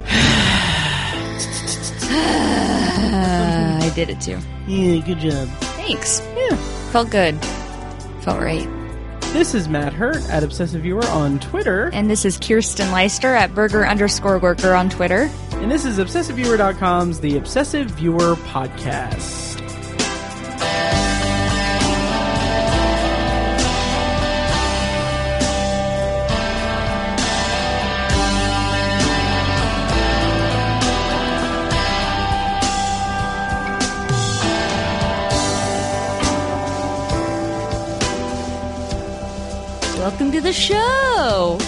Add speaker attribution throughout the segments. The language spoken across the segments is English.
Speaker 1: Uh, I did it too.
Speaker 2: Yeah, good job.
Speaker 1: Thanks.
Speaker 2: Yeah.
Speaker 1: Felt good. Felt right.
Speaker 2: This is Matt Hurt at Obsessive Viewer on Twitter,
Speaker 1: And this is Kirsten Leister at Burger underscore Worker on Twitter.
Speaker 2: and this is ObsessiveViewer.com's The Obsessive Viewer Podcast.
Speaker 1: Welcome to the show.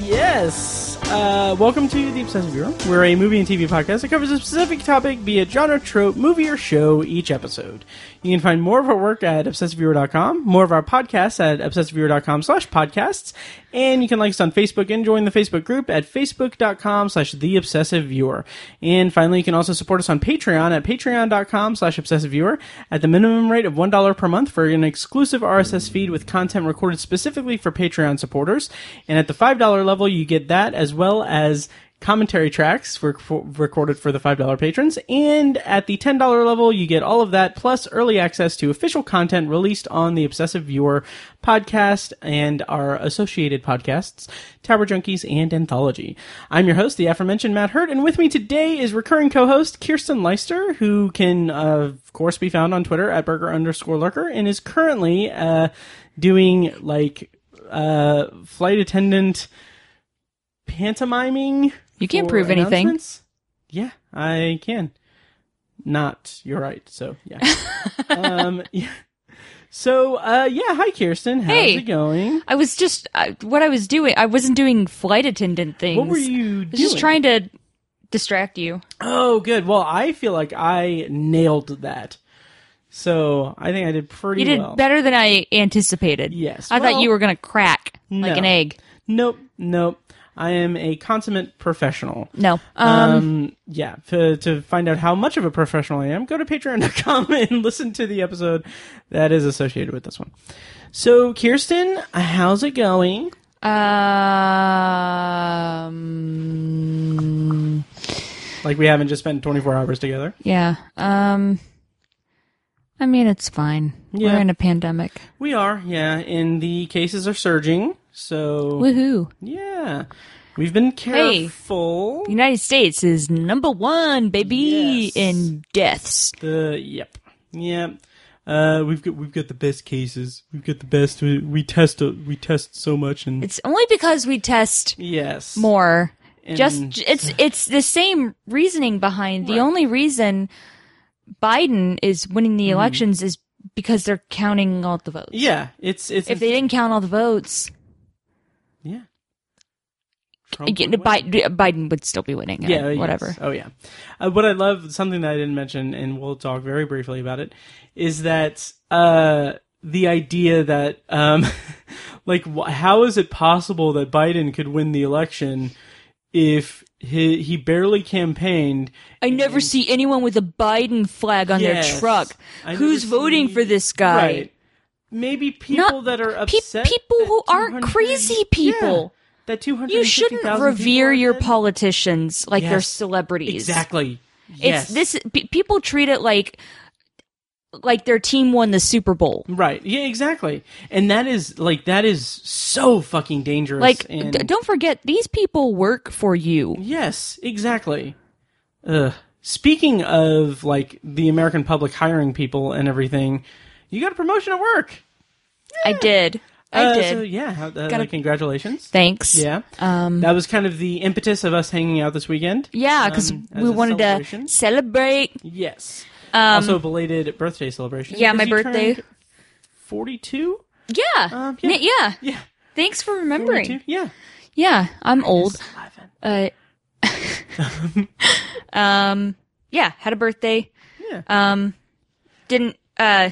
Speaker 2: Yes. Uh, welcome to The Obsessive Viewer. We're a movie and TV podcast that covers a specific topic, be it genre, trope, movie, or show, each episode. You can find more of our work at ObsessiveViewer.com, more of our podcasts at ObsessiveViewer.com slash podcasts, and you can like us on Facebook and join the Facebook group at Facebook.com slash The Obsessive Viewer. And finally, you can also support us on Patreon at Patreon.com slash Obsessive Viewer at the minimum rate of $1 per month for an exclusive RSS feed with content recorded specifically for Patreon supporters. And at the $5 level, you get that as well as commentary tracks rec- recorded for the $5 patrons. And at the $10 level, you get all of that plus early access to official content released on the Obsessive Viewer podcast and our associated podcasts, Tower Junkies and Anthology. I'm your host, the aforementioned Matt Hurt, and with me today is recurring co-host Kirsten Leister, who can, uh, of course, be found on Twitter at burger underscore lurker and is currently, uh, doing like, uh, flight attendant pantomiming
Speaker 1: You can't
Speaker 2: for
Speaker 1: prove anything.
Speaker 2: announcements? Yeah, I can. Not. You're right. So yeah. um. Yeah. So uh. Yeah. Hi, Kirsten. How's
Speaker 1: Hey.
Speaker 2: it going?
Speaker 1: I was just, I, what I was doing, I wasn't doing flight attendant things.
Speaker 2: What were you
Speaker 1: I was
Speaker 2: doing?
Speaker 1: just trying to distract you.
Speaker 2: Oh, good. Well, I feel like I nailed that. So I think I did pretty
Speaker 1: You did
Speaker 2: well.
Speaker 1: better than I anticipated.
Speaker 2: Yes,
Speaker 1: I
Speaker 2: well-
Speaker 1: thought you were going to crack
Speaker 2: No.
Speaker 1: like an egg.
Speaker 2: Nope. Nope. I am a consummate professional.
Speaker 1: No.
Speaker 2: Um,
Speaker 1: Um,
Speaker 2: yeah, to, to find out how much of a professional I am, go to patreon.com and listen to the episode that is associated with this one. So, Kirsten, how's it going?
Speaker 1: um,
Speaker 2: Like, we haven't just spent 24 hours together.
Speaker 1: yeah. Um, I mean, it's fine.
Speaker 2: Yeah.
Speaker 1: We're in a pandemic.
Speaker 2: We are, yeah, and the cases are surging. So,
Speaker 1: Woohoo.
Speaker 2: yeah, we've been careful.
Speaker 1: The United States is number one, baby,
Speaker 2: Yes.
Speaker 1: in deaths.
Speaker 2: The yep, yep. Uh, we've got we've got the best cases. We've got the best. We, we test uh, we test so much and
Speaker 1: It's only because we test
Speaker 2: yes,
Speaker 1: more.
Speaker 2: And-
Speaker 1: Just it's it's the same reasoning behind the only reason Biden is winning
Speaker 2: Hmm.
Speaker 1: the elections is because they're counting all the votes.
Speaker 2: Yeah, it's it's
Speaker 1: If they didn't count all the votes,
Speaker 2: Yeah.
Speaker 1: again, Biden, Biden would still be winning. uh,
Speaker 2: yeah, yes.
Speaker 1: whatever.
Speaker 2: Oh yeah. Uh, what I love, something that I didn't mention, and we'll talk very briefly about it, is that uh, the idea that um, like wh- how is it possible that Biden could win the election if he he barely campaigned?
Speaker 1: I never see anyone with a Biden flag on
Speaker 2: Mm-hmm. Yes.
Speaker 1: their truck.
Speaker 2: I
Speaker 1: Who's
Speaker 2: never
Speaker 1: voting
Speaker 2: see-
Speaker 1: for this guy?
Speaker 2: Right. Maybe people
Speaker 1: Not-
Speaker 2: that are
Speaker 1: pe-
Speaker 2: upset.
Speaker 1: people
Speaker 2: that
Speaker 1: who aren't
Speaker 2: 200
Speaker 1: crazy
Speaker 2: Yeah,
Speaker 1: people.
Speaker 2: that two hundred.
Speaker 1: You shouldn't revere your politicians like they're
Speaker 2: Yes.
Speaker 1: celebrities.
Speaker 2: Exactly. Yes.
Speaker 1: It's this pe people treat it like like their team won the Super Bowl.
Speaker 2: Right. Yeah, exactly. And that is like that is so fucking dangerous.
Speaker 1: Like
Speaker 2: and,
Speaker 1: d- don't forget these people work for you.
Speaker 2: yes, exactly. Ugh. Speaking of like the American public hiring people and everything, you got a promotion at work.
Speaker 1: I did. I
Speaker 2: Uh,
Speaker 1: did.
Speaker 2: So yeah, how- uh,
Speaker 1: a-
Speaker 2: like, congratulations.
Speaker 1: Thanks.
Speaker 2: yeah. Um, that was kind of the impetus of us hanging out this weekend.
Speaker 1: Yeah, cuz
Speaker 2: Um, as
Speaker 1: we
Speaker 2: a
Speaker 1: wanted
Speaker 2: celebration?
Speaker 1: to celebrate.
Speaker 2: Yes. Um, also, belated birthday celebration.
Speaker 1: Um, yeah, my
Speaker 2: because you
Speaker 1: birthday.
Speaker 2: turned Forty-two.
Speaker 1: Yeah.
Speaker 2: Um, yeah.
Speaker 1: yeah. yeah.
Speaker 2: Yeah.
Speaker 1: Thanks for remembering.
Speaker 2: 42? Yeah.
Speaker 1: Yeah, I'm old.
Speaker 2: Eleven.
Speaker 1: Uh, um, yeah, had a birthday.
Speaker 2: Yeah.
Speaker 1: Um, didn't uh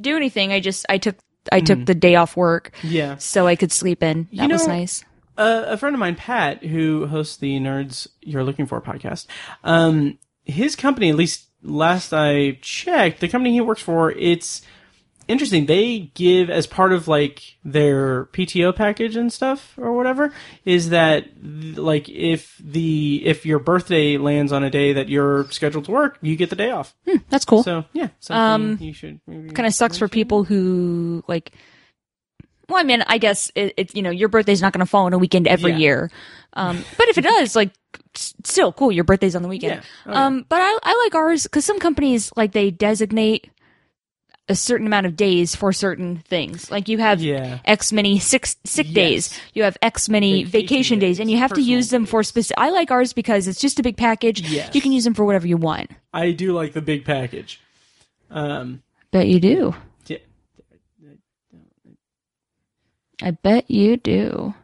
Speaker 1: do anything. I just I took I took the day off work
Speaker 2: Yeah.
Speaker 1: so I could sleep in. That was
Speaker 2: Hmm. know-
Speaker 1: nice.
Speaker 2: uh, a friend of mine, Pat, who hosts the Nerds You're Looking For podcast, um, his company, at least last I checked, the company he works for, it's interesting. They give as part of like their PTO package and stuff or whatever is that like if the if your birthday lands on a day that you're scheduled to work, you get the day off.
Speaker 1: That's cool.
Speaker 2: So yeah,
Speaker 1: Um,
Speaker 2: something you should maybe
Speaker 1: kind of sucks for people who like. Well, I mean, I guess it, it you know your birthday's not going to fall on a weekend every
Speaker 2: Yeah.
Speaker 1: year, um, but if it does, like s- still cool. Your birthday's on the weekend.
Speaker 2: Yeah. Oh, yeah.
Speaker 1: Um, but I I like ours because some companies like they designate a certain amount of days for certain things. Like you have
Speaker 2: Yeah.
Speaker 1: X many six sick
Speaker 2: Yes.
Speaker 1: days, you have X many
Speaker 2: Vacation
Speaker 1: vacation, days,
Speaker 2: days,
Speaker 1: and you have to
Speaker 2: personal
Speaker 1: use them for specific. I like ours because it's just a big package.
Speaker 2: Yes.
Speaker 1: You can use them for whatever you want.
Speaker 2: I do like the big package. Um,
Speaker 1: Bet you do.
Speaker 2: yeah.
Speaker 1: I bet you do.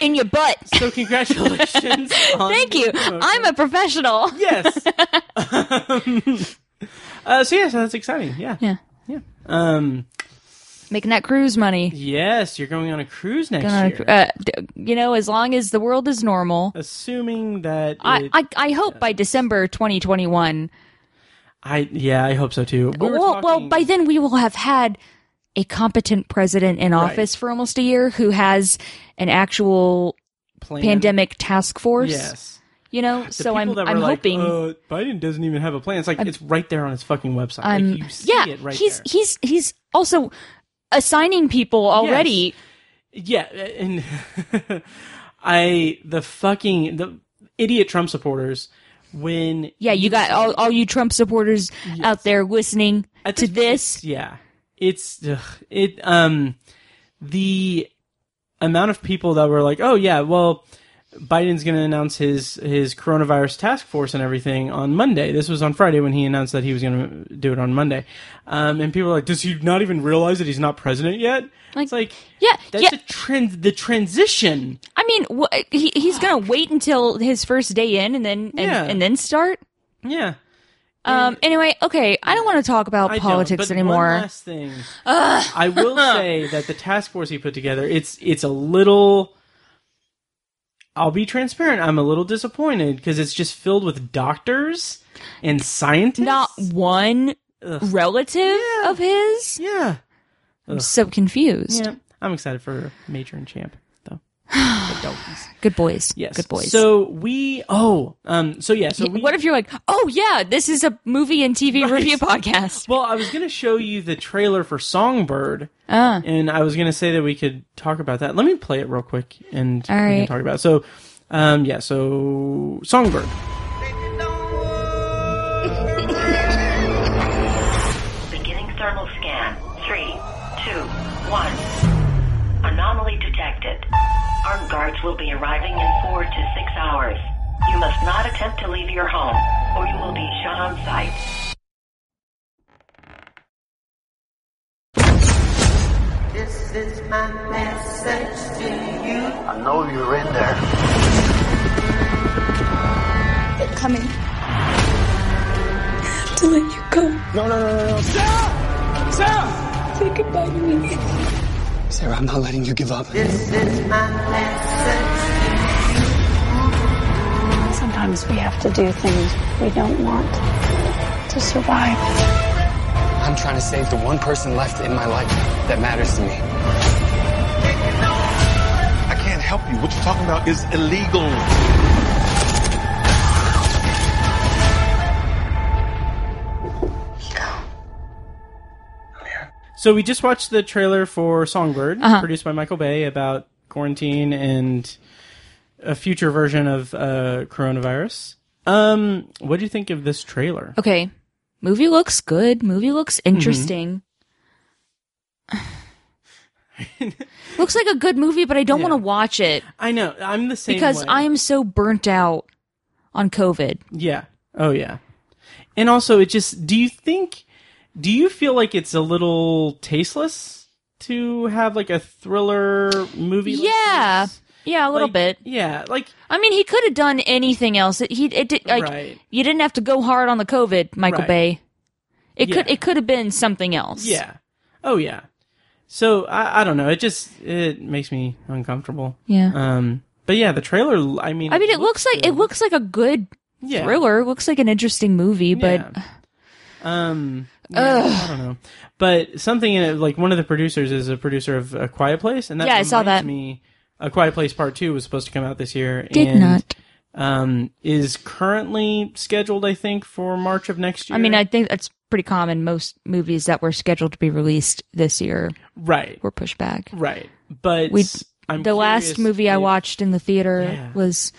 Speaker 1: In your butt.
Speaker 2: So congratulations. on
Speaker 1: Thank
Speaker 2: the
Speaker 1: you.
Speaker 2: promotion.
Speaker 1: I'm a professional.
Speaker 2: yes. um, uh, so yeah, so that's exciting. Yeah.
Speaker 1: Yeah.
Speaker 2: Yeah. Um,
Speaker 1: Making that cruise money.
Speaker 2: yes, you're going on a cruise next
Speaker 1: Gonna-
Speaker 2: year.
Speaker 1: uh, d- you know, as long as the world is normal.
Speaker 2: Assuming that
Speaker 1: I,
Speaker 2: it-
Speaker 1: I, I hope by December 2021.
Speaker 2: I yeah, I hope so too. We were
Speaker 1: well, well,
Speaker 2: talking-
Speaker 1: by then we will have had a competent president in office for almost a year who has an actual
Speaker 2: plan-
Speaker 1: pandemic task force.
Speaker 2: Yes.
Speaker 1: You know,
Speaker 2: The
Speaker 1: so I'm
Speaker 2: people that were
Speaker 1: I'm
Speaker 2: like,
Speaker 1: hoping
Speaker 2: uh, Biden doesn't even have a plan. It's like it's right there on his fucking website.
Speaker 1: I'm
Speaker 2: like, you see
Speaker 1: yeah,
Speaker 2: it right
Speaker 1: he's
Speaker 2: there.
Speaker 1: he's he's also assigning people already.
Speaker 2: Yeah, and I the fucking the idiot Trump supporters when
Speaker 1: Yeah, you got all, all you Trump supporters out there listening
Speaker 2: At
Speaker 1: to
Speaker 2: this-
Speaker 1: this.
Speaker 2: yeah it's ugh, it um the amount of people that were like oh yeah well Biden's going to announce his his coronavirus task force and everything on Monday. This was on Friday when he announced that he was going to do it on Monday. Um, and people are like, does he not even realize that he's not president yet?
Speaker 1: Like-
Speaker 2: it's like
Speaker 1: Yeah,
Speaker 2: that's
Speaker 1: yeah.
Speaker 2: the trans the transition.
Speaker 1: I mean, wh- he he's gonna wait until his first day in, and then and,
Speaker 2: Yeah.
Speaker 1: and then start.
Speaker 2: Yeah.
Speaker 1: Um. Anyway, okay. I don't want to talk about
Speaker 2: I don't,
Speaker 1: politics
Speaker 2: but
Speaker 1: anymore.
Speaker 2: One last thing. I will say that the task force he put together, it's it's a little. I'll be transparent. I'm a little disappointed because it's just filled with doctors and scientists.
Speaker 1: Not one relative of his.
Speaker 2: yeah,
Speaker 1: I'm so confused.
Speaker 2: yeah. I'm excited for Major and Champ though. The doggies.
Speaker 1: Good boys.
Speaker 2: Yes.
Speaker 1: Good boys.
Speaker 2: So we. Oh. Um. So yeah. So we,
Speaker 1: what if you're like, oh yeah, this is a movie and TV review podcast?
Speaker 2: Well, I was gonna show you the trailer for Songbird,
Speaker 1: Ah.
Speaker 2: and I was gonna say that we could talk about that. Let me play it real quick, and
Speaker 1: All
Speaker 2: we can
Speaker 1: right.
Speaker 2: talk about. It. So, um, yeah, so Songbird.
Speaker 3: Beginning thermal scan. Three, two, one. Anomaly detected. Armed guards will be arriving in four to six hours. You must not attempt to leave your home, or you will be shot on sight.
Speaker 4: This is my message to you.
Speaker 5: I know you're in there.
Speaker 6: it coming to let you go.
Speaker 7: No, no, no, no, no.
Speaker 6: Say goodbye to me.
Speaker 7: Sarah, I'm not letting you give up.
Speaker 4: This is my message to you.
Speaker 6: Sometimes we have to do things we don't want to survive.
Speaker 7: I'm trying to save the one person left in my life that matters to me.
Speaker 8: I can't help you. What you're talking about is illegal.
Speaker 2: So we just watched the trailer for Songbird,
Speaker 1: Uh-huh.
Speaker 2: produced by Michael Bay, about quarantine and a future version of uh, coronavirus. Um, what do you think of this trailer?
Speaker 1: Okay. Movie looks good. Movie looks
Speaker 2: Mm-hmm.
Speaker 1: interesting. looks like a good movie, but I don't want to watch it
Speaker 2: I know I'm the same
Speaker 1: because
Speaker 2: way.
Speaker 1: I am so burnt out on COVID.
Speaker 2: Yeah. Oh yeah. And also it just do you think do you feel like it's a little tasteless to have like a thriller movie? like
Speaker 1: Yeah.
Speaker 2: this?
Speaker 1: Yeah, a little
Speaker 2: Like,
Speaker 1: bit.
Speaker 2: Yeah, like
Speaker 1: I mean, he could have done anything else. It, he it did like
Speaker 2: Right.
Speaker 1: you didn't have to go hard on the COVID, Michael
Speaker 2: Right.
Speaker 1: Bay. It could
Speaker 2: Yeah.
Speaker 1: it could have been something else.
Speaker 2: yeah. Oh yeah. So I, I don't know. It just it makes me uncomfortable.
Speaker 1: Yeah.
Speaker 2: Um. But yeah, the trailer. I mean,
Speaker 1: I mean, it looks like it looks like a good
Speaker 2: yeah,
Speaker 1: thriller. It looks like an interesting movie, but
Speaker 2: yeah. Um. I don't know, but something in it, like one of the producers is a producer of A Quiet Place, and that
Speaker 1: Yeah, I saw
Speaker 2: reminds
Speaker 1: that.
Speaker 2: Me, A Quiet Place Part Two was supposed to come out this year.
Speaker 1: Did
Speaker 2: and,
Speaker 1: not.
Speaker 2: Um, is currently scheduled, I think, for March of next year.
Speaker 1: I mean, I think that's pretty common. Most movies that were scheduled to be released this year
Speaker 2: right,
Speaker 1: were pushed back.
Speaker 2: right, but
Speaker 1: We-
Speaker 2: I'm
Speaker 1: the last
Speaker 2: curious
Speaker 1: movie I
Speaker 2: if-
Speaker 1: watched in the theater
Speaker 2: Yeah.
Speaker 1: was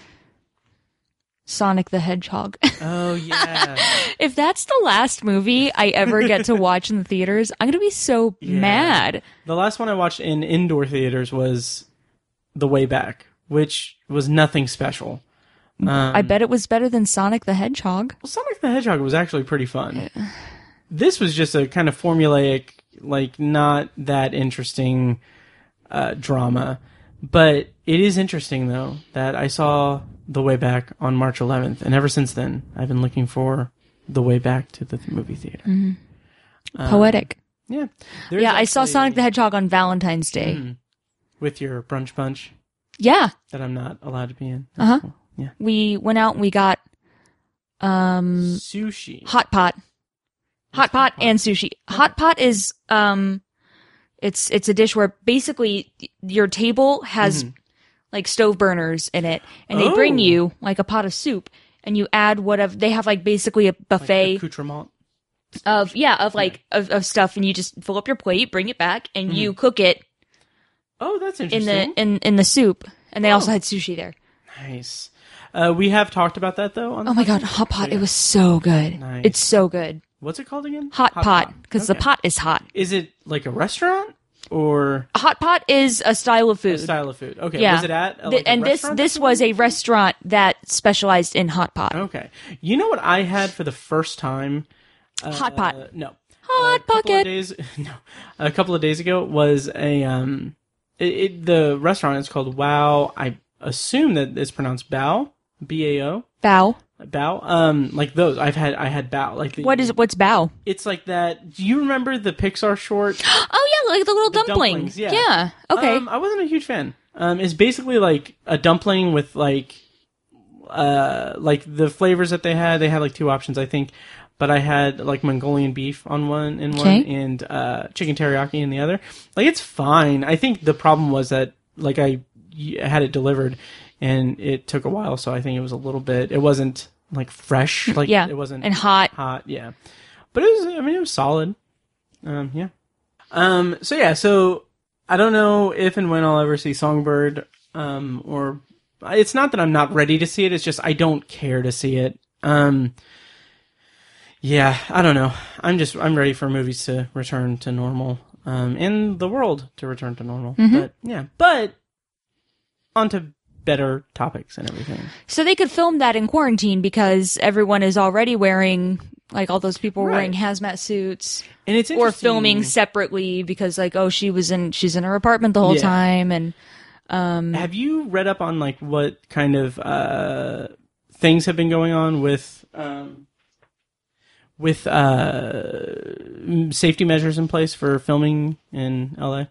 Speaker 1: Sonic the Hedgehog.
Speaker 2: Oh yeah,
Speaker 1: if that's the last movie I ever get to watch in the theaters, I'm going to be so mad.
Speaker 2: the last one I watched in indoor theaters was The Way Back, which was nothing special.
Speaker 1: I
Speaker 2: Um,
Speaker 1: bet it was better than Sonic the Hedgehog.
Speaker 2: Well, Sonic the Hedgehog was actually pretty fun. This was just a kind of formulaic, like not that interesting uh, drama, but it is interesting though that I saw The Way Back on March 11th, and ever since then I've been looking for The Way Back to the movie theater. uh,
Speaker 1: Poetic.
Speaker 2: Yeah, There's
Speaker 1: Mm-hmm. Yeah, I saw
Speaker 2: actually-
Speaker 1: Sonic the Hedgehog on Valentine's Day.
Speaker 2: Hmm. with your brunch bunch
Speaker 1: Yeah.
Speaker 2: that I'm not allowed to be in.
Speaker 1: Uh-huh.
Speaker 2: Uh huh. Yeah,
Speaker 1: We went out and we got um
Speaker 2: sushi.
Speaker 1: hot pot. Hot pot and sushi. Hot pot is um it's it's a dish where basically y- your table has like stove burners in it and they bring
Speaker 2: Oh.
Speaker 1: you like a pot of soup and you add whatever they have like basically a buffet
Speaker 2: accoutrement.
Speaker 1: of yeah of like of, of stuff and you just fill up your plate bring it back and you cook it
Speaker 2: Oh, that's
Speaker 1: in
Speaker 2: interesting.
Speaker 1: the in in the soup and they also had sushi there
Speaker 2: nice. Uh, we have talked about that though. On
Speaker 1: oh my god hot pot it was so good
Speaker 2: Nice.
Speaker 1: it's so good
Speaker 2: What's it called again?
Speaker 1: hot, pot because
Speaker 2: Okay.
Speaker 1: the pot is hot
Speaker 2: Is it like a restaurant or
Speaker 1: hot pot is a style of food
Speaker 2: style of food? Okay.
Speaker 1: Uh, yeah
Speaker 2: Was it at a,
Speaker 1: Th-
Speaker 2: like, a
Speaker 1: and this
Speaker 2: restaurant?
Speaker 1: this was a restaurant that specialized in hot pot
Speaker 2: Okay. You know what I had for the first time?
Speaker 1: hot pot
Speaker 2: Uh, no.
Speaker 1: Hot
Speaker 2: a couple of
Speaker 1: pocket.
Speaker 2: Days, no. A couple of days ago was a um it, it, the restaurant is called Wow. I assume that it's pronounced Bao. B A O.
Speaker 1: bow
Speaker 2: Bao. Um like those. I've had I had Bao like the,
Speaker 1: what is what's bow
Speaker 2: It's like that. Do you remember the Pixar short
Speaker 1: oh yeah like the little
Speaker 2: dumplings,
Speaker 1: dumplings,
Speaker 2: yeah.
Speaker 1: okay
Speaker 2: Um, I wasn't a huge fan. Um, it's basically like a dumpling with like, uh, like the flavors that they had. They had like two options, I think. But I had like Mongolian beef on one in one,
Speaker 1: Okay.
Speaker 2: and uh, chicken teriyaki in the other. Like it's fine. I think the problem was that like I y- had it delivered, and it took a while. So I think it was a little bit. It wasn't like fresh. Like
Speaker 1: yeah
Speaker 2: it wasn't
Speaker 1: and hot
Speaker 2: hot. Yeah, but it was. I mean, it was solid. Um, yeah. Um. So yeah. So I don't know if and when I'll ever see Songbird. Um. Or it's not that I'm not ready to see it. It's just I don't care to see it. Um. Yeah. I don't know. I'm just I'm ready for movies to return to normal. Um. And the world to return to normal.
Speaker 1: Mm-hmm.
Speaker 2: But yeah. But onto better topics and everything.
Speaker 1: So they could film that in quarantine because everyone is already wearing like all those people were
Speaker 2: Right.
Speaker 1: wearing hazmat suits
Speaker 2: And it's
Speaker 1: or
Speaker 2: interesting-
Speaker 1: filming separately because like oh she was in she's in her apartment the whole
Speaker 2: Yeah.
Speaker 1: time and
Speaker 2: Have you read up on like what kind of uh, things have been going on with um, with uh, m- safety measures in place for filming in LA?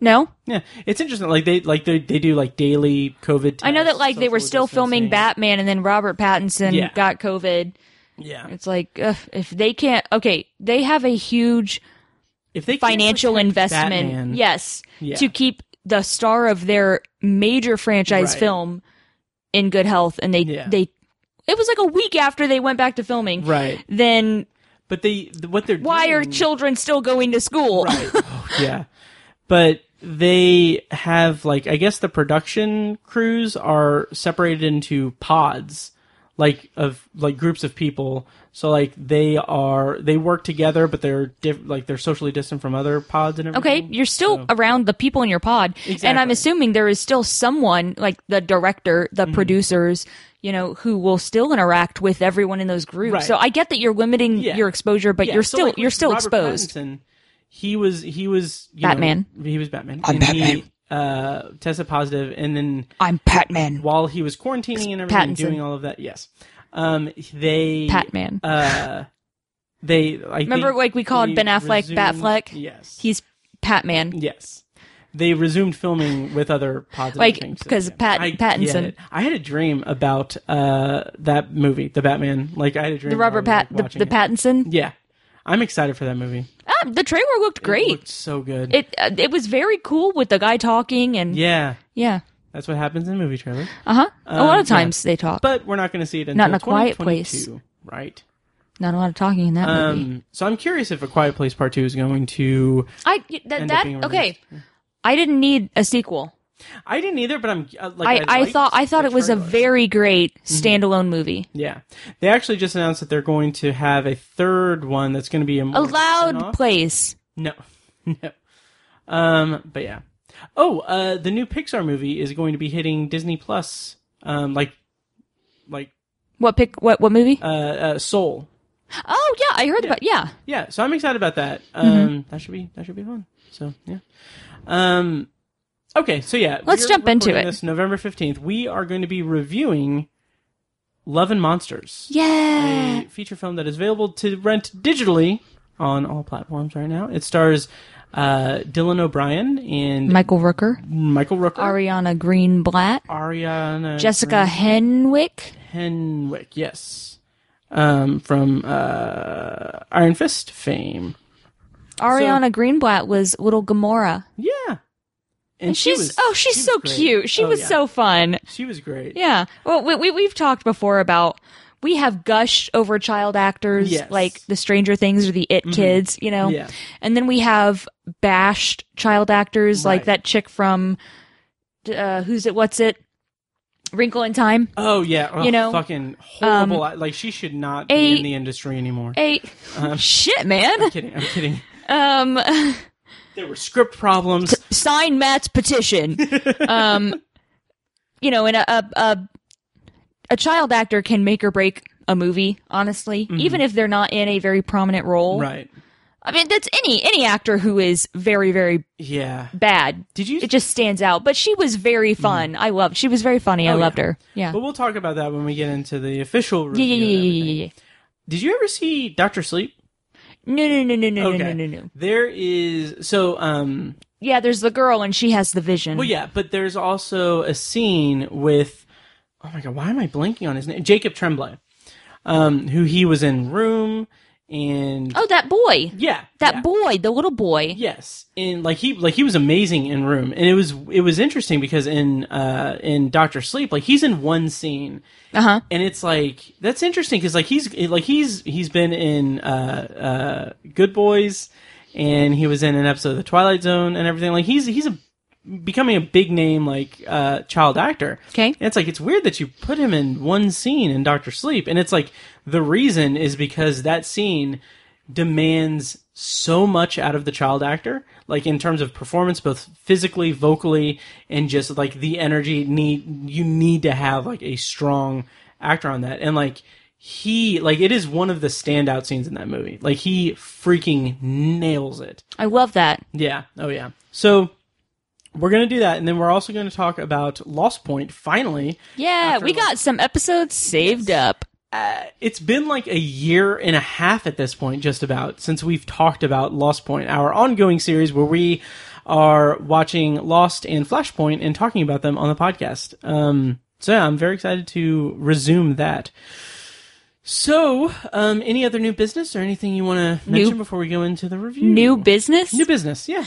Speaker 1: no
Speaker 2: Yeah, it's interesting. Like they like they they do like daily COVID. Tests,
Speaker 1: I know that like they were
Speaker 2: social
Speaker 1: still filming
Speaker 2: distancing.
Speaker 1: Batman and then Robert Pattinson
Speaker 2: Yeah.
Speaker 1: got covid
Speaker 2: Yeah,
Speaker 1: it's like ugh, if they can't okay they have a huge
Speaker 2: if they can't
Speaker 1: financial
Speaker 2: protect
Speaker 1: investment
Speaker 2: Batman-
Speaker 1: yes
Speaker 2: Yeah.
Speaker 1: to keep the star of their major franchise
Speaker 2: Right.
Speaker 1: film in good health and they
Speaker 2: Yeah.
Speaker 1: they it was like a week after they went back to filming
Speaker 2: Right.
Speaker 1: then
Speaker 2: but they th- what they're
Speaker 1: why are
Speaker 2: doing-
Speaker 1: children still going to school
Speaker 2: Right. Oh, yeah. But they have like I guess the production crews are separated into pods like of like groups of people. So like they are they work together but they're diff- like they're socially distant from other pods and everything.
Speaker 1: okay you're still around the people in your pod and i'm
Speaker 2: Mm-hmm. Exactly.
Speaker 1: assuming there is still someone like the director
Speaker 2: Mm-hmm.
Speaker 1: the producers you know who will still interact with everyone in those groups
Speaker 2: Right.
Speaker 1: so i get that you're limiting
Speaker 2: Yeah.
Speaker 1: your exposure but
Speaker 2: Yeah,
Speaker 1: you're
Speaker 2: so,
Speaker 1: still
Speaker 2: like,
Speaker 1: you're
Speaker 2: with
Speaker 1: still
Speaker 2: Robert
Speaker 1: exposed
Speaker 2: Pattinson, he was he was you
Speaker 1: Batman.
Speaker 2: Know, he was Batman.
Speaker 7: I'm
Speaker 2: and He,
Speaker 7: Batman.
Speaker 2: uh, tested positive and then
Speaker 1: i'm patman
Speaker 2: while he was quarantining and everything,
Speaker 1: Pattinson.
Speaker 2: doing all of that, yes. Um, they
Speaker 1: patman
Speaker 2: uh, they I
Speaker 1: Remember,
Speaker 2: think
Speaker 1: like, we called
Speaker 2: they
Speaker 1: Ben Affleck
Speaker 2: resumed-
Speaker 1: Batfleck?
Speaker 2: Yes,
Speaker 1: he's patman
Speaker 2: yes. They resumed filming with other positive
Speaker 1: Like,
Speaker 2: things.
Speaker 1: 'cause Pat-
Speaker 2: I get
Speaker 1: Pattinson.
Speaker 2: it. I had a dream about uh that movie, the Batman. Like I had a dream.
Speaker 1: the
Speaker 2: while I
Speaker 1: robert
Speaker 2: was, like,
Speaker 1: pat the,
Speaker 2: watching
Speaker 1: the
Speaker 2: it.
Speaker 1: pattinson
Speaker 2: Yeah, I'm excited for that movie.
Speaker 1: Ah, the trailer looked
Speaker 2: It
Speaker 1: great.
Speaker 2: looked so good.
Speaker 1: It uh, it was very cool with the guy talking and
Speaker 2: yeah,
Speaker 1: yeah.
Speaker 2: that's what happens in movie trailers.
Speaker 1: Uh-huh. a lot of
Speaker 2: Um, yeah.
Speaker 1: times they talk.
Speaker 2: But we're not going to see it until
Speaker 1: Not in a Quiet
Speaker 2: 2022, right?
Speaker 1: Not a lot of talking in that movie.
Speaker 2: Um, so I'm curious if A Quiet Place Part Two is going to.
Speaker 1: I th-
Speaker 2: up
Speaker 1: that
Speaker 2: being
Speaker 1: okay. I didn't need a sequel.
Speaker 2: I didn't either, but I'm uh,
Speaker 1: I,
Speaker 2: like
Speaker 1: I
Speaker 2: liked
Speaker 1: thought I thought
Speaker 2: the
Speaker 1: it was a
Speaker 2: trailers.
Speaker 1: very great
Speaker 2: Mm-hmm.
Speaker 1: standalone movie.
Speaker 2: yeah. They actually just announced that they're going to have a third one that's going to be a more
Speaker 1: A loud
Speaker 2: spin-off.
Speaker 1: place.
Speaker 2: No, no. Um, but yeah. Oh, uh, the new Pixar movie is going to be hitting Disney Plus. Um, like, like
Speaker 1: What pick what what movie?
Speaker 2: uh, uh Soul.
Speaker 1: oh yeah, I heard about yeah.
Speaker 2: Yeah, so I'm excited about that. Um,
Speaker 1: Mm-hmm.
Speaker 2: that should be that should be fun. So yeah. Um, okay, so yeah,
Speaker 1: Let's
Speaker 2: we're
Speaker 1: jump into
Speaker 2: recording
Speaker 1: it.
Speaker 2: This November fifteenth, we are going to be reviewing Love and Monsters.
Speaker 1: Yeah.
Speaker 2: a feature film that is available to rent digitally on all platforms right now. It stars uh, Dylan O'Brien and
Speaker 1: Michael Rooker,
Speaker 2: Michael Rooker,
Speaker 1: Ariana Greenblatt,
Speaker 2: Ariana
Speaker 1: Jessica Henwick.
Speaker 2: Henwick, yes, um, from uh, Iron Fist fame.
Speaker 1: Ariana Greenblatt was little Gamora.
Speaker 2: Yeah, and,
Speaker 1: And
Speaker 2: she
Speaker 1: she's
Speaker 2: was-
Speaker 1: oh, she's
Speaker 2: she was
Speaker 1: so
Speaker 2: great.
Speaker 1: cute. She
Speaker 2: Oh,
Speaker 1: was
Speaker 2: yeah.
Speaker 1: so fun.
Speaker 2: she was great.
Speaker 1: Yeah. Well, we, we we've talked before about we have gushed over child actors
Speaker 2: Yes. Mm-hmm.
Speaker 1: like the Stranger Things or the It Kids, you know.
Speaker 2: Yeah.
Speaker 1: And then we have bashed child actors like
Speaker 2: Right.
Speaker 1: that chick from uh, who's it? What's it? Wrinkle in Time.
Speaker 2: Oh yeah, Oh,
Speaker 1: You know, um,
Speaker 2: fucking horrible. like she should not be
Speaker 1: a-
Speaker 2: in the industry anymore.
Speaker 1: Hey,
Speaker 2: Uh-huh.
Speaker 1: shit, man.
Speaker 2: I'm kidding. I'm kidding.
Speaker 1: Um,
Speaker 2: There were script problems.
Speaker 1: sign Matt's petition. um, you know, and a, a a a child actor can make or break a movie. Honestly, even if they're not in a very prominent role,
Speaker 2: Mm-hmm. right.
Speaker 1: I mean, that's any any actor who is very very
Speaker 2: Yeah.
Speaker 1: bad.
Speaker 2: Did you-
Speaker 1: It just stands out. But she was very fun. I loved. She was very funny. I
Speaker 2: Mm-hmm. Oh,
Speaker 1: loved
Speaker 2: yeah.
Speaker 1: her. Yeah.
Speaker 2: But we'll talk about that when we get into the official
Speaker 1: Yeah,
Speaker 2: review.
Speaker 1: yeah,
Speaker 2: and
Speaker 1: yeah, yeah,
Speaker 2: everything.
Speaker 1: yeah, yeah.
Speaker 2: Did you ever see Doctor Sleep?
Speaker 1: No, no, no, no, no,
Speaker 2: Okay.
Speaker 1: no, no, no, no.
Speaker 2: There is so um
Speaker 1: Yeah, there's the girl and she has the vision.
Speaker 2: well yeah, but there's also a scene with oh my god, why am I blanking on his name? Jacob Tremblay. Um who he was in Room and
Speaker 1: Oh, that boy.
Speaker 2: yeah.
Speaker 1: That
Speaker 2: yeah.
Speaker 1: boy, the little boy.
Speaker 2: Yes, and like he like he was amazing in Room, and it was it was interesting because in uh in Doctor Sleep, like he's in one scene,
Speaker 1: Uh huh.
Speaker 2: and it's like that's interesting because like he's like he's he's been in uh uh Good Boys, and he was in an episode of The Twilight Zone and everything. Like he's he's a becoming a big name like uh child actor.
Speaker 1: Okay.
Speaker 2: And it's like it's weird that you put him in one scene in Doctor Sleep, and it's like the reason is because that scene demands so much out of the child actor, like in terms of performance, both physically, vocally, and just like the energy need you need to have like a strong actor on that, and like he like it is one of the standout scenes in that movie. Like he freaking nails it.
Speaker 1: I love that.
Speaker 2: Yeah. Oh, yeah. So we're going to do that. And then we're also going to talk about Lost Point finally.
Speaker 1: Yeah,
Speaker 2: After
Speaker 1: we
Speaker 2: like-
Speaker 1: got some episodes saved up.
Speaker 2: It's been like a year and a half at this point, just about, since we've talked about Lost Point, our ongoing series where we are watching Lost and Flashpoint and talking about them on the podcast. Um, so yeah, I'm very excited to resume that. So, um, any other new business or anything you want to mention before we go into the review?
Speaker 1: New business?
Speaker 2: New business, yeah.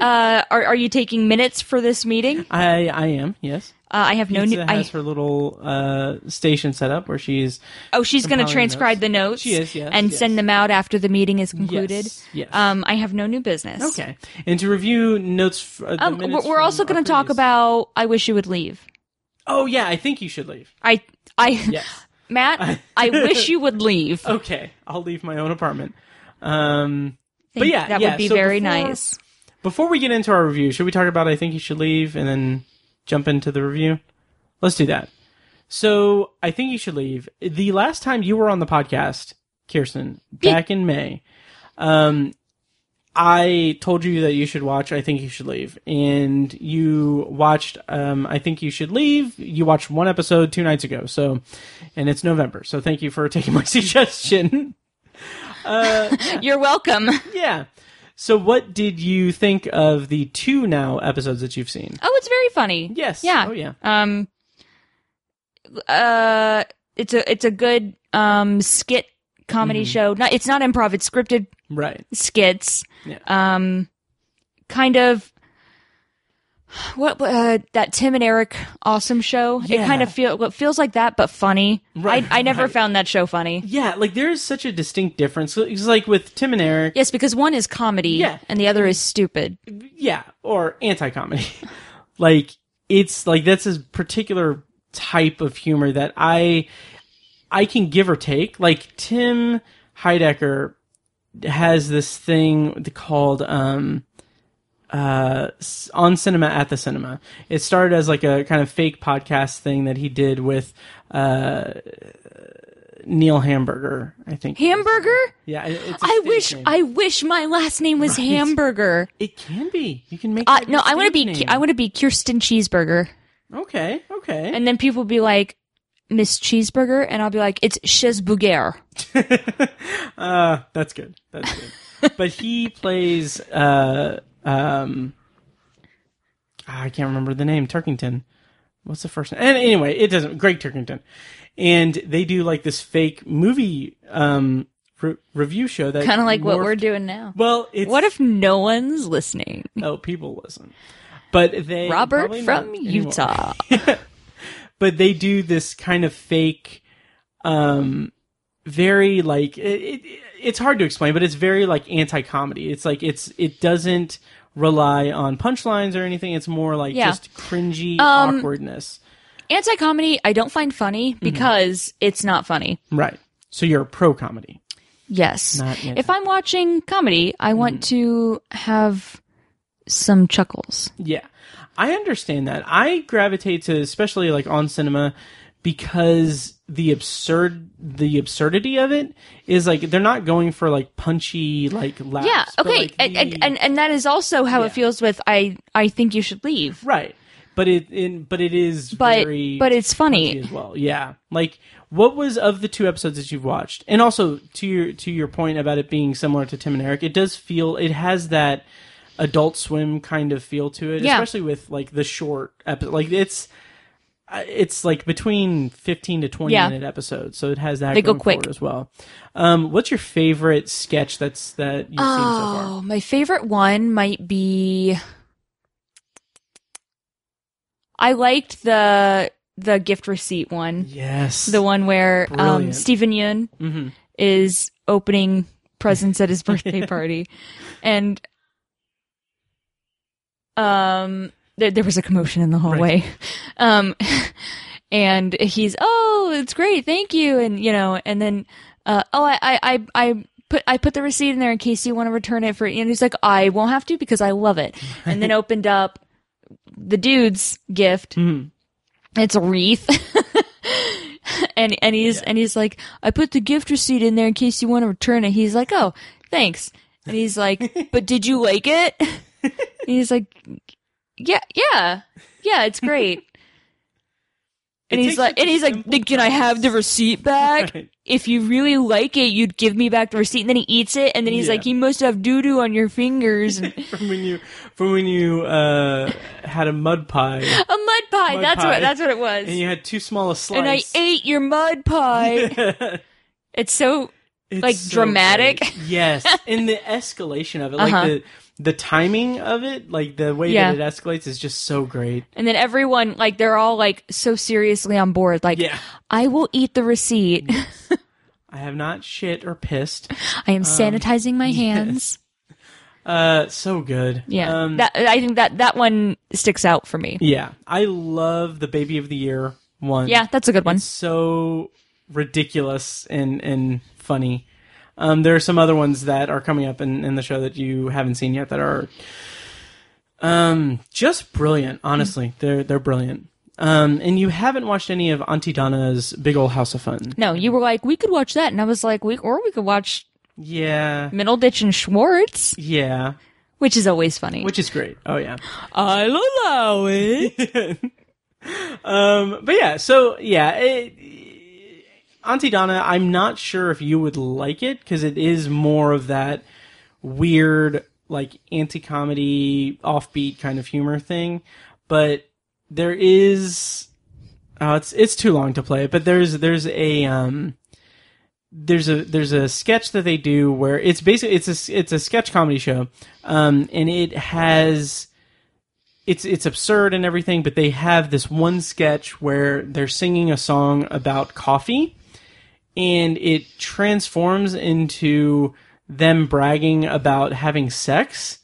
Speaker 1: uh, are, are you taking minutes for this meeting?
Speaker 2: I I am, yes.
Speaker 1: Uh, I have no new.
Speaker 2: Pizza
Speaker 1: I,
Speaker 2: has her little uh, station set up where she's
Speaker 1: oh, she's going to
Speaker 2: compiling
Speaker 1: transcribe
Speaker 2: notes.
Speaker 1: the notes
Speaker 2: She is, yes,
Speaker 1: and
Speaker 2: yes.
Speaker 1: send them out after the meeting is concluded.
Speaker 2: Yes, yes.
Speaker 1: Um, I have no new business.
Speaker 2: okay, and to review notes. f- Uh, the
Speaker 1: Um,
Speaker 2: minutes
Speaker 1: we're, we're
Speaker 2: from
Speaker 1: also
Speaker 2: our
Speaker 1: going to talk
Speaker 2: previous-
Speaker 1: about I wish you would leave.
Speaker 2: Oh yeah, I think you should leave.
Speaker 1: I, I,
Speaker 2: Yes.
Speaker 1: Matt, I wish you would leave.
Speaker 2: okay, I'll leave my own apartment. Um, but
Speaker 1: think
Speaker 2: yeah,
Speaker 1: that
Speaker 2: yeah,
Speaker 1: would be
Speaker 2: so
Speaker 1: very
Speaker 2: before-
Speaker 1: nice.
Speaker 2: Before we get into our review, should we talk about I think you should leave and then jump into the review? Let's do that. So I think you should leave. The last time you were on the podcast, Kirsten, back in May, um, I told you that you should watch I Think You Should Leave. And you watched um, I Think You Should Leave. You watched one episode two nights ago. So, and it's November. So thank you for taking my suggestion.
Speaker 1: You're welcome.
Speaker 2: yeah. So what did you think of the two now episodes that you've seen?
Speaker 1: Oh, it's very funny.
Speaker 2: Yes.
Speaker 1: Yeah.
Speaker 2: Oh, Uh, yeah.
Speaker 1: Um. Uh, it's a it's a good um skit comedy
Speaker 2: Mm-hmm.
Speaker 1: show. Not, it's not improv. It's scripted
Speaker 2: Right.
Speaker 1: skits.
Speaker 2: Yeah.
Speaker 1: Um, kind of what uh, that Tim and Eric awesome show. It
Speaker 2: Yeah.
Speaker 1: kind of feel what feels like that, but funny.
Speaker 2: Right,
Speaker 1: I, I never
Speaker 2: right.
Speaker 1: found that show funny.
Speaker 2: Yeah, like there is such a distinct difference. It's like with Tim and Eric,
Speaker 1: Yes, because one is comedy
Speaker 2: Yeah.
Speaker 1: and the other is stupid.
Speaker 2: yeah, or anti-comedy. like it's like that's a particular type of humor that I I can give or take. Like Tim Heidecker has this thing called um uh s- on cinema at the cinema it started as like a kind of fake podcast thing that he did with uh neil hamburger i think
Speaker 1: Hamburger?
Speaker 2: yeah it- it's a
Speaker 1: I
Speaker 2: stage
Speaker 1: wish
Speaker 2: name.
Speaker 1: I wish my last name was Hamburger.
Speaker 2: It can be. You can make.
Speaker 1: Uh,
Speaker 2: that
Speaker 1: no,
Speaker 2: your
Speaker 1: I want to
Speaker 2: stage
Speaker 1: be
Speaker 2: name.
Speaker 1: I want to be Kirsten Cheeseburger.
Speaker 2: Okay. Okay.
Speaker 1: And then people be like Miss Cheeseburger and I'll be like it's Cheeseburger.
Speaker 2: uh, that's good. That's good. but he plays. Uh, um, ah, I can't remember the name. Turkington. What's the first name? And anyway, it doesn't. Greg Turkington. And they do like this fake movie um re- review show that
Speaker 1: Kind of like what
Speaker 2: morphed-
Speaker 1: we're doing now.
Speaker 2: Well, it's
Speaker 1: What if no one's listening?
Speaker 2: oh people listen, but they
Speaker 1: Robert
Speaker 2: probably
Speaker 1: from
Speaker 2: not anymore.
Speaker 1: Utah.
Speaker 2: but they do this kind of fake um very like it, it, it's hard to explain but it's very like anti-comedy it's like it's it doesn't rely on punchlines or anything it's more like
Speaker 1: Yeah.
Speaker 2: just cringy
Speaker 1: Um,
Speaker 2: awkwardness
Speaker 1: Anti comedy, I don't find funny
Speaker 2: Mm-hmm.
Speaker 1: because it's not funny.
Speaker 2: right so you're pro comedy
Speaker 1: Yes.
Speaker 2: Not Mm-hmm. anti-
Speaker 1: If I'm watching comedy, I want to have some chuckles.
Speaker 2: yeah i understand that i gravitate to especially like on cinema because the absurd the absurdity of it is like they're not going for like punchy like laughs
Speaker 1: yeah.
Speaker 2: but,
Speaker 1: Okay.
Speaker 2: like,
Speaker 1: and, and-
Speaker 2: the-
Speaker 1: and and that is also how
Speaker 2: Yeah.
Speaker 1: it feels with I I think you should leave.
Speaker 2: Right. But it, in but it is
Speaker 1: But
Speaker 2: very
Speaker 1: but it's
Speaker 2: funny
Speaker 1: funny.
Speaker 2: as well. Yeah. Like what was of the two episodes that you've watched? And also to your to your point about it being similar to Tim and Eric, it does feel it has that adult swim kind of feel to it,
Speaker 1: Yeah.
Speaker 2: especially with like the short episode. Like it's uh, it's like between 15 to 20
Speaker 1: Yeah.
Speaker 2: minute episodes. So it has that
Speaker 1: They go
Speaker 2: going forward
Speaker 1: quick.
Speaker 2: as well. Um, what's your favorite sketch that's that you've seen so far?
Speaker 1: Oh, my favorite one might be I liked the the gift receipt one.
Speaker 2: Yes. Mm-hmm.
Speaker 1: The one where um,
Speaker 2: Brilliant.
Speaker 1: Stephen Yun is opening presents at his birthday party, and um, there, there was a commotion in the hallway, um, and he's oh, it's great, thank you, and you know, and then uh, oh, I I I. I Put, I put the receipt in there in case you want to return it for, and he's like, I won't have to because I love it. And then opened up the dude's gift,
Speaker 2: Mm-hmm.
Speaker 1: it's a wreath and and he's and he's like i put the gift receipt in there in case you want to return it he's like oh thanks and he's like but did you like it and he's like yeah yeah yeah it's great and
Speaker 2: It
Speaker 1: he's
Speaker 2: takes
Speaker 1: like
Speaker 2: such a
Speaker 1: and he's like
Speaker 2: simple
Speaker 1: "Then can i have the
Speaker 2: premise."
Speaker 1: receipt back
Speaker 2: Right.
Speaker 1: if you really like it you'd give me back the receipt and then he eats it and then he's
Speaker 2: Yeah.
Speaker 1: like you must have doo-doo on your fingers and
Speaker 2: from when you from when you uh, had a mud pie
Speaker 1: a mud pie
Speaker 2: Mud
Speaker 1: that's
Speaker 2: pie.
Speaker 1: what that's what it was
Speaker 2: and you had too small a slice.
Speaker 1: and I ate your mud pie. it's so
Speaker 2: It's
Speaker 1: like,
Speaker 2: so
Speaker 1: dramatic.
Speaker 2: great. Yes, and the escalation of it,
Speaker 1: Uh-huh.
Speaker 2: like the the timing of it, like the way
Speaker 1: Yeah.
Speaker 2: that it escalates is just so great.
Speaker 1: and then everyone like they're all like so seriously on board like
Speaker 2: Yeah.
Speaker 1: I will eat the receipt.
Speaker 2: I have not shit or pissed.
Speaker 1: I am sanitizing my hands.
Speaker 2: Uh, so good.
Speaker 1: Yeah.
Speaker 2: Um,
Speaker 1: that I think that that one sticks out for me.
Speaker 2: yeah. I love the baby of the year one.
Speaker 1: Yeah, that's a good one.
Speaker 2: It's so ridiculous and and funny. Um, there are some other ones that are coming up in, in the show that you haven't seen yet that are um, just brilliant. Honestly, they're they're brilliant. Um, and you haven't watched any of Auntie Donna's Big Old House of Fun.
Speaker 1: No, you were like we could watch that and I was like we or we could watch
Speaker 2: Yeah,
Speaker 1: Middle Ditch and Schwartz,
Speaker 2: yeah,
Speaker 1: which is always funny.
Speaker 2: which is great. Oh yeah.
Speaker 1: I'll allow it.
Speaker 2: Um, but yeah, so yeah, it, Auntie Donna, I'm not sure if you would like it because it is more of that weird, like anti-comedy, offbeat kind of humor thing. But there uh, is, oh, it's it's too long to play it. But there's there's a um, there's a there's a sketch that they do where it's basically it's a it's a sketch comedy show, um, and it has it's it's absurd and everything, but they have this one sketch where they're singing a song about coffee, and it transforms into them bragging about having sex,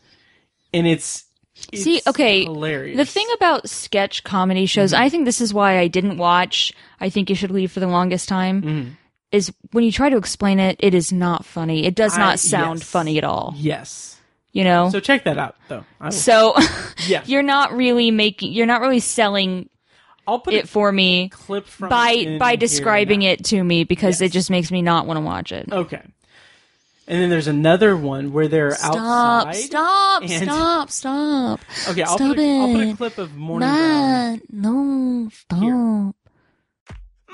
Speaker 2: and it's, it's
Speaker 1: See, okay,
Speaker 2: hilarious. Mm-hmm.
Speaker 1: the thing about sketch comedy shows, I think this is why I didn't watch. I think you should leave for the longest time.
Speaker 2: Mm-hmm.
Speaker 1: Is when you try to explain it, it is not funny. It does
Speaker 2: I-
Speaker 1: not sound
Speaker 2: yes.
Speaker 1: funny at all.
Speaker 2: yes,
Speaker 1: You know,
Speaker 2: so check that out though. I will,
Speaker 1: so
Speaker 2: yeah,
Speaker 1: you're not really making, you're not really selling
Speaker 2: I'll put
Speaker 1: it
Speaker 2: it.
Speaker 1: for me
Speaker 2: Clip from
Speaker 1: by
Speaker 2: in
Speaker 1: by
Speaker 2: here
Speaker 1: describing
Speaker 2: now.
Speaker 1: it to me because it
Speaker 2: Yes. Oh,
Speaker 1: just makes me not want to watch it.
Speaker 2: Okay. And then there's another one where they're
Speaker 1: Stop!
Speaker 2: outside.
Speaker 1: Stop!
Speaker 2: and-
Speaker 1: Stop! Stop!
Speaker 2: Okay, I'll,
Speaker 1: Stop
Speaker 2: put a, I'll put a
Speaker 1: it.
Speaker 2: clip of Morning Brown.
Speaker 1: Nah, no, stop.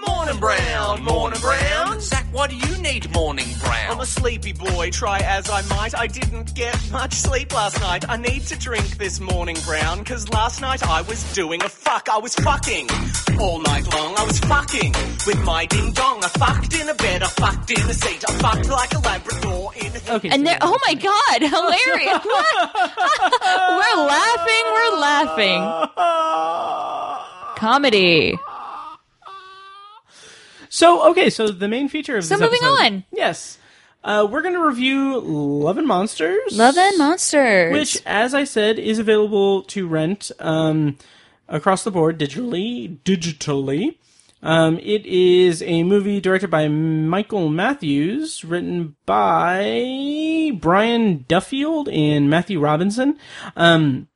Speaker 5: Morning brown, morning brown. Zach, why do you need morning brown?
Speaker 9: I'm a sleepy boy, try as I might. I didn't get much sleep last night. I need to drink this morning brown, cause last night I was doing a fuck. I was fucking all night long. I was fucking with my ding dong. I fucked in a bed, I fucked in a seat, I fucked like a Labrador in a.
Speaker 2: Okay.
Speaker 1: And
Speaker 2: so
Speaker 1: there, oh my god, hilarious! What? we're laughing, we're laughing. Comedy.
Speaker 2: So okay, so the main feature of
Speaker 1: So
Speaker 2: this
Speaker 1: moving
Speaker 2: episode-
Speaker 1: on.
Speaker 2: Yes. Uh, we're going to review Love and Monsters.
Speaker 1: Love and Monsters.
Speaker 2: Which, as I said, is available to rent um, across the board digitally. Digitally, um, it is a movie directed by Michael Matthews, written by Brian Duffield and Matthew Robinson. Um,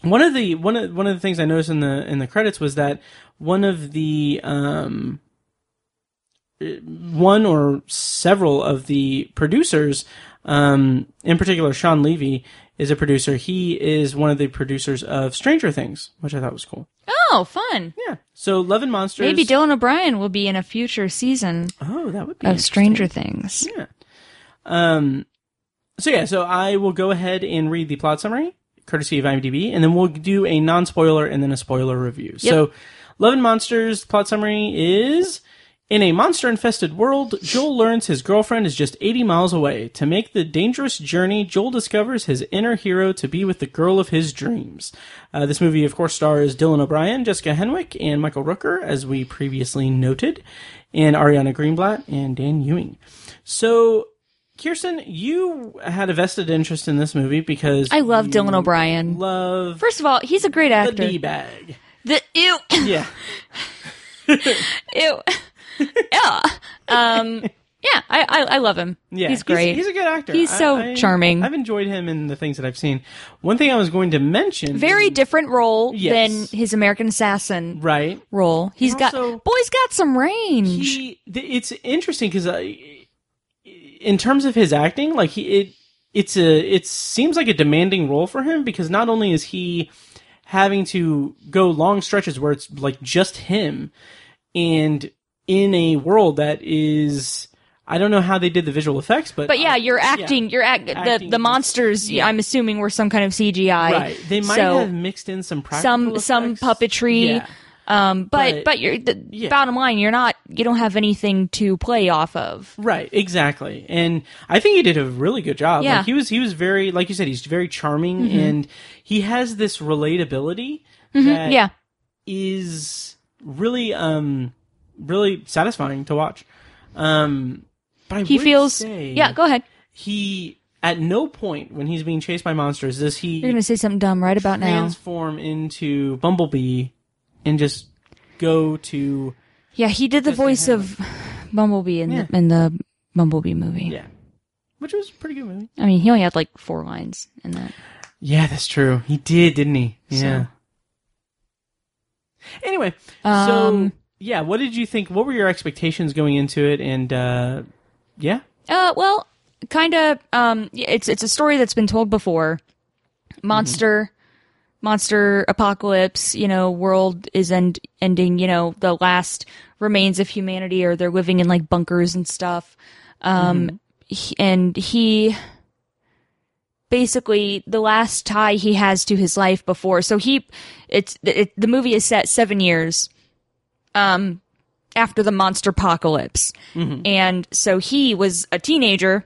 Speaker 2: one of the one of one of the things I noticed in the in the credits was that one of the um, one or several of the producers, um, in particular Sean Levy is a producer. He is one of the producers of Stranger Things, which I thought was cool.
Speaker 1: oh, fun.
Speaker 2: Yeah. So Love and Monsters.
Speaker 1: Maybe Dylan O'Brien will be in a future season
Speaker 2: Oh, that would be
Speaker 1: of Stranger Things.
Speaker 2: Yeah. Um. So yeah. So I will go ahead and read the plot summary, courtesy of IMDb, and then we'll do a non-spoiler and then a spoiler review. So, Love and Monsters plot summary is. In a monster infested world, Joel learns his girlfriend is just 80 miles away. To make the dangerous journey, Joel discovers his inner hero to be with the girl of his dreams. Uh, this movie, of course, stars Dylan O'Brien, Jessica Henwick, and Michael Rooker, as we previously noted, and Ariana Greenblatt and Dan Ewing. So, Kirsten, you had a vested interest in this movie because
Speaker 1: I love
Speaker 2: you
Speaker 1: Dylan O'Brien.
Speaker 2: Love
Speaker 1: First of all, he's a great
Speaker 2: the
Speaker 1: actor.
Speaker 2: D bag.
Speaker 1: The ew,
Speaker 2: Yeah.
Speaker 1: ew, yeah. Um, yeah, I, I I love him.
Speaker 2: Yeah,
Speaker 1: he's great.
Speaker 2: He's, a good actor.
Speaker 1: He's so charming.
Speaker 2: I've enjoyed him in the things that I've seen. One thing I was going to mention,
Speaker 1: Very different role
Speaker 2: Yes.
Speaker 1: than his American Assassin
Speaker 2: right.
Speaker 1: role. He's got
Speaker 2: also-
Speaker 1: boy's got some range.
Speaker 2: He, th- it's interesting because in terms of his acting, like he, it, it's a, it seems like a demanding role for him because not only is he having to go long stretches where it's like just him, and in a world that is, I don't know how they did the visual effects, but
Speaker 1: but yeah,
Speaker 2: uh,
Speaker 1: you're acting. You're act, the
Speaker 2: Acting
Speaker 1: the
Speaker 2: is-
Speaker 1: monsters.
Speaker 2: yeah.
Speaker 1: I'm assuming were some kind of CGI.
Speaker 2: Right, they might
Speaker 1: so
Speaker 2: have mixed in
Speaker 1: some
Speaker 2: some practical
Speaker 1: some
Speaker 2: effects.
Speaker 1: puppetry.
Speaker 2: Yeah.
Speaker 1: Um, but
Speaker 2: But-
Speaker 1: but, you're the
Speaker 2: yeah.
Speaker 1: bottom line. You're not. You don't have anything to play off of.
Speaker 2: Right, exactly. And I think he did a really good job.
Speaker 1: Yeah. Mm-hmm.
Speaker 2: Like he was he was very like you said, he's very charming and he has this relatability that
Speaker 1: Yeah.
Speaker 2: is really um really satisfying to watch. Um but I
Speaker 1: He
Speaker 2: would
Speaker 1: feels.
Speaker 2: say
Speaker 1: Yeah. Go ahead.
Speaker 2: he at no point when he's being chased by monsters does he
Speaker 1: You're gonna say something dumb right about now.
Speaker 2: transform into Bumblebee and just go to
Speaker 1: Yeah, he did the
Speaker 2: Jessica
Speaker 1: voice of Bumblebee in the, in the Bumblebee movie.
Speaker 2: Yeah. Which was a pretty good movie.
Speaker 1: I mean, he only had like four lines in that.
Speaker 2: Yeah, that's true. He did, didn't he? Yeah. Anyway, so
Speaker 1: Um,
Speaker 2: yeah, what did you think? What were your expectations going into it? And uh, yeah,
Speaker 1: Uh, well, kind of. Um, yeah, it's it's a story that's been told before. Monster, monster apocalypse. You know, world is end ending. You know, the last remains of humanity, or they're living in like bunkers and stuff. Um, he- and he basically the last tie he has to his life before. So he, it's it, the movie is set seven years um, after the monster apocalypse. And so he was a teenager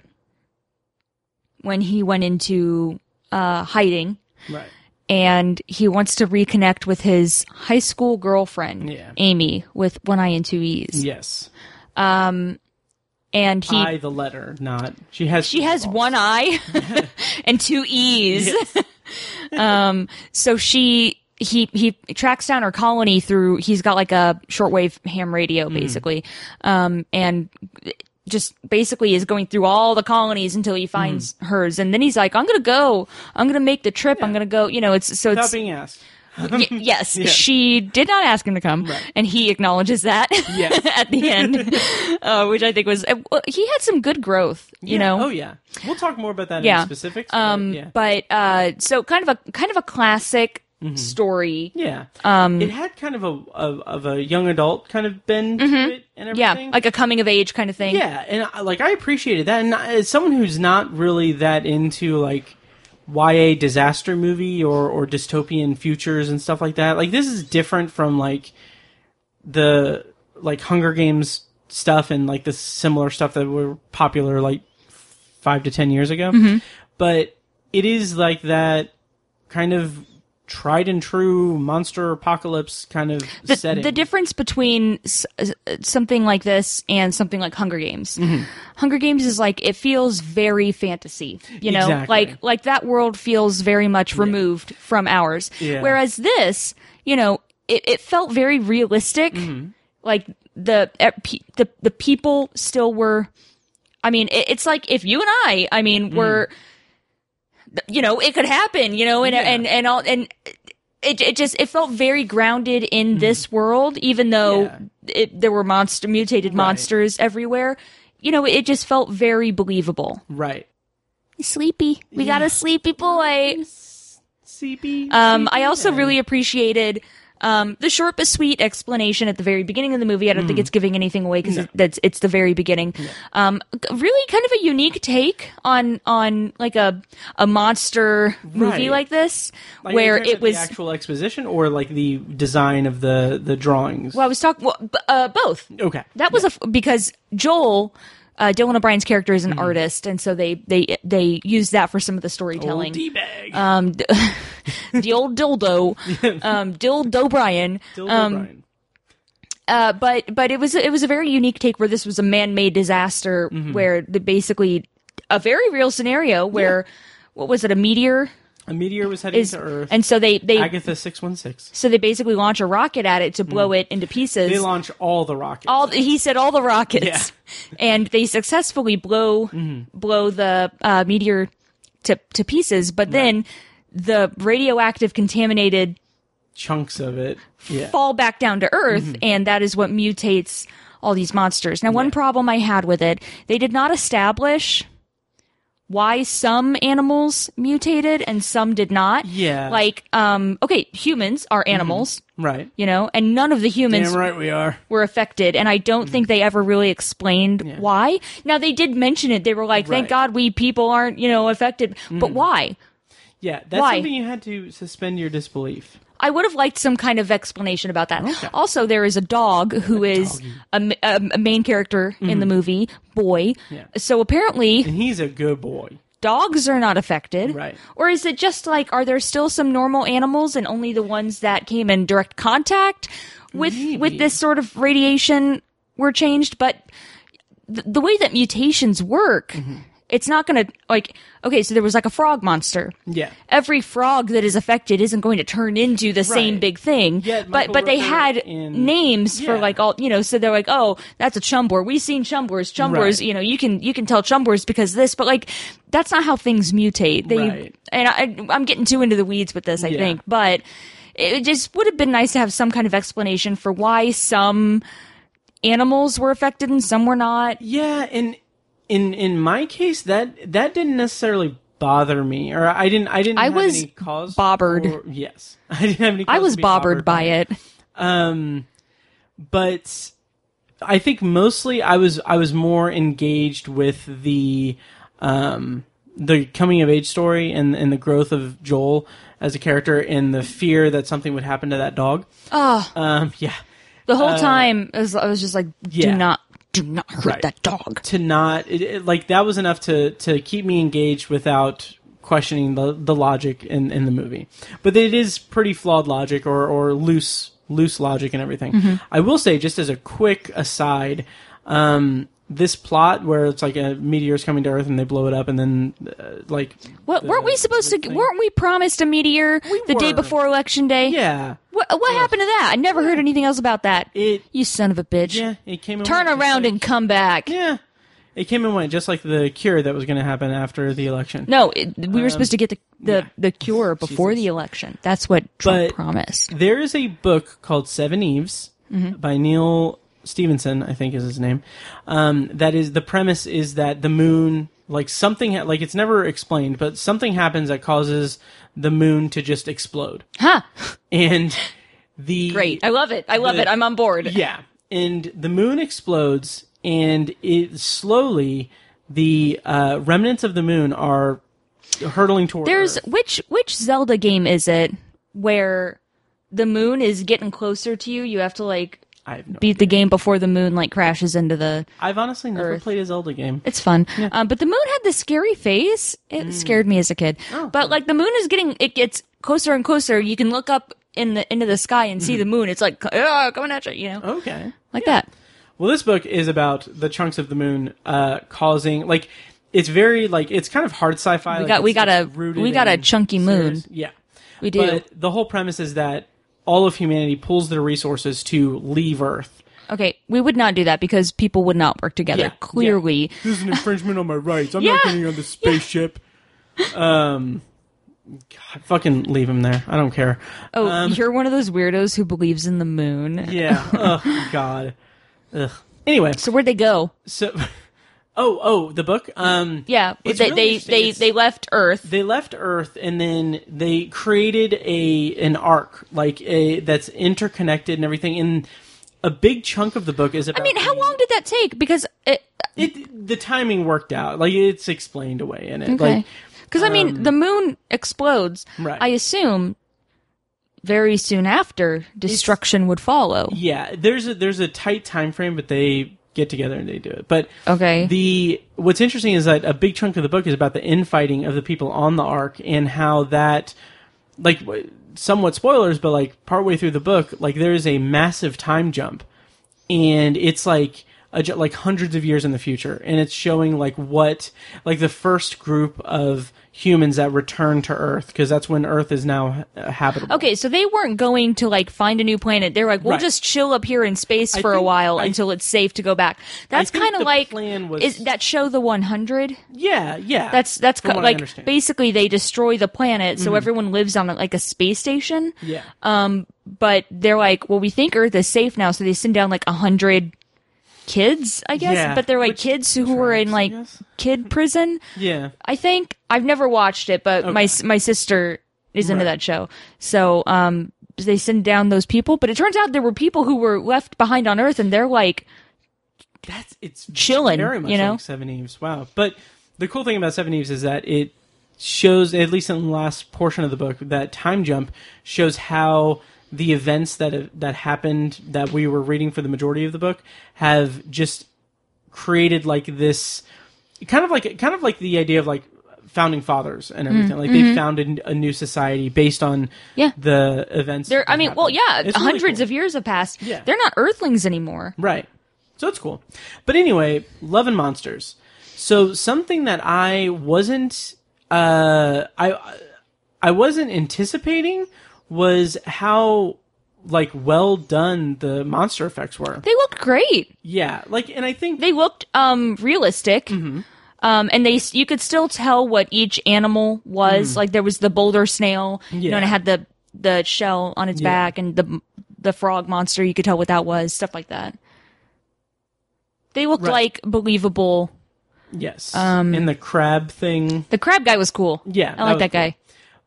Speaker 1: when he went into uh, hiding
Speaker 2: Right.
Speaker 1: and he wants to reconnect with his high school girlfriend,
Speaker 2: Yeah.
Speaker 1: Amy, with one eye and two E's.
Speaker 2: Yes.
Speaker 1: And he
Speaker 2: I the letter, not she has.
Speaker 1: She has one eye and two E's. um, so she he he tracks down her colony through. He's got like a shortwave ham
Speaker 2: Mm.
Speaker 1: radio, basically, um, and just basically is going through all the colonies until he finds
Speaker 2: Mm.
Speaker 1: hers. And then he's like, "I'm gonna go. I'm gonna make the trip. I'm gonna go." You know, it's so
Speaker 2: Without
Speaker 1: it's
Speaker 2: being asked.
Speaker 1: Y- yes, she did not ask him to come, and he acknowledges that
Speaker 2: Yes.
Speaker 1: at the end, uh, which I think was uh, well, he had some good growth. You
Speaker 2: Yeah.
Speaker 1: know,
Speaker 2: Oh yeah. We'll talk more about that
Speaker 1: Yeah.
Speaker 2: in specifics. but
Speaker 1: um
Speaker 2: yeah.
Speaker 1: but uh so kind of a kind of a classic
Speaker 2: Mm-hmm.
Speaker 1: story
Speaker 2: Yeah. Um, it had kind of a, of of a young adult kind of bend to it and
Speaker 1: Mm-hmm. yeah
Speaker 2: everything.
Speaker 1: like a coming of age kind of thing
Speaker 2: yeah, and I, like I appreciated that. And I- as someone who's not really that into like YA disaster movie or or dystopian futures and stuff like that, like this is different from like the like Hunger Games stuff and like the similar stuff that were popular like five to ten years ago.
Speaker 1: Mm-hmm.
Speaker 2: But it is like that kind of tried and true monster apocalypse kind of
Speaker 1: the,
Speaker 2: setting.
Speaker 1: the difference between s- s- something like this and something like Hunger Games.
Speaker 2: Mm-hmm.
Speaker 1: Hunger Games is like it feels very fantasy, you know,
Speaker 2: Exactly.
Speaker 1: like like that world feels very much removed from ours.
Speaker 2: Yeah.
Speaker 1: Whereas this, you know, it, it felt very realistic.
Speaker 2: Mm-hmm.
Speaker 1: Like the eh, pe- the the people still were. I mean, it, it's like if you and I, I mean,
Speaker 2: Mm.
Speaker 1: were, you know, it could happen, you know, and and and all and it, it just it felt very grounded in this world even though
Speaker 2: Yeah.
Speaker 1: it, there were monster mutated monsters everywhere you know it just felt very believable
Speaker 2: right.
Speaker 1: sleepy we got a sleepy boy
Speaker 2: CB.
Speaker 1: um i also really appreciated um, the short but sweet explanation at the very beginning of the movie. I don't
Speaker 2: Mm.
Speaker 1: think it's giving anything away because that's it's the very beginning. Um, g- really, kind of a unique take on on like a a monster movie
Speaker 2: Right.
Speaker 1: like this,
Speaker 2: Like,
Speaker 1: where
Speaker 2: in terms
Speaker 1: it
Speaker 2: of
Speaker 1: was
Speaker 2: the actual exposition or like the design of the the drawings.
Speaker 1: Well, I was talking well, b- uh, both.
Speaker 2: okay,
Speaker 1: That was a f- because Joel, uh, Dylan O'Brien's character is an
Speaker 2: Mm.
Speaker 1: artist, and so they they they use that for some of the storytelling.
Speaker 2: D bag.
Speaker 1: um, d- the old dildo, um, dildo Brian. Um, uh, but but it was it was a very unique take where this was a man made disaster
Speaker 2: Mm-hmm.
Speaker 1: where the basically a very real scenario where what was it a meteor
Speaker 2: a meteor was heading
Speaker 1: is
Speaker 2: to Earth.
Speaker 1: and so they they
Speaker 2: Agatha six one six.
Speaker 1: so they basically launch a rocket at it to blow it into pieces.
Speaker 2: Mm. They launch all the rockets.
Speaker 1: all he said all the rockets
Speaker 2: Yeah. Mm-hmm.
Speaker 1: and they successfully blow blow the uh, meteor to to pieces but then the radioactive contaminated
Speaker 2: chunks of it. Yeah, Mm-hmm.
Speaker 1: fall back down to earth and that is what mutates all these monsters now one problem i had with it they did not establish why some animals mutated and some did not
Speaker 2: Yeah.
Speaker 1: like um okay humans are animals
Speaker 2: right.
Speaker 1: you know and none of the humans
Speaker 2: Damn right Mm. we are.
Speaker 1: were affected, and I don't think they ever really explained why. Now they did mention it; they were like, "Thank
Speaker 2: Right. Mm.
Speaker 1: God we people aren't, you know, affected." But why?
Speaker 2: Yeah, that's
Speaker 1: Why?
Speaker 2: something you had to suspend your disbelief.
Speaker 1: I would have liked some kind of explanation about that. Also, there is a dog who is a, ma- a, a main character in the movie, boy. So apparently,
Speaker 2: And he's a good boy.
Speaker 1: dogs are not affected,
Speaker 2: Right.
Speaker 1: Or is it just like, are there still some normal animals and only the ones that came in direct contact with with this sort of radiation were changed? But th- the way that mutations work, it's not going to like. Okay, so there was like a frog monster.
Speaker 2: Yeah.
Speaker 1: Every frog that is affected isn't going to turn into the same
Speaker 2: Right.
Speaker 1: big thing,
Speaker 2: Yet
Speaker 1: but
Speaker 2: Michael
Speaker 1: but they
Speaker 2: Rooker
Speaker 1: had
Speaker 2: in-
Speaker 1: names for
Speaker 2: Yeah.
Speaker 1: like all you know. So they're like, oh, that's a chumbor. We've seen chumbors. Chumbors,
Speaker 2: Right.
Speaker 1: you know, you can you can tell chumbors because this, but like that's not how things mutate. They
Speaker 2: Right.
Speaker 1: and I, I'm getting too into the weeds with this, I
Speaker 2: Yeah.
Speaker 1: think, but it just would have been nice to have some kind of explanation for why some animals were affected and some were not.
Speaker 2: Yeah, and in in my case, that that didn't necessarily bother me, or I didn't I didn't.
Speaker 1: I
Speaker 2: have
Speaker 1: was
Speaker 2: any cause
Speaker 1: bobbered.
Speaker 2: for- yes, I didn't have any. Cause
Speaker 1: I was
Speaker 2: to be
Speaker 1: bobbered by it.
Speaker 2: um but i think mostly i was i was more engaged with the um the coming of age story and and the growth of joel as a character and the fear that something would happen to that dog oh um yeah
Speaker 1: The whole time, I was, I was just like, do
Speaker 2: yeah.
Speaker 1: not, do not hurt
Speaker 2: Right.
Speaker 1: that dog.
Speaker 2: to not it, it, like that was enough to to keep me engaged without questioning the the logic in in the movie. But it is pretty flawed logic or or loose loose logic and everything.
Speaker 1: Mm-hmm.
Speaker 2: I will say just as a quick aside, um this plot where it's like a meteor's coming to Earth and they blow it up and then uh, like
Speaker 1: What, weren't we supposed to? Weren't we promised a meteor the day
Speaker 2: were.
Speaker 1: before election day?
Speaker 2: yeah
Speaker 1: What, what happened to that? I never heard anything else about that.
Speaker 2: It-
Speaker 1: you son of a bitch.
Speaker 2: yeah it came and
Speaker 1: Turn
Speaker 2: went, just
Speaker 1: around
Speaker 2: like-
Speaker 1: and come back.
Speaker 2: yeah it came and went just like the cure that was going to happen after the election.
Speaker 1: No, it, we were
Speaker 2: Um,
Speaker 1: supposed to get the the, the cure before the election. That's what Trump
Speaker 2: But-
Speaker 1: promised.
Speaker 2: There is a book called Seven Eves
Speaker 1: Mm-hmm.
Speaker 2: by Neil Stevenson, I think is his name. Um, that is the premise is that the moon, like something, ha- like it's never explained, but something happens that causes the moon to just explode.
Speaker 1: Huh?
Speaker 2: And the
Speaker 1: Great. Oh. I love it. I love
Speaker 2: the-
Speaker 1: it. I'm on board.
Speaker 2: yeah, and the moon explodes, and it slowly the uh, remnants of the moon are hurtling toward.
Speaker 1: There's
Speaker 2: Earth.
Speaker 1: which which Zelda game is it where the moon is getting closer to you? You have to like
Speaker 2: I have no
Speaker 1: beat the game before the moon like crashes into the.
Speaker 2: I've honestly never
Speaker 1: Earth.
Speaker 2: played a Zelda game.
Speaker 1: It's fun, um, but the moon had this scary face.
Speaker 2: Mm.
Speaker 1: It scared me as a kid.
Speaker 2: Oh,
Speaker 1: But like the moon is getting, it gets closer and closer. You can look up in the into the sky and
Speaker 2: Mm.
Speaker 1: see the moon. It's like "Ah, coming at you, you know,
Speaker 2: Okay.
Speaker 1: like that.
Speaker 2: Well, this book is about the chunks of the moon uh, causing like it's very like it's kind of hard sci-fi. We
Speaker 1: got- we got a- we got a chunky moon.
Speaker 2: Yeah,
Speaker 1: We do.
Speaker 2: But the whole premise is that all of humanity pulls their resources to leave Earth.
Speaker 1: okay, we would not do that because people would not work together.
Speaker 2: Yeah,
Speaker 1: Clearly,
Speaker 2: This is an infringement on my rights. I'm
Speaker 1: not Yeah. getting
Speaker 2: on the spaceship. Um, God, fucking leave him there. I don't care.
Speaker 1: oh, you're one of those weirdos who believes in the moon.
Speaker 2: Um, Yeah. oh God. Ugh. Anyway,
Speaker 1: So where'd they go?
Speaker 2: so oh oh the book. Um,
Speaker 1: Yeah,
Speaker 2: It's
Speaker 1: they
Speaker 2: really
Speaker 1: they
Speaker 2: interesting.
Speaker 1: they,
Speaker 2: It's-
Speaker 1: they left Earth.
Speaker 2: they left Earth and then they created a an arc like a that's interconnected and everything. And a big chunk of the book is about.
Speaker 1: I mean, how long did that take? Because it,
Speaker 2: It, the timing worked out. Like it's explained away in it.
Speaker 1: okay,
Speaker 2: Like um,
Speaker 1: because I mean, the moon explodes.
Speaker 2: Right.
Speaker 1: I assume very soon after destruction would follow.
Speaker 2: yeah, there's a there's a tight time frame, but they get together and they do it.
Speaker 1: Oh,
Speaker 2: But
Speaker 1: Okay.
Speaker 2: the what's interesting is that a big chunk of the book is about the infighting of the people on the ark and how that like w- somewhat spoilers but like partway through the book like there is a massive time jump and it's like a, ju- like hundreds of years in the future and it's showing like what like the first group of humans that return to earth because that's when earth is now uh, habitable
Speaker 1: Okay, so they weren't going to like find a new planet. They're like, we'll
Speaker 2: Right.
Speaker 1: just chill up here in space for a
Speaker 2: think-
Speaker 1: while
Speaker 2: I-
Speaker 1: until it's safe to go back. That's
Speaker 2: think
Speaker 1: kind of
Speaker 2: the
Speaker 1: like
Speaker 2: plan was-
Speaker 1: is that show the 100?
Speaker 2: yeah yeah
Speaker 1: That's that's
Speaker 2: From
Speaker 1: co-
Speaker 2: what I
Speaker 1: like
Speaker 2: understand. Mm-hmm.
Speaker 1: basically they destroy the planet so everyone lives on like a space station.
Speaker 2: yeah
Speaker 1: uh, but they're like, well, we think Earth is safe now, so they send down like a hundred kids, I guess.
Speaker 2: Yeah,
Speaker 1: but they're like
Speaker 2: which
Speaker 1: kids who were in
Speaker 2: tracks, I
Speaker 1: like
Speaker 2: guess.
Speaker 1: kid prison.
Speaker 2: yeah
Speaker 1: I think I've never watched it, but my s- my sister is into that show, so um, they send down those people. But it turns out there were people who were left behind on Earth, and they're like,
Speaker 2: that's it's
Speaker 1: Chillin',
Speaker 2: Very much
Speaker 1: you know?
Speaker 2: like Seven Eves. Wow. But the cool thing about Seven Eves is that it shows, at least in the last portion of the book, that time jump shows how the events that that happened that we were reading for the majority of the book have just created like this kind of like kind of like the idea of like founding fathers and everything like they founded a new society based
Speaker 1: Mm,
Speaker 2: on
Speaker 1: mm-hmm. Yeah.
Speaker 2: the events
Speaker 1: they're.
Speaker 2: that
Speaker 1: I mean, well,
Speaker 2: happened.
Speaker 1: yeah,
Speaker 2: It's really
Speaker 1: hundreds
Speaker 2: cool.
Speaker 1: of years have passed.
Speaker 2: Yeah.
Speaker 1: They're not Earthlings anymore.
Speaker 2: Right. So it's cool. But anyway, Love and Monsters. So something that I wasn't uh I I wasn't anticipating was how like well done the monster effects were.
Speaker 1: They looked great.
Speaker 2: Yeah, like and I think
Speaker 1: they looked um realistic
Speaker 2: Mm-hmm.
Speaker 1: um and they you could still tell what each animal was like there was the boulder snail you know and it
Speaker 2: Mm. Yeah.
Speaker 1: had the the shell on its
Speaker 2: Yeah.
Speaker 1: back and the the frog monster you could tell what that was stuff like that they looked
Speaker 2: Right.
Speaker 1: like believable
Speaker 2: yes, and the crab thing.
Speaker 1: the crab guy was cool
Speaker 2: Yeah,
Speaker 1: i like
Speaker 2: that was
Speaker 1: that guy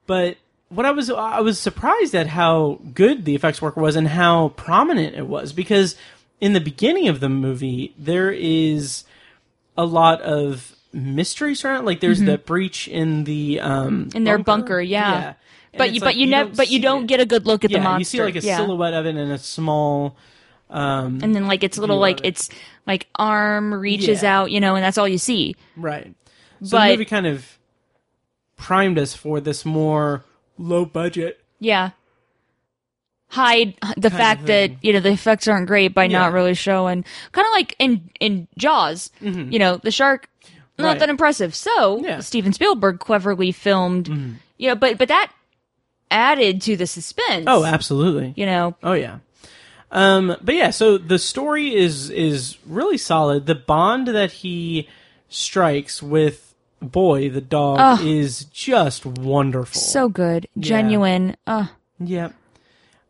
Speaker 2: But what I was I was surprised at how good the effects work was and how prominent it was because in the beginning of the movie there is a lot of mystery surrounding like there's the breach in the um
Speaker 1: In their Mm-hmm. bunker, yeah.
Speaker 2: And
Speaker 1: but
Speaker 2: it's
Speaker 1: you
Speaker 2: like
Speaker 1: but you, never but you
Speaker 2: see
Speaker 1: don't
Speaker 2: it.
Speaker 1: get a good look at
Speaker 2: yeah,
Speaker 1: the monster
Speaker 2: you see like a
Speaker 1: yeah.
Speaker 2: silhouette of it in a small Um,
Speaker 1: and then like it's little like it's like arm reaches
Speaker 2: Yeah.
Speaker 1: out, you know, and that's all you see.
Speaker 2: right. So the
Speaker 1: But-
Speaker 2: movie kind of primed us for this more low budget.
Speaker 1: Yeah. Hide the fact that you know the effects aren't great by
Speaker 2: Yeah.
Speaker 1: not really showing, kind of like in in Jaws, you know the shark not
Speaker 2: Mm-hmm. Right.
Speaker 1: that impressive. So
Speaker 2: Yeah. Mm-hmm.
Speaker 1: Steven Spielberg cleverly filmed, you know, but but that added to the suspense.
Speaker 2: Oh, absolutely.
Speaker 1: you know,
Speaker 2: Oh yeah. Um, but yeah, so the story is is really solid. The bond that he strikes with Boy, the dog, is just wonderful.
Speaker 1: so good, genuine, uh,
Speaker 2: Yep.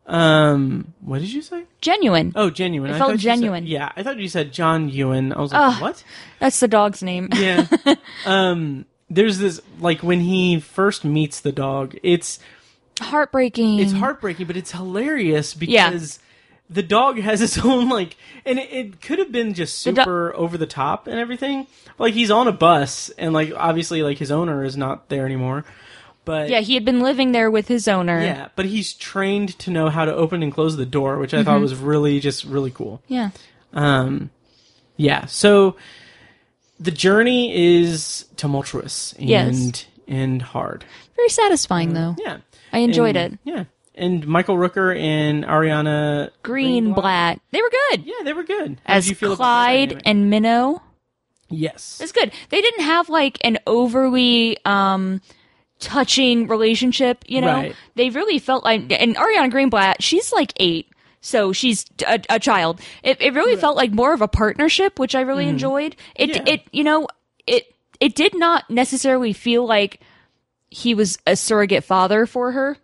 Speaker 2: Um, what did you say?
Speaker 1: genuine.
Speaker 2: Oh, genuine.
Speaker 1: It
Speaker 2: I
Speaker 1: felt
Speaker 2: thought you said-
Speaker 1: genuine.
Speaker 2: yeah, I thought you said John Ewan. I was like, what?
Speaker 1: That's the dog's name.
Speaker 2: Yeah. um, there's this like when he first meets the dog, it's
Speaker 1: Heartbreaking.
Speaker 2: it's heartbreaking, but it's hilarious because the dog has its own like, and it, it could have been just
Speaker 1: do-
Speaker 2: super over the top and everything. Like he's on a bus, and like obviously like his owner is not there anymore, but
Speaker 1: Yeah, he had been living there with his owner.
Speaker 2: yeah, but he's trained to know how to open and close the door, which I
Speaker 1: Mm-hmm.
Speaker 2: thought was really just really cool.
Speaker 1: yeah.
Speaker 2: Yeah, so the journey is tumultuous and
Speaker 1: Yes.
Speaker 2: and hard.
Speaker 1: Very satisfying though.
Speaker 2: Yeah,
Speaker 1: I enjoyed
Speaker 2: Mm-hmm.
Speaker 1: it.
Speaker 2: And- Yeah. And Michael Rooker and Ariana
Speaker 1: Greenblatt. They were good.
Speaker 2: Yeah, they were good. How
Speaker 1: As
Speaker 2: did you feel about that
Speaker 1: Clyde
Speaker 2: dynamic?
Speaker 1: and Minnow.
Speaker 2: yes,
Speaker 1: It's good. They didn't have like an overly um touching relationship, you know.
Speaker 2: Right.
Speaker 1: They really felt like and Ariana Greenblatt, she's like 8. So she's a, a child. It, it really felt like more of a partnership, which I really enjoyed. It
Speaker 2: Mm-hmm. Yeah.
Speaker 1: it you know, it it did not necessarily feel like he was a surrogate father for her.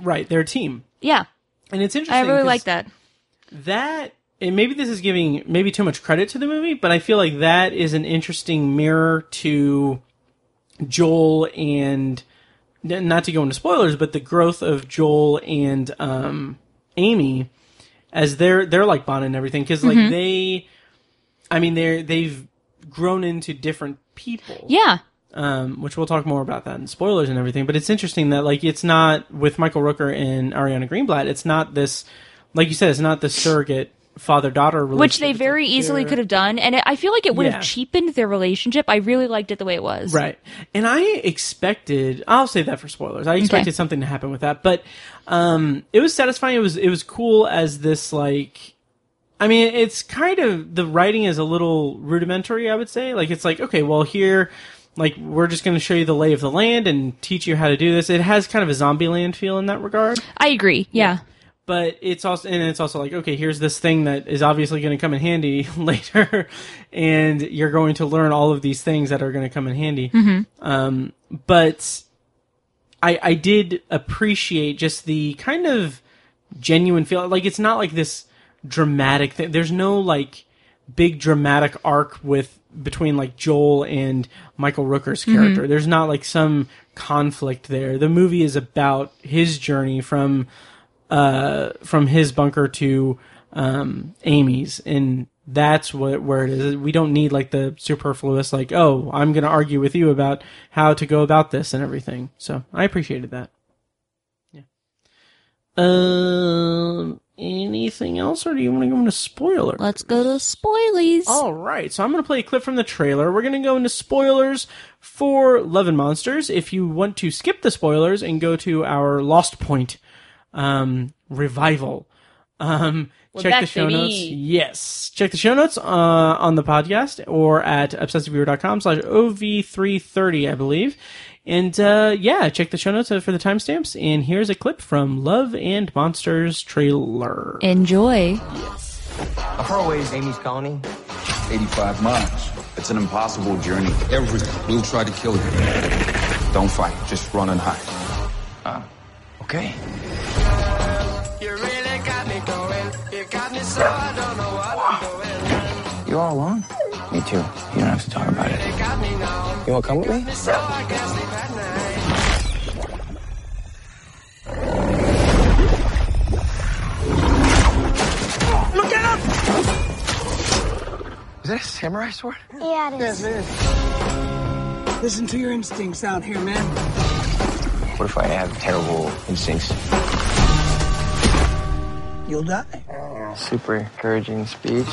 Speaker 2: right. They're a team,
Speaker 1: Yeah.
Speaker 2: and it's interesting.
Speaker 1: I really
Speaker 2: 'cause
Speaker 1: like that.
Speaker 2: That and maybe this is giving maybe too much credit to the movie, but I feel like that is an interesting mirror to Joel and n- not to go into spoilers, but the growth of Joel and um, Amy as they're they're like Bond and everything because like
Speaker 1: Mm-hmm.
Speaker 2: they, I mean they're they've grown into different people.
Speaker 1: Yeah.
Speaker 2: um, which we'll talk more about that in spoilers and everything. But it's interesting that like it's not with Michael Rooker and Ariana Greenblatt. It's not this, like you said, it's not the surrogate father daughter relationship.
Speaker 1: which they
Speaker 2: It's
Speaker 1: very
Speaker 2: like
Speaker 1: easily
Speaker 2: they're-
Speaker 1: could have done and it, i feel like it would
Speaker 2: Yeah.
Speaker 1: have cheapened their relationship i really liked it the way it was
Speaker 2: Right. And I expected I'll save that for spoilers. I expected something to happen with that. But um it was satisfying. It was it was cool as this like I mean, it's kind of the writing is a little rudimentary, I would say. Like it's like, okay, well here like we're just gonna show you the lay of the land and teach you how to do this. It has kind of a zombie land feel in that regard.
Speaker 1: i agree yeah
Speaker 2: But it's also and it's also like, okay, here's this thing that is obviously gonna come in handy later and you're going to learn all of these things that are gonna come in handy Um, but I I did appreciate just the kind of genuine feel. Like it's not like this dramatic thing. There's no like big dramatic arc with between like Joel and Michael Rooker's character. There's not like some conflict there. The movie is about his journey from uh from his bunker to um Amy's and that's what where it is. We don't need like the superfluous like, oh, I'm gonna argue with you about how to go about this and everything. So I appreciated that. Yeah. Um anything else or do you wanna go into spoilers?
Speaker 1: let's go to spoilies
Speaker 2: All right, so I'm going to play a clip from the trailer. We're going to go into spoilers for Love and Monsters. If you want to skip the spoilers and go to our Lost Point um, revival, um, check
Speaker 1: back,
Speaker 2: the show
Speaker 1: baby.
Speaker 2: notes. Yes, check the show notes uh, on the podcast or at obsessiveviewer.com slash OV330, I believe. And uh, yeah, check the show notes for the timestamps. And here's a clip from Love and Monsters trailer.
Speaker 1: enjoy
Speaker 5: How far away is Amy's colony?
Speaker 8: 85 miles. It's an impossible journey. Everything. We'll try to kill you. Don't fight. Just run and hide.
Speaker 5: Okay.
Speaker 9: You really got me going. You got me so I don't know what I'm doing.
Speaker 5: You all alone? Me too. You don't have to talk about it. You want to come with me?
Speaker 9: So I can't sleep at night.
Speaker 5: Is that a samurai sword?
Speaker 6: Yeah, it is.
Speaker 9: Listen to your instincts out here, man.
Speaker 5: What if I have terrible instincts?
Speaker 10: you'll die.
Speaker 5: Super encouraging speech.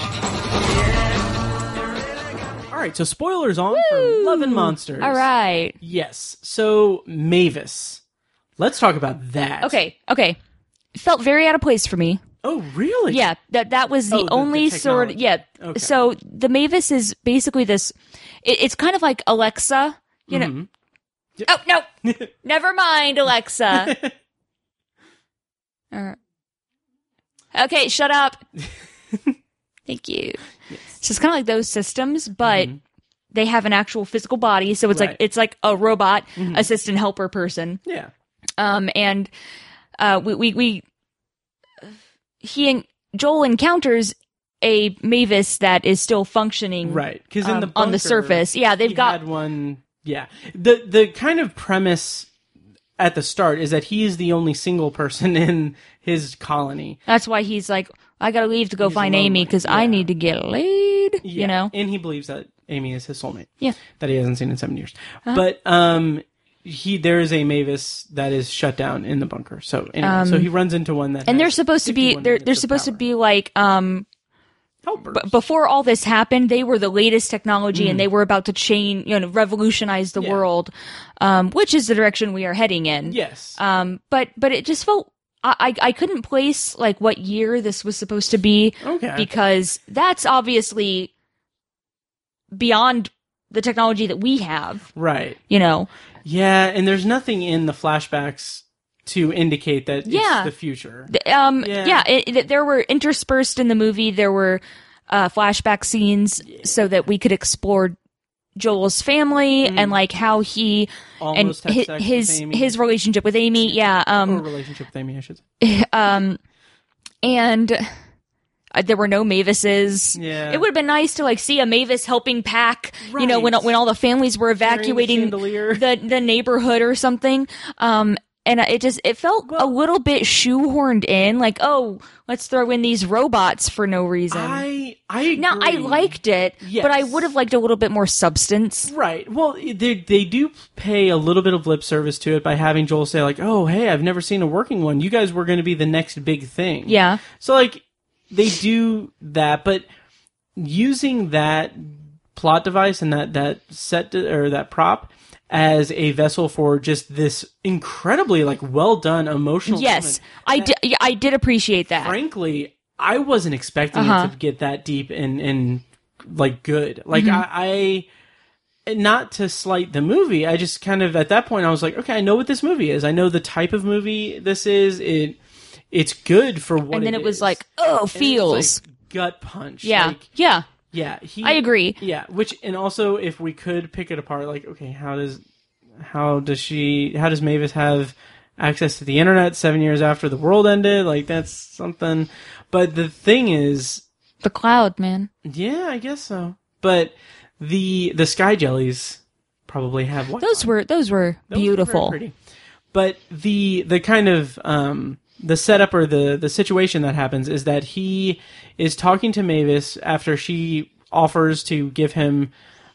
Speaker 2: All right, so spoilers on for Love and Monsters.
Speaker 1: All right.
Speaker 2: Yes. So Mavis, let's talk about that.
Speaker 1: Okay. Okay. Felt very out of place for me.
Speaker 2: Oh, really?
Speaker 1: Yeah, that that was the
Speaker 2: Oh, the- the
Speaker 1: only sort.
Speaker 2: technology.
Speaker 1: Yeah.
Speaker 2: Okay.
Speaker 1: So the Mavis is basically this. It, it's kind of like Alexa. You know.
Speaker 2: Mm-hmm.
Speaker 1: Oh no! Never mind, Alexa. Or- okay, shut up. Thank you. So it's kind of like those systems, but. They have an actual physical body, so it's
Speaker 2: Mm-hmm. Right. Mm-hmm.
Speaker 1: like it's like a robot assistant helper person
Speaker 2: Yeah.
Speaker 1: um, and uh, we, we we he and Joel encounters a Mavis that is still functioning
Speaker 2: Right. Because in the
Speaker 1: um, on the
Speaker 2: bunker,
Speaker 1: surface. Yeah, they've
Speaker 2: he
Speaker 1: got
Speaker 2: had one. Yeah. The the kind of premise at the start is that he is the only single person in his colony.
Speaker 1: that's why he's like, I gotta leave to go find
Speaker 2: lonely,
Speaker 1: Amy because I
Speaker 2: yeah.
Speaker 1: need to get laid.
Speaker 2: Yeah,
Speaker 1: You know,
Speaker 2: and he believes that Amy is his soulmate.
Speaker 1: Yeah.
Speaker 2: that he hasn't seen in seven years.
Speaker 1: Uh-huh.
Speaker 2: But um, he there is a Mavis that is shut down in the bunker. So anyway, so he runs into one that
Speaker 1: Um, and they're
Speaker 2: has
Speaker 1: supposed to be
Speaker 2: 51
Speaker 1: they're
Speaker 2: units
Speaker 1: they're
Speaker 2: of
Speaker 1: supposed to
Speaker 2: power.
Speaker 1: be like um
Speaker 2: helpers.
Speaker 1: b- before all this happened, they were the latest technology and they were about to chain, you know, revolutionize the
Speaker 2: Mm. Yeah.
Speaker 1: world, um, which is the direction we are heading in.
Speaker 2: yes,
Speaker 1: Um, but but it just felt I, I I couldn't place like what year this was supposed to be
Speaker 2: okay,
Speaker 1: because that's obviously beyond the technology that we have.
Speaker 2: right,
Speaker 1: You know,
Speaker 2: yeah, and there's nothing in the flashbacks to indicate that
Speaker 1: Yeah.
Speaker 2: it's the future.
Speaker 1: Th- um,
Speaker 2: Yeah.
Speaker 1: yeah, it, it- there were interspersed in the movie. There were uh, flashback scenes so that we could explore Joel's family and like how he
Speaker 2: Mm-hmm. Almost
Speaker 1: and hi-
Speaker 2: had sex with
Speaker 1: his
Speaker 2: Amy.
Speaker 1: his relationship with Amy. Yeah, um,
Speaker 2: or relationship with Amy, I should say.
Speaker 1: um and uh, there were no mavises
Speaker 2: Yeah.
Speaker 1: it would have been nice to like see a mavis helping pack you know when
Speaker 2: Right.
Speaker 1: when all the families were
Speaker 2: the
Speaker 1: evacuating
Speaker 2: chandelier.
Speaker 1: the the neighborhood or something um and it just it felt a little bit shoehorned in like oh let's throw in these robots for no reason
Speaker 2: I I agree.
Speaker 1: now i liked it but i
Speaker 2: Yes.
Speaker 1: would have liked a little bit more substance
Speaker 2: Right. Well, they they do pay a little bit of lip service to it by having Joel say like, "Oh, hey, I've never seen a working one. You guys were going to be the next big thing."
Speaker 1: yeah
Speaker 2: So like they do that, but using that plot device and that that set de- or that prop as a vessel for just this incredibly like well done emotional
Speaker 1: yes
Speaker 2: moment.
Speaker 1: i did yeah, i did appreciate that
Speaker 2: Frankly, I wasn't expecting
Speaker 1: Uh-huh.
Speaker 2: it to get that deep and and like good. Like
Speaker 1: Mm-hmm.
Speaker 2: I, I not to slight the movie, I just kind of at that point I was like, okay, I know what this movie is. I know the type of movie this is. It it's good for what
Speaker 1: and then it, was
Speaker 2: is.
Speaker 1: like oh
Speaker 2: And it's, like,
Speaker 1: feels
Speaker 2: gut punch.
Speaker 1: yeah
Speaker 2: Like,
Speaker 1: yeah
Speaker 2: yeah. He,
Speaker 1: I agree.
Speaker 2: Yeah, which and also if we could pick it apart, like okay, how does how does she how does Mavis have access to the internet seven years after the world ended? Like that's something. But the thing is,
Speaker 1: the cloud man
Speaker 2: yeah, I guess so. But the the sky jellies probably have Wi-Fi.
Speaker 1: Those were those were
Speaker 2: Those were very
Speaker 1: beautiful.
Speaker 2: pretty. But the the kind of um, the setup or the the situation that happens is that he is talking to Mavis after she offers to give him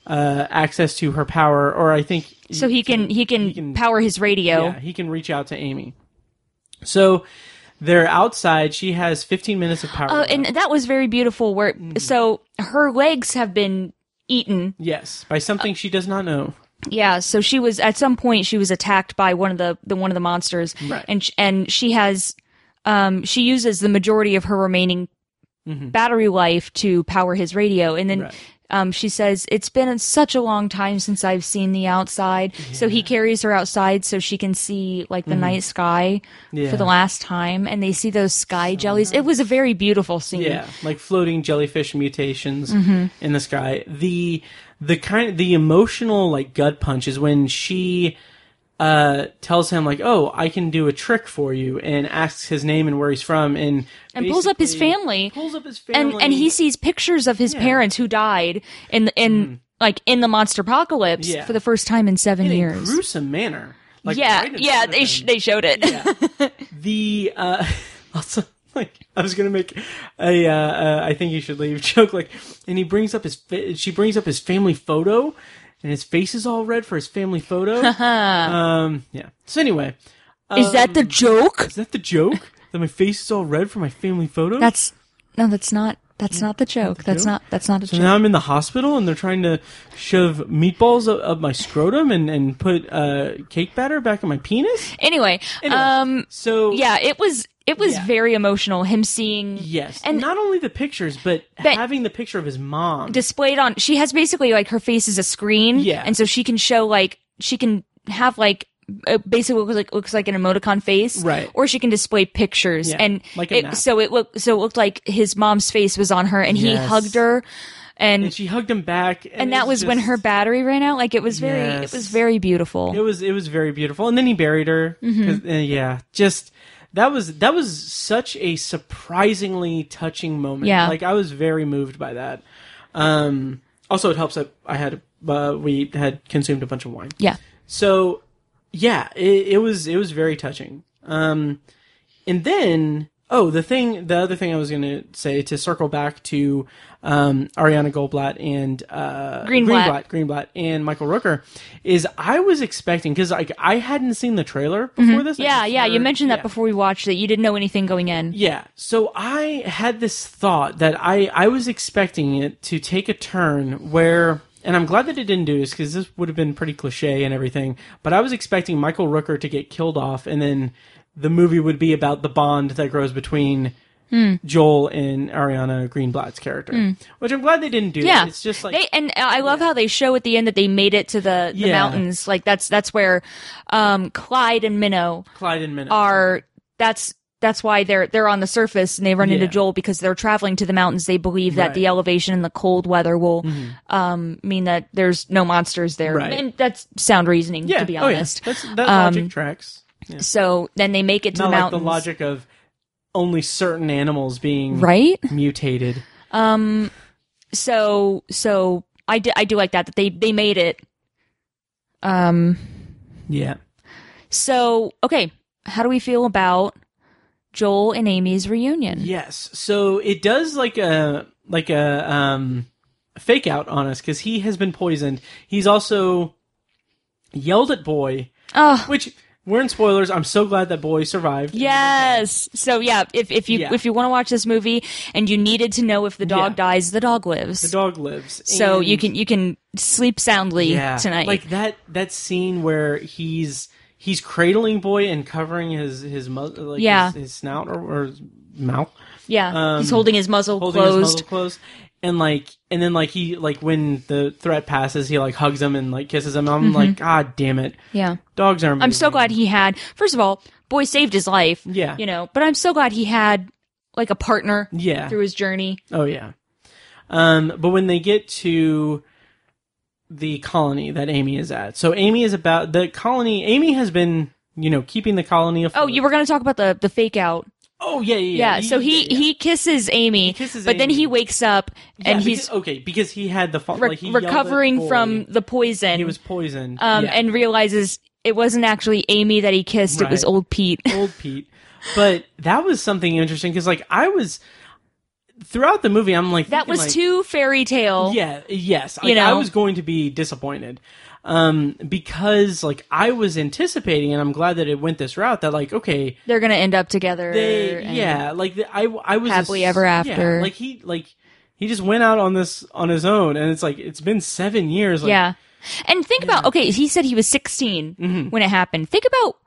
Speaker 2: uh, access to her power, or I think
Speaker 1: so he can he can,
Speaker 2: can-
Speaker 1: power his radio.
Speaker 2: yeah, he can reach out to Amy. So they're outside. She has 15 minutes of power.
Speaker 1: Oh,
Speaker 2: left.
Speaker 1: and that was very beautiful. Where
Speaker 2: Mm-hmm.
Speaker 1: so her legs have been eaten.
Speaker 2: yes, by something she does not know.
Speaker 1: Yeah. So she was at some point she was attacked by one of the the one of the monsters,
Speaker 2: Right.
Speaker 1: and sh- and she has um she uses the majority of her remaining battery life to power his radio, and then.
Speaker 2: Mm-hmm. Right.
Speaker 1: Um, she says it's been such a long time since I've seen the outside. So he carries her outside so she can see like the night sky
Speaker 2: Mm-hmm. Yeah.
Speaker 1: for the last time, and they see those sky jellies. It was a very beautiful scene.
Speaker 2: Yeah, like floating jellyfish mutations
Speaker 1: Mm-hmm.
Speaker 2: in the sky. The the kind the emotional like gut punch is when she uh tells him like, "Oh, I can do a trick for you," and asks his name and where he's from, and
Speaker 1: and pulls up his
Speaker 2: basically
Speaker 1: family,
Speaker 2: Pulls up his
Speaker 1: and
Speaker 2: family,
Speaker 1: and he sees pictures of his parents who died in the- in like in the monster apocalypse
Speaker 2: Mm-hmm. Yeah.
Speaker 1: for the first time in seven
Speaker 2: in a
Speaker 1: years.
Speaker 2: gruesome manner. Like
Speaker 1: yeah,
Speaker 2: right in
Speaker 1: yeah,
Speaker 2: front of
Speaker 1: they
Speaker 2: him.
Speaker 1: sh- they showed it.
Speaker 2: the uh also like I was gonna make a uh, uh I think you should leave joke like and he brings up his fa- she brings up his family photo and his face is all red for his family photo um yeah so anyway Um,
Speaker 1: Is that the joke?
Speaker 2: is that the joke that my face is all red from my family photos.
Speaker 1: That's no, that's not. That's not the joke. That's not. That's not a
Speaker 2: so
Speaker 1: joke.
Speaker 2: now I'm in the hospital and they're trying to shove meatballs up, up my scrotum and and put uh, cake batter back in my penis.
Speaker 1: anyway,
Speaker 2: Anyway,
Speaker 1: um,
Speaker 2: so
Speaker 1: yeah, it was. It was
Speaker 2: Yeah.
Speaker 1: very emotional. Him seeing
Speaker 2: yes, and
Speaker 1: and
Speaker 2: not only the pictures, but,
Speaker 1: But-
Speaker 2: having the picture of his mom.
Speaker 1: displayed on. She has basically like her face is a screen.
Speaker 2: Yeah.
Speaker 1: and so she can show like she can have like. uh, Basically, looks like looks like an emoticon face,
Speaker 2: Right.
Speaker 1: Or she can display pictures,
Speaker 2: Yeah,
Speaker 1: and
Speaker 2: like a
Speaker 1: it,
Speaker 2: map.
Speaker 1: so it looked so it looked like his mom's face was on her, and he
Speaker 2: Yes.
Speaker 1: hugged her,
Speaker 2: and she hugged him back, and,
Speaker 1: and
Speaker 2: it
Speaker 1: that was when
Speaker 2: just-
Speaker 1: her battery ran out. Like it was very, it
Speaker 2: Yes.
Speaker 1: was very beautiful.
Speaker 2: It was it was very beautiful, and then he buried her.
Speaker 1: Mm-hmm.
Speaker 2: 'Cause- uh, yeah, just that was that was such a surprisingly touching moment.
Speaker 1: Yeah.
Speaker 2: like I was very moved by that. Um, also, it helps that I had uh, we had consumed a bunch of wine.
Speaker 1: yeah,
Speaker 2: So yeah, it, it was it was very touching. Um, and then oh, the thing, the other thing I was gonna say to circle back to um, Ariana Goldblatt and uh,
Speaker 1: Greenblatt.
Speaker 2: Greenblatt, Greenblatt, and Michael Rooker is I was expecting because like I hadn't seen the trailer before this.
Speaker 1: Mm-hmm.
Speaker 2: I
Speaker 1: yeah,
Speaker 2: just
Speaker 1: yeah. You
Speaker 2: heard-
Speaker 1: mentioned that
Speaker 2: yeah.
Speaker 1: before we watched it. You didn't know anything going in.
Speaker 2: Yeah. So I had this thought that I I was expecting it to take a turn where and I'm glad that it didn't do this because this would have been pretty cliche and everything. But I was expecting Michael Rooker to get killed off, and then the movie would be about the bond that grows between
Speaker 1: Mm.
Speaker 2: Joel and Ariana Greenblatt's character, which I'm glad they didn't do.
Speaker 1: Yeah,
Speaker 2: that. it's just like
Speaker 1: they and uh, I love how they show at the end that they made it to the, the
Speaker 2: Yeah.
Speaker 1: mountains. Like that's that's where um, Clyde and Minnow
Speaker 2: Clyde and Minute
Speaker 1: are. That's that's why they're they're on the surface and they run into
Speaker 2: Yeah.
Speaker 1: Joel because they're traveling to the mountains. They believe that
Speaker 2: Right. Mm-hmm.
Speaker 1: the elevation and the cold weather will um, mean that there's no monsters there,
Speaker 2: Right.
Speaker 1: and that's sound reasoning
Speaker 2: yeah.
Speaker 1: to be
Speaker 2: oh, yeah.
Speaker 1: honest.
Speaker 2: That's, that
Speaker 1: Um,
Speaker 2: logic tracks. Yeah.
Speaker 1: So then they make it to
Speaker 2: Not
Speaker 1: the
Speaker 2: like the
Speaker 1: mountains,
Speaker 2: logic of only certain animals being
Speaker 1: right?
Speaker 2: mutated.
Speaker 1: So so I do, I do like that that they they made it. Um.
Speaker 2: Yeah.
Speaker 1: So okay, how do we feel about Joel and Amy's reunion?
Speaker 2: Yes. So it does like a like a um fake out on us because he has been poisoned. He's also yelled at boy,
Speaker 1: Oh
Speaker 2: which we're in spoilers. I'm so glad that boy survived.
Speaker 1: yes. So yeah, if if you
Speaker 2: Yeah.
Speaker 1: if you want to watch this movie and you needed to know if the dog
Speaker 2: Yeah.
Speaker 1: dies, the dog lives.
Speaker 2: The dog lives.
Speaker 1: so you
Speaker 2: And-
Speaker 1: can you can sleep soundly
Speaker 2: yeah,
Speaker 1: tonight.
Speaker 2: Like that that scene where he's he's cradling boy and covering his his mu- like
Speaker 1: Yeah.
Speaker 2: his, his snout or, or his mouth.
Speaker 1: yeah,
Speaker 2: um,
Speaker 1: he's holding his muzzle
Speaker 2: holding
Speaker 1: closed.
Speaker 2: his muzzle closed. And like, and then like he like when the threat passes, he like hugs him and like kisses him. I'm like, God damn it,
Speaker 1: Yeah.
Speaker 2: dogs are. Amazing.
Speaker 1: Mm-hmm. I'm so glad he had. First of all, boy saved his life.
Speaker 2: Yeah.
Speaker 1: you know, but I'm so glad he had like a partner
Speaker 2: Yeah.
Speaker 1: through his journey.
Speaker 2: Oh yeah. Um, but when they get to the colony that Amy is at, so Amy is about the colony. Amy has been, you know, keeping the colony afloat.
Speaker 1: Oh, you were going to talk about the the fake out.
Speaker 2: Oh yeah, yeah.
Speaker 1: Yeah, so he
Speaker 2: yeah, yeah.
Speaker 1: he kisses Amy,
Speaker 2: kisses
Speaker 1: but then
Speaker 2: Amy.
Speaker 1: he wakes up
Speaker 2: Yeah,
Speaker 1: and
Speaker 2: because-
Speaker 1: he's
Speaker 2: okay because he had the fa-
Speaker 1: re-
Speaker 2: like, he yelled at
Speaker 1: recovering
Speaker 2: boy.
Speaker 1: from the poison.
Speaker 2: he was poisoned.
Speaker 1: um,
Speaker 2: Yeah.
Speaker 1: and realizes it wasn't actually Amy that he kissed; it was
Speaker 2: Right.
Speaker 1: old Pete.
Speaker 2: old Pete. But that was something interesting because, like, I was throughout the movie, I'm like,
Speaker 1: that
Speaker 2: thinking,
Speaker 1: was
Speaker 2: like,
Speaker 1: too fairy tale.
Speaker 2: Yeah, yes,
Speaker 1: You
Speaker 2: Like, I
Speaker 1: know?
Speaker 2: was going to be disappointed um, because, like, I was anticipating, and I'm glad that it went this route. That, like, okay,
Speaker 1: They're gonna end up together.
Speaker 2: they,
Speaker 1: and-
Speaker 2: yeah, like, the, I, I was
Speaker 1: Happily ever
Speaker 2: yeah,
Speaker 1: after.
Speaker 2: like he, like. He just went out on this on his own, and it's like it's been seven years. Like,
Speaker 1: yeah. And think about okay, he said he was 16
Speaker 2: mm-hmm,
Speaker 1: when it happened. Think about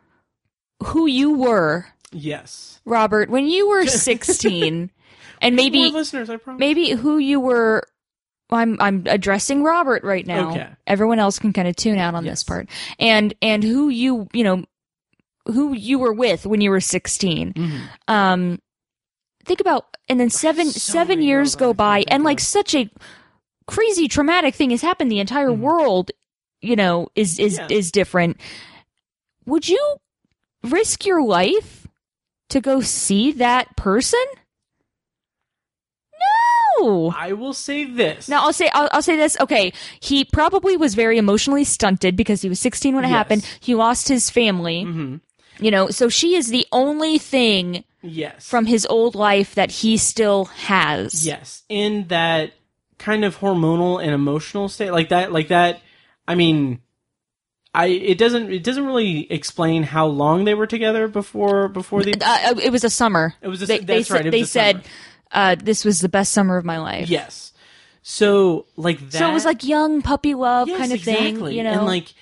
Speaker 1: who you were,
Speaker 2: Yes.
Speaker 1: Robert, when you were 16, and maybe
Speaker 2: More listeners, I promise.
Speaker 1: maybe who you were I'm I'm addressing Robert right now.
Speaker 2: Okay.
Speaker 1: Everyone else can kind of tune out on
Speaker 2: Yes.
Speaker 1: this part. And and who you, you know, who you were with when you were 16.
Speaker 2: Mhm.
Speaker 1: Um think about and then 7
Speaker 2: So
Speaker 1: 7
Speaker 2: many
Speaker 1: years
Speaker 2: worlds
Speaker 1: go
Speaker 2: I can
Speaker 1: by
Speaker 2: think
Speaker 1: and like
Speaker 2: of.
Speaker 1: such a crazy traumatic thing has happened the entire
Speaker 2: Mm-hmm.
Speaker 1: world, you know, is is
Speaker 2: Yeah.
Speaker 1: is different. Would you risk your life to go see that person? No.
Speaker 2: I will say this.
Speaker 1: Now I'll say I'll, I'll say this. Okay, he probably was very emotionally stunted because he was 16 when it
Speaker 2: Yes.
Speaker 1: happened. He lost his family.
Speaker 2: Mm-hmm.
Speaker 1: You know, so she is the only thing
Speaker 2: yes,
Speaker 1: from his old life that he still has.
Speaker 2: Yes, in that kind of hormonal and emotional state, like that, like that. I mean, I it doesn't it doesn't really explain how long they were together before before the
Speaker 1: Uh, it was a summer.
Speaker 2: It was a-
Speaker 1: they,
Speaker 2: that's
Speaker 1: they,
Speaker 2: right, it
Speaker 1: They
Speaker 2: was a
Speaker 1: said uh, this was the best summer of my life.
Speaker 2: yes. So like that.
Speaker 1: So it was like young puppy love
Speaker 2: Yes,
Speaker 1: kind of
Speaker 2: exactly.
Speaker 1: thing, you know.
Speaker 2: and like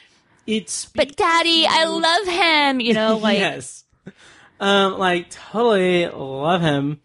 Speaker 2: it's
Speaker 1: but daddy, I love him, you know, Oh, like
Speaker 2: yes, um, like totally love him,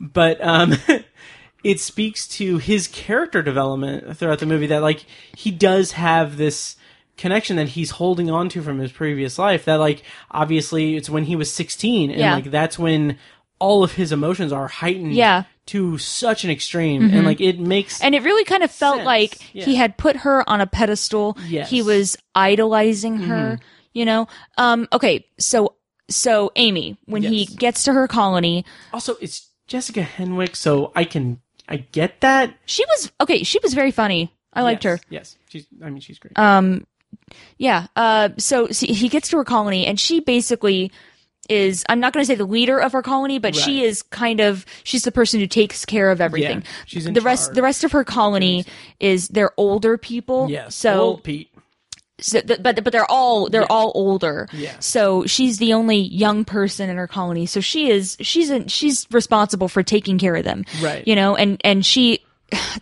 Speaker 2: but um, it speaks to his character development throughout the movie that like he does have this connection that he's holding on to from his previous life that like obviously it's when he was 16 and
Speaker 1: Yeah.
Speaker 2: like that's when all of his emotions are heightened
Speaker 1: Yeah. Mm-hmm.
Speaker 2: to such an extreme and like it makes
Speaker 1: and it really kind of felt
Speaker 2: Sense,
Speaker 1: like
Speaker 2: yeah.
Speaker 1: he had put her on a pedestal.
Speaker 2: Yes. Mm-hmm.
Speaker 1: He was idolizing her, you know. Um okay, so so Amy when he
Speaker 2: Yes.
Speaker 1: gets to her colony,
Speaker 2: also it's Jessica Henwick so I can I get that
Speaker 1: she was okay, she was very funny. I liked her.
Speaker 2: yes she's I mean she's great
Speaker 1: um yeah uh so s- he gets to her colony and she basically is i'm not going to say the leader of her colony but she
Speaker 2: Right.
Speaker 1: is kind of she's the person who takes care of everything
Speaker 2: Yeah, she's in
Speaker 1: the rest
Speaker 2: charge.
Speaker 1: the rest of her colony is they're older people
Speaker 2: Yes.
Speaker 1: so,
Speaker 2: old Pete.
Speaker 1: so th- but but they're all they're all older
Speaker 2: Yeah.
Speaker 1: so she's the only young person in her colony so she is she's in, she's responsible for taking care of them
Speaker 2: Right.
Speaker 1: you know and and she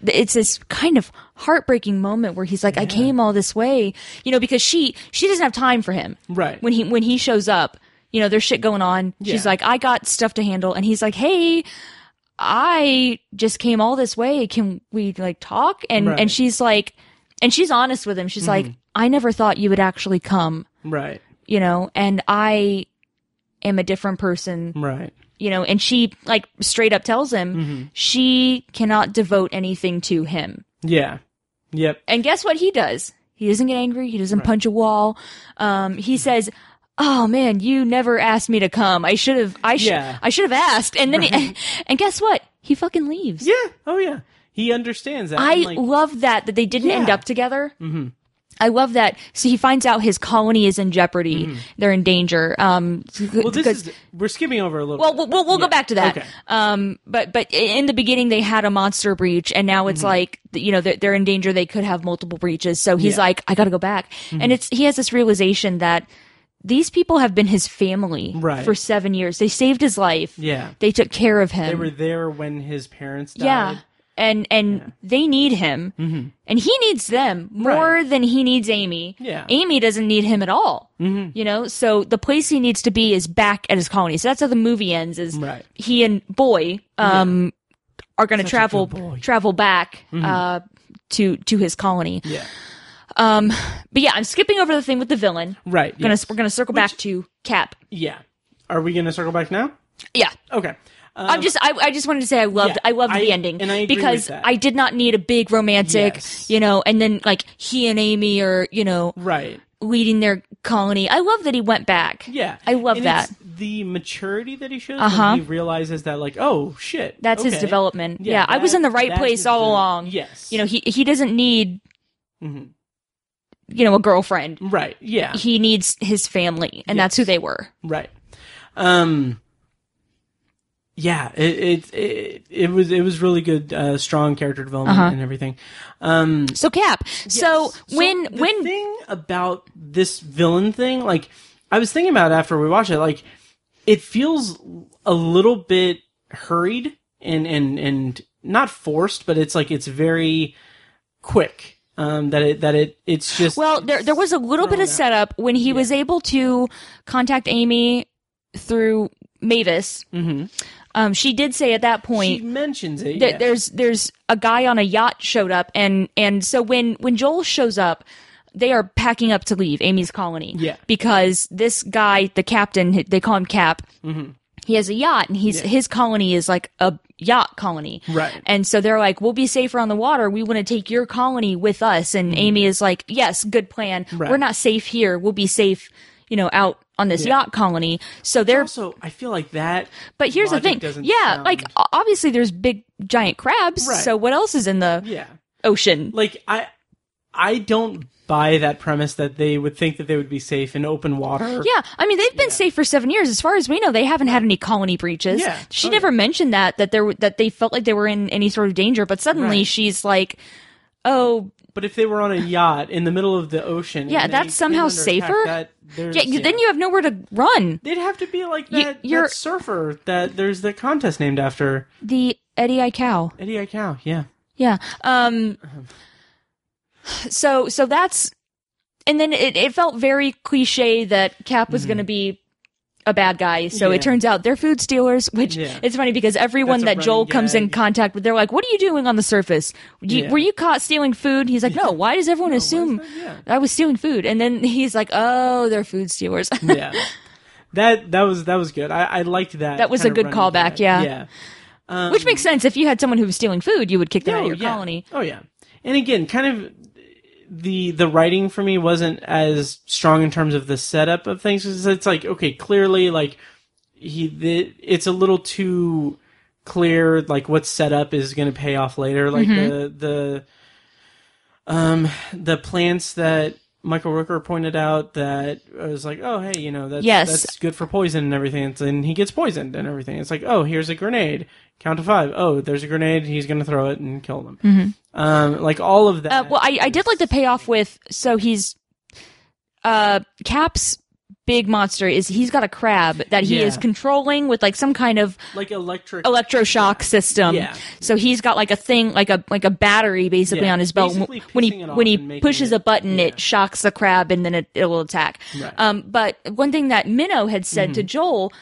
Speaker 1: it's this kind of heartbreaking moment where he's like i came all this way you know because she she doesn't have time for him
Speaker 2: Right.
Speaker 1: when he when he shows up you know there's shit going on she's
Speaker 2: Yeah.
Speaker 1: like i got stuff to handle and he's like hey i just came all this way can we like talk and
Speaker 2: Right. Mm-hmm.
Speaker 1: and she's like and she's honest with him she's like i never thought you would actually come
Speaker 2: Right.
Speaker 1: you know and i am a different person
Speaker 2: Right.
Speaker 1: you know, and she like straight up tells him
Speaker 2: Mm-hmm.
Speaker 1: she cannot devote anything to him.
Speaker 2: Yeah. Yep.
Speaker 1: And guess what he does? He doesn't get angry. He doesn't punch a wall. Um, he says, "Oh man, you never asked me to come. I should have. I should.
Speaker 2: Yeah.
Speaker 1: I should have asked." And then, he, and guess what? He fucking leaves.
Speaker 2: Yeah. Oh yeah. He understands that.
Speaker 1: I
Speaker 2: And, like,
Speaker 1: love that that they didn't end
Speaker 2: Yeah.
Speaker 1: up together. Mm-hmm. I love that. So he finds out his colony is in jeopardy. They're in danger. Um,
Speaker 2: Mm-hmm. well, this
Speaker 1: because-
Speaker 2: is we're skipping over a little.
Speaker 1: well,
Speaker 2: bit.
Speaker 1: we'll, we'll, we'll
Speaker 2: Yeah.
Speaker 1: go back to that.
Speaker 2: Okay.
Speaker 1: Um, but but in the beginning they had a monster breach, and now
Speaker 2: Mm-hmm.
Speaker 1: it's like you know they're, they're in danger. They could have multiple breaches, so he's
Speaker 2: Yeah. Mm-hmm.
Speaker 1: like, I got to go back. And it's he has this realization that these people have been his family
Speaker 2: Right.
Speaker 1: for seven years. They saved his life.
Speaker 2: Yeah.
Speaker 1: they took care of him.
Speaker 2: They were there when his parents died. Mm-hmm.
Speaker 1: yeah. And and they need him, and he needs them more than he needs Amy.
Speaker 2: Yeah.
Speaker 1: Amy doesn't need him at all. Mm-hmm. You know, so the place he needs to be is back at his colony. So that's how the movie ends. Is
Speaker 2: Right.
Speaker 1: he and boy um are going to travel
Speaker 2: good boy. Mm-hmm.
Speaker 1: travel back uh to to his colony. Um,
Speaker 2: Yeah.
Speaker 1: But yeah, I'm skipping over the thing with the villain.
Speaker 2: Right.
Speaker 1: We're gonna
Speaker 2: yes.
Speaker 1: we're gonna circle back to Cap.
Speaker 2: yeah. Are we gonna circle back now?
Speaker 1: Yeah.
Speaker 2: Okay.
Speaker 1: I'm just I, I just wanted to say I loved
Speaker 2: Um, yeah,
Speaker 1: I loved
Speaker 2: I-
Speaker 1: the ending
Speaker 2: and I agree with
Speaker 1: because
Speaker 2: that.
Speaker 1: I did not need a big romantic,
Speaker 2: Yes.
Speaker 1: you know, and then like he and Amy are, you know,
Speaker 2: Right.
Speaker 1: leading their colony. I love that he went back.
Speaker 2: Yeah.
Speaker 1: I love
Speaker 2: And
Speaker 1: that.
Speaker 2: it's The maturity that he shows.
Speaker 1: Uh-huh.
Speaker 2: when He realizes that like, oh shit.
Speaker 1: That's his
Speaker 2: okay.
Speaker 1: development. Yeah, I
Speaker 2: that-
Speaker 1: was in the right
Speaker 2: that's
Speaker 1: place
Speaker 2: his
Speaker 1: all
Speaker 2: develop-
Speaker 1: along.
Speaker 2: Yes. Mm-hmm.
Speaker 1: You know, he he doesn't need you know, a girlfriend.
Speaker 2: Right. Yeah.
Speaker 1: He needs his family, and that's who they were.
Speaker 2: Right. Um. Yeah, it it it, it was it was really good, uh, strong character development and everything. Um,
Speaker 1: So Cap. Uh-huh. So when
Speaker 2: the
Speaker 1: when
Speaker 2: thing about this villain thing, like I was thinking about it after we watched it, like it feels a little bit hurried and and and not forced, but it's like it's very quick. Um, that it that it it's just
Speaker 1: well there there was a little bit of setup when he was able to contact Amy through Mavis. Mm-hmm. Um, she did say at that
Speaker 2: she
Speaker 1: point
Speaker 2: mentions it.
Speaker 1: that
Speaker 2: yeah.
Speaker 1: there's there's a guy on a yacht showed up and and so when when Joel shows up they are packing up to leave Amy's colony
Speaker 2: Yeah.
Speaker 1: because this guy the captain they call him Cap
Speaker 2: Mm-hmm.
Speaker 1: he has a yacht and he's his colony is like a yacht colony
Speaker 2: Right.
Speaker 1: and so they're like we'll be safer on the water we want to take your colony with us and Amy is like yes good plan
Speaker 2: Mm-hmm. Right.
Speaker 1: we're not safe here we'll be safe you know out on this yacht colony so they're
Speaker 2: also I feel like that.
Speaker 1: but here's the
Speaker 2: logic
Speaker 1: thing.
Speaker 2: doesn't
Speaker 1: Yeah,
Speaker 2: sound-
Speaker 1: like o- obviously there's big giant crabs.
Speaker 2: Right.
Speaker 1: So what else is in the
Speaker 2: yeah.
Speaker 1: ocean?
Speaker 2: like I I don't buy that premise that they would think that they would be safe in open water.
Speaker 1: Yeah, I mean they've been safe for seven years. As far as we know, they haven't had any colony breaches.
Speaker 2: Yeah.
Speaker 1: She
Speaker 2: Oh,
Speaker 1: never mentioned that that there w- that they felt like they were in any sort of danger. But suddenly
Speaker 2: Right.
Speaker 1: she's like, oh
Speaker 2: But if they were on a yacht in the middle of the ocean,
Speaker 1: Yeah,
Speaker 2: and
Speaker 1: that's
Speaker 2: they
Speaker 1: somehow
Speaker 2: came under attack,
Speaker 1: safer?
Speaker 2: That, there's-
Speaker 1: yeah, you, then you have nowhere to run.
Speaker 2: They'd have to be like
Speaker 1: You-
Speaker 2: that,
Speaker 1: you're-
Speaker 2: that surfer that there's the contest named after
Speaker 1: The Eddie I cow.
Speaker 2: Eddie I Cow. Yeah,
Speaker 1: Yeah. Um. So so that's, and then it, it felt very cliche that Cap was going to be a bad guy. So
Speaker 2: Mm-hmm. Yeah.
Speaker 1: it turns out they're food stealers, which
Speaker 2: Yeah.
Speaker 1: it's funny because everyone
Speaker 2: That's a
Speaker 1: that Joel
Speaker 2: running
Speaker 1: comes in
Speaker 2: gag.
Speaker 1: contact with, they're like, "What are you doing on the surface? You,
Speaker 2: Yeah.
Speaker 1: Were you caught stealing food?" He's like, "No. Why does everyone assume?"
Speaker 2: that? Yeah.
Speaker 1: I was stealing food, and then he's like, "Oh, they're food stealers."
Speaker 2: yeah. That that was that was good. I, I liked that.
Speaker 1: That was
Speaker 2: kind
Speaker 1: a
Speaker 2: of
Speaker 1: good
Speaker 2: running
Speaker 1: callback,
Speaker 2: gag.
Speaker 1: yeah.
Speaker 2: Yeah.
Speaker 1: Which makes sense. If you had someone who was stealing food, you would kick them out of your
Speaker 2: yeah.
Speaker 1: colony.
Speaker 2: Oh yeah. And again, kind of the the writing for me wasn't as strong in terms of the setup of things. 'cause It's like okay, clearly like he the, it's a little too clear like what's set up is going to pay off later. Like
Speaker 1: Mm-hmm.
Speaker 2: the the um the plants that Michael Rooker pointed out that I was like, oh hey, you know that's
Speaker 1: Yes.
Speaker 2: that's good for poison and everything. It's, and he gets poisoned and everything. It's like, oh, here's a grenade. Count to five. Oh, there's a grenade. He's gonna throw it and kill them. Um, like all of
Speaker 1: Mm-hmm. Uh,
Speaker 2: that.
Speaker 1: well, I, I did like the payoff with so he's uh Cap's big monster is he's got a crab that he
Speaker 2: Yeah.
Speaker 1: is controlling with like some kind of
Speaker 2: like electric.
Speaker 1: electroshock system.
Speaker 2: Yeah.
Speaker 1: So he's got like a thing like a like a battery basically
Speaker 2: Yeah,
Speaker 1: on his belt.
Speaker 2: basically
Speaker 1: when
Speaker 2: pissing
Speaker 1: he
Speaker 2: it off
Speaker 1: when
Speaker 2: and
Speaker 1: he
Speaker 2: making
Speaker 1: pushes
Speaker 2: it-
Speaker 1: a button,
Speaker 2: yeah.
Speaker 1: it shocks the crab and then it, it will attack.
Speaker 2: Right. Mm-hmm.
Speaker 1: Um, but one thing that Minnow had said to Joel.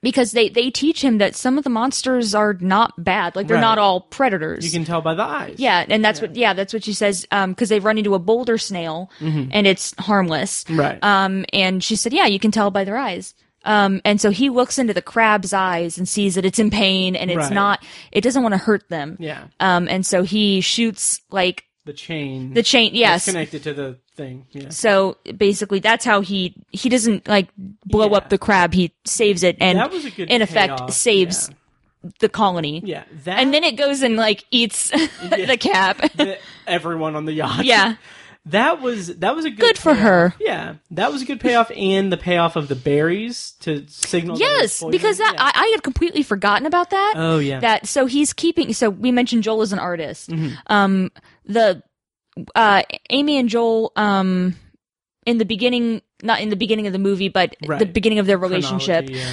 Speaker 1: Because they, they teach him that some of the monsters are not bad, like they're
Speaker 2: Right.
Speaker 1: not all predators.
Speaker 2: you can tell by the eyes.
Speaker 1: Yeah, and that's what yeah, that's what she says um cuz they run into a boulder snail
Speaker 2: Mm-hmm.
Speaker 1: and it's harmless.
Speaker 2: Right.
Speaker 1: Um and she said, "Yeah, you can tell by their eyes." Um and so he looks into the crab's eyes and sees that it's in pain and it's
Speaker 2: Right.
Speaker 1: not it doesn't want to hurt them.
Speaker 2: Yeah.
Speaker 1: Um and so he shoots like
Speaker 2: The chain.
Speaker 1: the chain,
Speaker 2: that's
Speaker 1: yes.
Speaker 2: Connected to the thing. Yeah.
Speaker 1: So basically that's how he he doesn't like blow
Speaker 2: Yeah.
Speaker 1: up the crab, he saves it and
Speaker 2: That was a good
Speaker 1: in effect
Speaker 2: payoff,
Speaker 1: saves the colony.
Speaker 2: Yeah. That
Speaker 1: And then it goes and like eats the cap.
Speaker 2: the- everyone on the yacht.
Speaker 1: yeah.
Speaker 2: That was that was a good,
Speaker 1: Good for
Speaker 2: payoff.
Speaker 1: her.
Speaker 2: Yeah, that was a good payoff, and the payoff of the berries to signal. that
Speaker 1: Yes,
Speaker 2: it's poison.
Speaker 1: because that
Speaker 2: Yeah.
Speaker 1: I, I had completely forgotten about that.
Speaker 2: Oh, yeah.
Speaker 1: That so he's keeping. So we mentioned Joel is an artist.
Speaker 2: Mm-hmm.
Speaker 1: Um, the uh, Amy and Joel um, in the beginning, not in the beginning of the movie, but the
Speaker 2: Right.
Speaker 1: beginning of their relationship.
Speaker 2: Chronology,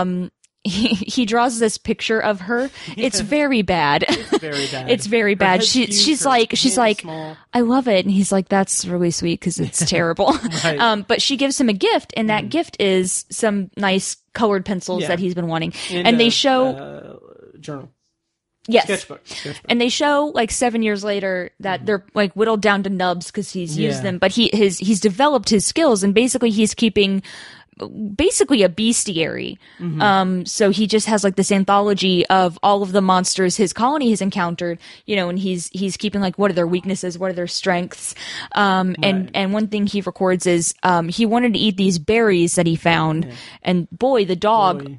Speaker 1: Um, he, he draws this picture of her. It's very bad.
Speaker 2: very bad.
Speaker 1: It's very
Speaker 2: Her
Speaker 1: bad.
Speaker 2: head's
Speaker 1: She,
Speaker 2: huge,
Speaker 1: she's
Speaker 2: her
Speaker 1: like she's
Speaker 2: hand
Speaker 1: like um,
Speaker 2: small.
Speaker 1: I love it, and he's like that's really sweet because it's terrible.
Speaker 2: Right. Mm-hmm.
Speaker 1: Um, but she gives him a gift, and that gift is some nice colored pencils
Speaker 2: Yeah.
Speaker 1: that he's been wanting, and,
Speaker 2: And a-
Speaker 1: they show
Speaker 2: uh, journal
Speaker 1: yes.
Speaker 2: sketchbook. sketchbook.
Speaker 1: And they show like seven years later that they're like whittled down to nubs because he's
Speaker 2: Yeah.
Speaker 1: used them, but he his he's developed his skills and basically he's keeping basically a bestiary.
Speaker 2: Mm-hmm.
Speaker 1: Um, so he just has like this anthology of all of the monsters his colony has encountered, you know, and he's he's keeping like what are their weaknesses, what are their strengths. Um, and and one thing he records is um, he wanted to eat these berries that he found, and boy, the dog
Speaker 2: Boy.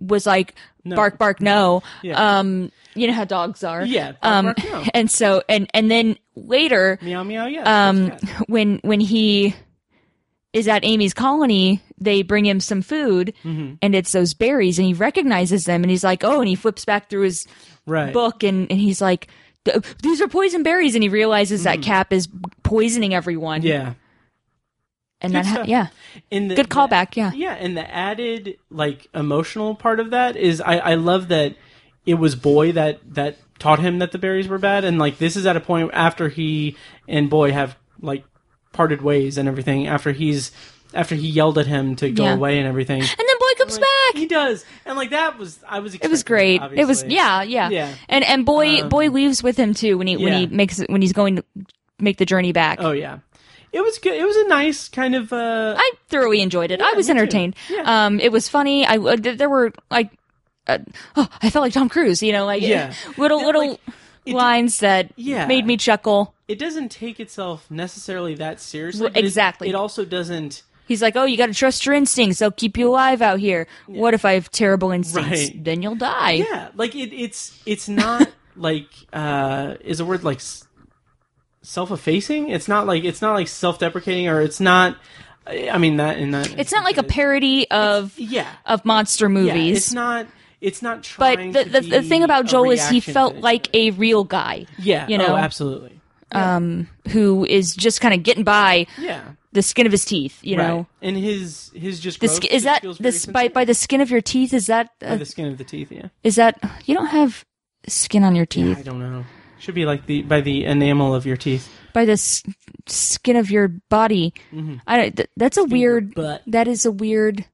Speaker 1: was like bark bark no.
Speaker 2: Yeah.
Speaker 1: Um, you know how dogs are.
Speaker 2: Yeah, bark,
Speaker 1: Um,
Speaker 2: bark, no.
Speaker 1: and so and and then later
Speaker 2: meow meow. Yes.
Speaker 1: um
Speaker 2: that's cat.
Speaker 1: when when he is at Amy's colony, they bring him some food
Speaker 2: Mm-hmm.
Speaker 1: and it's those berries and he recognizes them and he's like, "Oh," and he flips back through his
Speaker 2: right.
Speaker 1: book and and he's like, "Th- "These are poison berries." And he realizes that Cap is poisoning everyone.
Speaker 2: Mm. Yeah.
Speaker 1: And
Speaker 2: Good
Speaker 1: that ha-
Speaker 2: stuff.
Speaker 1: yeah.
Speaker 2: And the,
Speaker 1: Good
Speaker 2: the-
Speaker 1: callback, yeah.
Speaker 2: Yeah, and the added like emotional part of that is I, I love that it was boy that that taught him that the berries were bad, and like this is at a point after he and boy have like parted ways and everything after he's after he yelled at him to go
Speaker 1: Yeah.
Speaker 2: away and everything.
Speaker 1: And then boy comes back.
Speaker 2: He does, and like that was I was.
Speaker 1: It was great. It was yeah, yeah,
Speaker 2: Yeah. Um,
Speaker 1: And and boy, boy leaves with him too when he when
Speaker 2: yeah.
Speaker 1: he makes it when he's going to make the journey back.
Speaker 2: Oh yeah, it was good. It was a nice kind of. uh
Speaker 1: I thoroughly enjoyed it. I was
Speaker 2: me too.
Speaker 1: entertained.
Speaker 2: Yeah.
Speaker 1: Um, it was funny. I uh, th- there were like, uh, oh, I felt like Tom Cruise. You know, like
Speaker 2: Yeah.
Speaker 1: little
Speaker 2: Yeah,
Speaker 1: little
Speaker 2: like, it-
Speaker 1: lines that
Speaker 2: Yeah.
Speaker 1: made me chuckle.
Speaker 2: It doesn't take itself necessarily that seriously.
Speaker 1: Well,
Speaker 2: but it-
Speaker 1: exactly.
Speaker 2: it also doesn't.
Speaker 1: He's like, oh, you got to trust your instincts. They'll keep you alive out here. What if I have terrible instincts?
Speaker 2: Right.
Speaker 1: Then you'll die.
Speaker 2: yeah like it, it's it's not like uh is the word like s- self-effacing it's not like it's not like self-deprecating or it's not i I mean that in that
Speaker 1: It's not like a parody of
Speaker 2: yeah
Speaker 1: of monster
Speaker 2: yeah,
Speaker 1: movies.
Speaker 2: it's not it's not
Speaker 1: but
Speaker 2: trying
Speaker 1: the,
Speaker 2: to
Speaker 1: the, the
Speaker 2: be
Speaker 1: thing about
Speaker 2: a
Speaker 1: Joel is he
Speaker 2: reaction
Speaker 1: felt
Speaker 2: to-
Speaker 1: like a real guy.
Speaker 2: yeah
Speaker 1: you know,
Speaker 2: oh, absolutely
Speaker 1: um, who is just kind of getting by
Speaker 2: Yeah.
Speaker 1: the skin of his teeth. You
Speaker 2: right.
Speaker 1: know,
Speaker 2: and his his just
Speaker 1: the
Speaker 2: growth
Speaker 1: sk- is that
Speaker 2: feels very
Speaker 1: this by by the skin of your teeth? Is that
Speaker 2: sincere. By
Speaker 1: uh,
Speaker 2: the skin of the teeth? Yeah.
Speaker 1: is that you don't have skin on your teeth
Speaker 2: I don't know. Should be like the by the enamel of your teeth.
Speaker 1: by the s- skin of your body?
Speaker 2: Mm-hmm.
Speaker 1: I don't, th- that's a weird.
Speaker 2: butt.
Speaker 1: That is a weird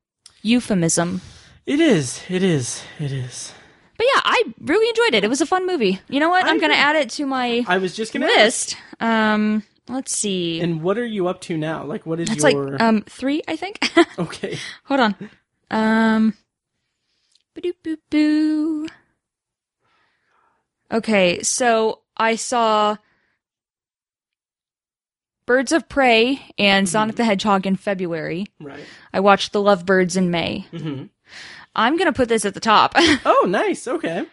Speaker 1: euphemism.
Speaker 2: It is. It is. It is.
Speaker 1: But yeah, I really enjoyed it. It was a fun movie. You know what?
Speaker 2: I
Speaker 1: I'm going to
Speaker 2: agree.
Speaker 1: add it to my
Speaker 2: I was just gonna ask,
Speaker 1: list. Um, let's see.
Speaker 2: And what are you up to now? Like, what is
Speaker 1: That's
Speaker 2: your
Speaker 1: like um three, I think.
Speaker 2: okay?
Speaker 1: Hold on. Um. boo. Okay, so I saw Birds of Prey and Sonic the Hedgehog in February.
Speaker 2: Right.
Speaker 1: I watched The Lovebirds in May.
Speaker 2: Mhm.
Speaker 1: I'm gonna put this at the top.
Speaker 2: Oh, nice. Okay.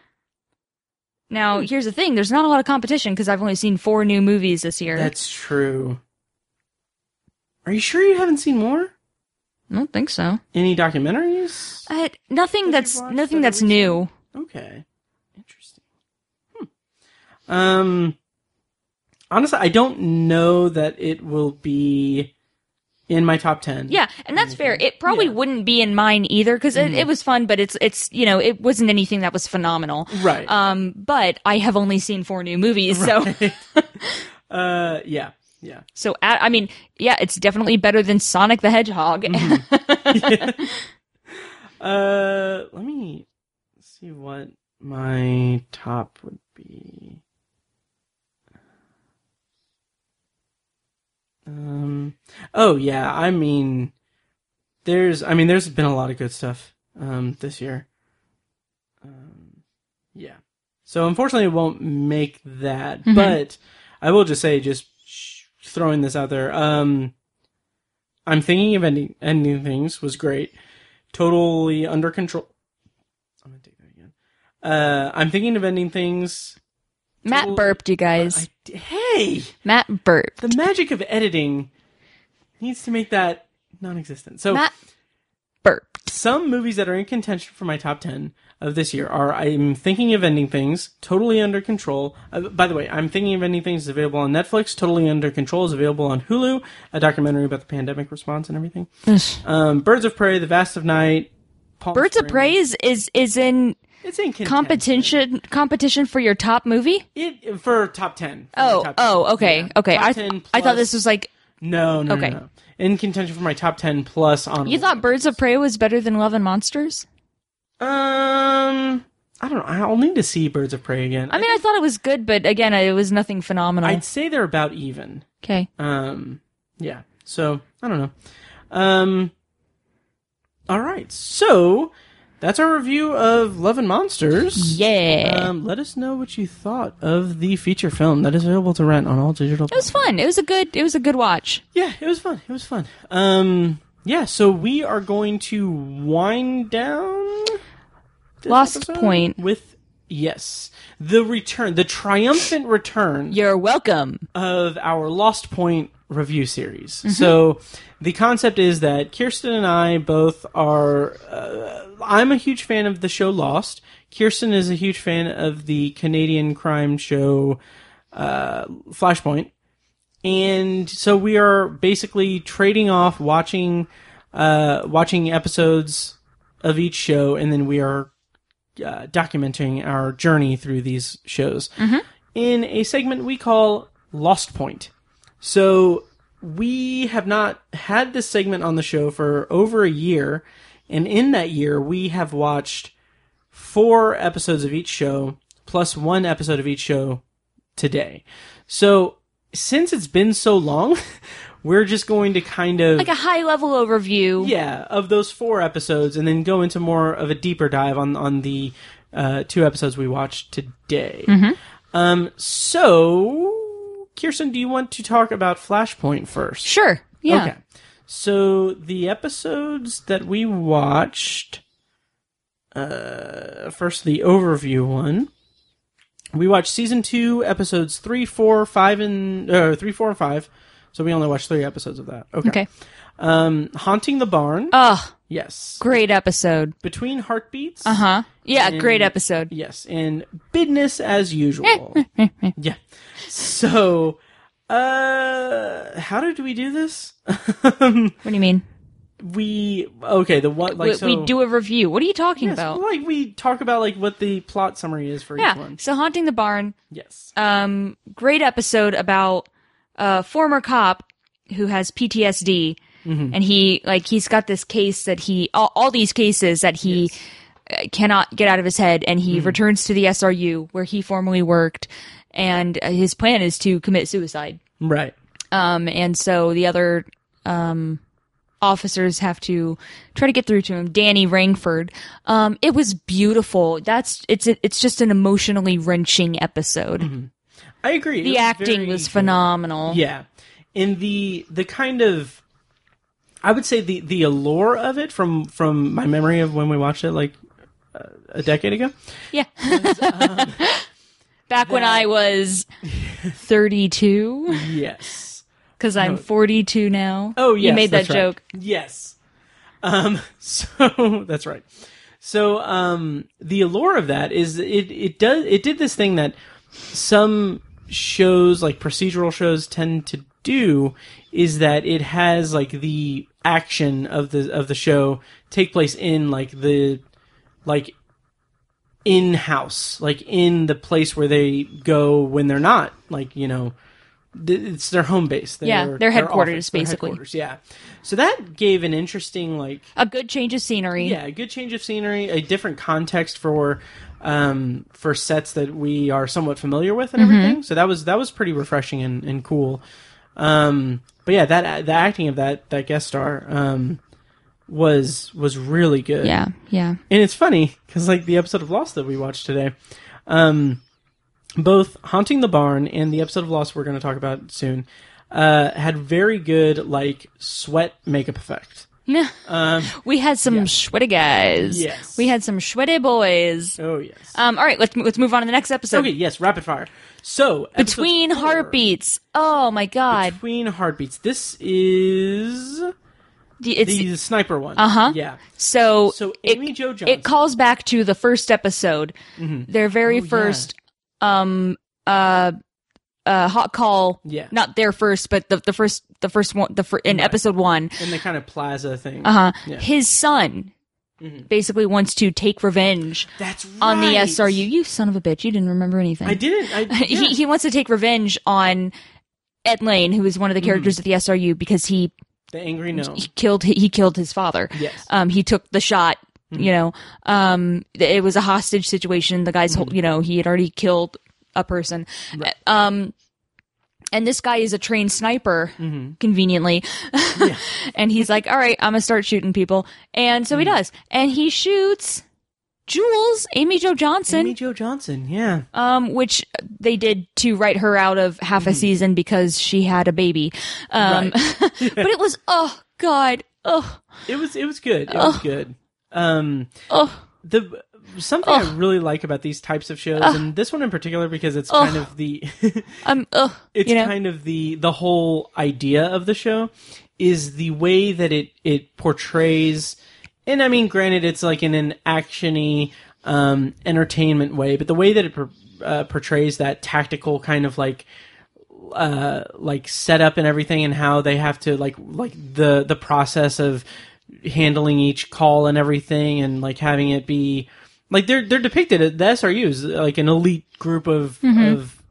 Speaker 1: now, here's the thing: there's not a lot of competition because I've only seen four new movies this year.
Speaker 2: That's true. Are you sure you haven't seen more?
Speaker 1: I don't think so.
Speaker 2: Any documentaries?
Speaker 1: I, nothing
Speaker 2: Did
Speaker 1: that's
Speaker 2: you watch
Speaker 1: nothing
Speaker 2: the
Speaker 1: that's
Speaker 2: recent-
Speaker 1: new.
Speaker 2: Okay. Interesting. Hmm. Um honestly, I don't know that it will be in my top 10.
Speaker 1: Yeah, and that's fair. It probably
Speaker 2: Yeah. Mm-hmm.
Speaker 1: wouldn't be in mine either because it, it was fun, but it's it's you know it wasn't anything that was phenomenal.
Speaker 2: Right.
Speaker 1: Um, but I have only seen four new movies, so
Speaker 2: uh yeah. Yeah.
Speaker 1: so a- I mean, yeah, it's definitely better than Sonic the Hedgehog.
Speaker 2: Mm-hmm. Uh let me see what my top would be. Um oh yeah, I mean there's I mean there's been a lot of good stuff um this year. Um yeah. So unfortunately it won't make that, but I will just say just sh- throwing this out there. Um I'm thinking of ending ending things was great. Totally under control. I'm gonna take that again. Uh, I'm thinking of ending things.
Speaker 1: Matt burped, you guys.
Speaker 2: I d hey,
Speaker 1: Matt burped.
Speaker 2: the magic of editing needs to make that non-existent. So
Speaker 1: Matt burped.
Speaker 2: some movies that are in contention for my top 10 of this year are I'm Thinking of Ending Things, Totally Under Control. Uh, by the way, I'm Thinking of Ending Things is available on Netflix. Totally Under Control is available on Hulu, a documentary about the pandemic response and everything. um, Birds of Prey, The Vast of Night, Palm
Speaker 1: Birds of
Speaker 2: Springs.
Speaker 1: Prey is is, is in
Speaker 2: It's in contention.
Speaker 1: competition competition for your top movie.
Speaker 2: It, for top 10. for
Speaker 1: Oh,
Speaker 2: my top 10.
Speaker 1: oh, okay,
Speaker 2: Yeah.
Speaker 1: okay.
Speaker 2: Top
Speaker 1: I
Speaker 2: 10
Speaker 1: I thought
Speaker 2: plus-
Speaker 1: this was like
Speaker 2: No, no, no,
Speaker 1: Okay.
Speaker 2: no. In contention for my top 10 plus on.
Speaker 1: you thought Birds of Prey was better than Love and Monsters.
Speaker 2: Um, I don't know. I'll need to see Birds of Prey again.
Speaker 1: I mean, I thought it was good, but again, it was nothing phenomenal.
Speaker 2: I'd say they're about even.
Speaker 1: okay.
Speaker 2: Um, yeah. So I don't know. Um, all right. So that's our review of Love and Monsters.
Speaker 1: Yeah.
Speaker 2: Um, let us know what you thought of the feature film that is available to rent on all digital.
Speaker 1: it was fun. It was a good. It was a good watch.
Speaker 2: Yeah, it was fun. It was fun. Um, yeah. So we are going to wind down. this
Speaker 1: Lost
Speaker 2: episode
Speaker 1: Point.
Speaker 2: with yes, the return, the triumphant return.
Speaker 1: You're welcome.
Speaker 2: of our Lost Point review series. So the concept is that Kirsten and I both are. Uh, I'm a huge fan of the show Lost. Kirsten is a huge fan of the Canadian crime show uh, Flashpoint. And so we are basically trading off watching uh, watching episodes of each show, and then we are uh, documenting our journey through these shows in a segment we call Lost Point. So we have not had this segment on the show for over a year, and in that year we have watched four episodes of each show plus one episode of each show today. So since it's been so long, we're just going to kind of
Speaker 1: Like a high level overview.
Speaker 2: yeah, of those four episodes, and then go into more of a deeper dive on on the uh, two episodes we watched today.
Speaker 1: Mm-hmm.
Speaker 2: Um, so, Kirsten, do you want to talk about Flashpoint first?
Speaker 1: Sure. Yeah.
Speaker 2: Okay. So the episodes that we watched, uh, first the overview one. We watched season two, episodes three, four, five, and uh, three, four, and five. So we only watched three episodes of that. Okay.
Speaker 1: Okay.
Speaker 2: Um, haunting the barn.
Speaker 1: Oh,
Speaker 2: Yes.
Speaker 1: great episode.
Speaker 2: Between heartbeats.
Speaker 1: Uh huh. Yeah,
Speaker 2: And-
Speaker 1: great episode.
Speaker 2: Yes, and business as usual. yeah. So, Uh, how did we do this?
Speaker 1: What do you mean?
Speaker 2: we okay. The one like
Speaker 1: we,
Speaker 2: so,
Speaker 1: we do a review. What are you talking
Speaker 2: yes,
Speaker 1: about?
Speaker 2: like we talk about like what the plot summary is for each
Speaker 1: Yeah.
Speaker 2: one.
Speaker 1: So haunting the barn.
Speaker 2: Yes.
Speaker 1: Um, great episode about a former cop who has PTSD, and he like he's got this case that he all, all these cases that he. uh, Cannot get out of his head, and he returns to the SRU where he formerly worked. And uh, his plan is to commit suicide.
Speaker 2: right.
Speaker 1: Um, and so the other um, officers have to try to get through to him. Danny Rangford. Um, it was beautiful. That's it's it's just an emotionally wrenching episode.
Speaker 2: I agree. It
Speaker 1: The acting
Speaker 2: very
Speaker 1: was
Speaker 2: good.
Speaker 1: phenomenal.
Speaker 2: Yeah, and the the kind of I would say the the allure of it from from my memory of when we watched it like uh, a decade ago.
Speaker 1: Yeah.
Speaker 2: um,
Speaker 1: Back when I was 32,
Speaker 2: Yes.
Speaker 1: because I'm 42 now.
Speaker 2: Mm-hmm. Oh, yes.
Speaker 1: you made that
Speaker 2: that's right.
Speaker 1: joke.
Speaker 2: Yes. Um, so that's right. So um, the allure of that is it it does it did this thing that some shows like procedural shows tend to do is that it has like the action of the of the show take place in like the like in house like in the place where they go when they're not like you know th- it's their home base
Speaker 1: Yeah, their headquarters,
Speaker 2: their
Speaker 1: basically.
Speaker 2: headquarters, yeah so that gave an interesting like
Speaker 1: A good change of scenery.
Speaker 2: yeah, a good change of scenery, a different context for um, for sets that we are somewhat familiar with and everything. So that was that was pretty refreshing and, and cool. Um, but yeah, that the acting of that that guest star um, was was really good.
Speaker 1: Yeah. Yeah.
Speaker 2: And it's funny because like the episode of Lost that we watched today, um, both haunting the barn and the episode of Lost we're going to talk about soon uh, had very good like sweat makeup effect.
Speaker 1: We had some sweaty guys.
Speaker 2: Yes.
Speaker 1: We had some sweaty boys.
Speaker 2: Oh yes.
Speaker 1: Um, all right, let's let's move on to the next episode.
Speaker 2: Okay, yes, rapid fire. So episode
Speaker 1: Between
Speaker 2: four,
Speaker 1: heartbeats. Oh my god.
Speaker 2: Between heartbeats. This is
Speaker 1: D- It's
Speaker 2: the sniper one. Uh huh. Yeah.
Speaker 1: so
Speaker 2: So
Speaker 1: uh-huh. it-
Speaker 2: Amy Jo Johnson.
Speaker 1: it calls back to the first episode. Their very
Speaker 2: Mm-hmm. Oh, yeah.
Speaker 1: first um uh uh hot call.
Speaker 2: Yeah.
Speaker 1: Not their first, but the the first the first one the fir- in episode 1.
Speaker 2: in the kind of plaza thing.
Speaker 1: Uh-huh.
Speaker 2: Yeah.
Speaker 1: His son basically wants to take revenge
Speaker 2: That's right.
Speaker 1: on the SRU. You son of a bitch, you didn't remember anything.
Speaker 2: I didn't. I, yeah.
Speaker 1: he, he wants to take revenge on Ed Lane, who is one of
Speaker 2: Mm-hmm.
Speaker 1: the characters at the SRU, because he
Speaker 2: the angry no.
Speaker 1: he killed hi- he killed his father.
Speaker 2: Yes. Mm-hmm.
Speaker 1: Um, he took the shot. You know, um, th- it was a hostage situation. The guy's,
Speaker 2: Mm-hmm.
Speaker 1: whole, you know, he had already killed a person. Um, and this guy is a trained sniper,
Speaker 2: Mm-hmm.
Speaker 1: conveniently. and he's like, "All right, I'm gonna start shooting people." And so he
Speaker 2: Mm-hmm.
Speaker 1: does, and he shoots Jules, Amy Jo Johnson,
Speaker 2: Amy Jo Johnson. Yeah.
Speaker 1: um, which they did to write her out of half
Speaker 2: Mm-hmm.
Speaker 1: a season because she had a baby. Um, but it was, oh God, oh,
Speaker 2: It was. It was good. It
Speaker 1: uh,
Speaker 2: was good. Um.
Speaker 1: oh,
Speaker 2: the something
Speaker 1: Uh.
Speaker 2: I really like about these types of shows, and this one in particular, because it's
Speaker 1: Uh.
Speaker 2: kind of the
Speaker 1: I'm, oh,
Speaker 2: it's
Speaker 1: you know,
Speaker 2: kind of the the whole idea of the show is the way that it it portrays and i mean granted it's like in an actiony um entertainment way but the way that it por- uh, portrays that tactical kind of like uh like setup and everything and how they have to like like the the process of handling each call and everything and like having it be like they're they're depicted the SRU is like an elite group of
Speaker 1: Mm-hmm.
Speaker 2: of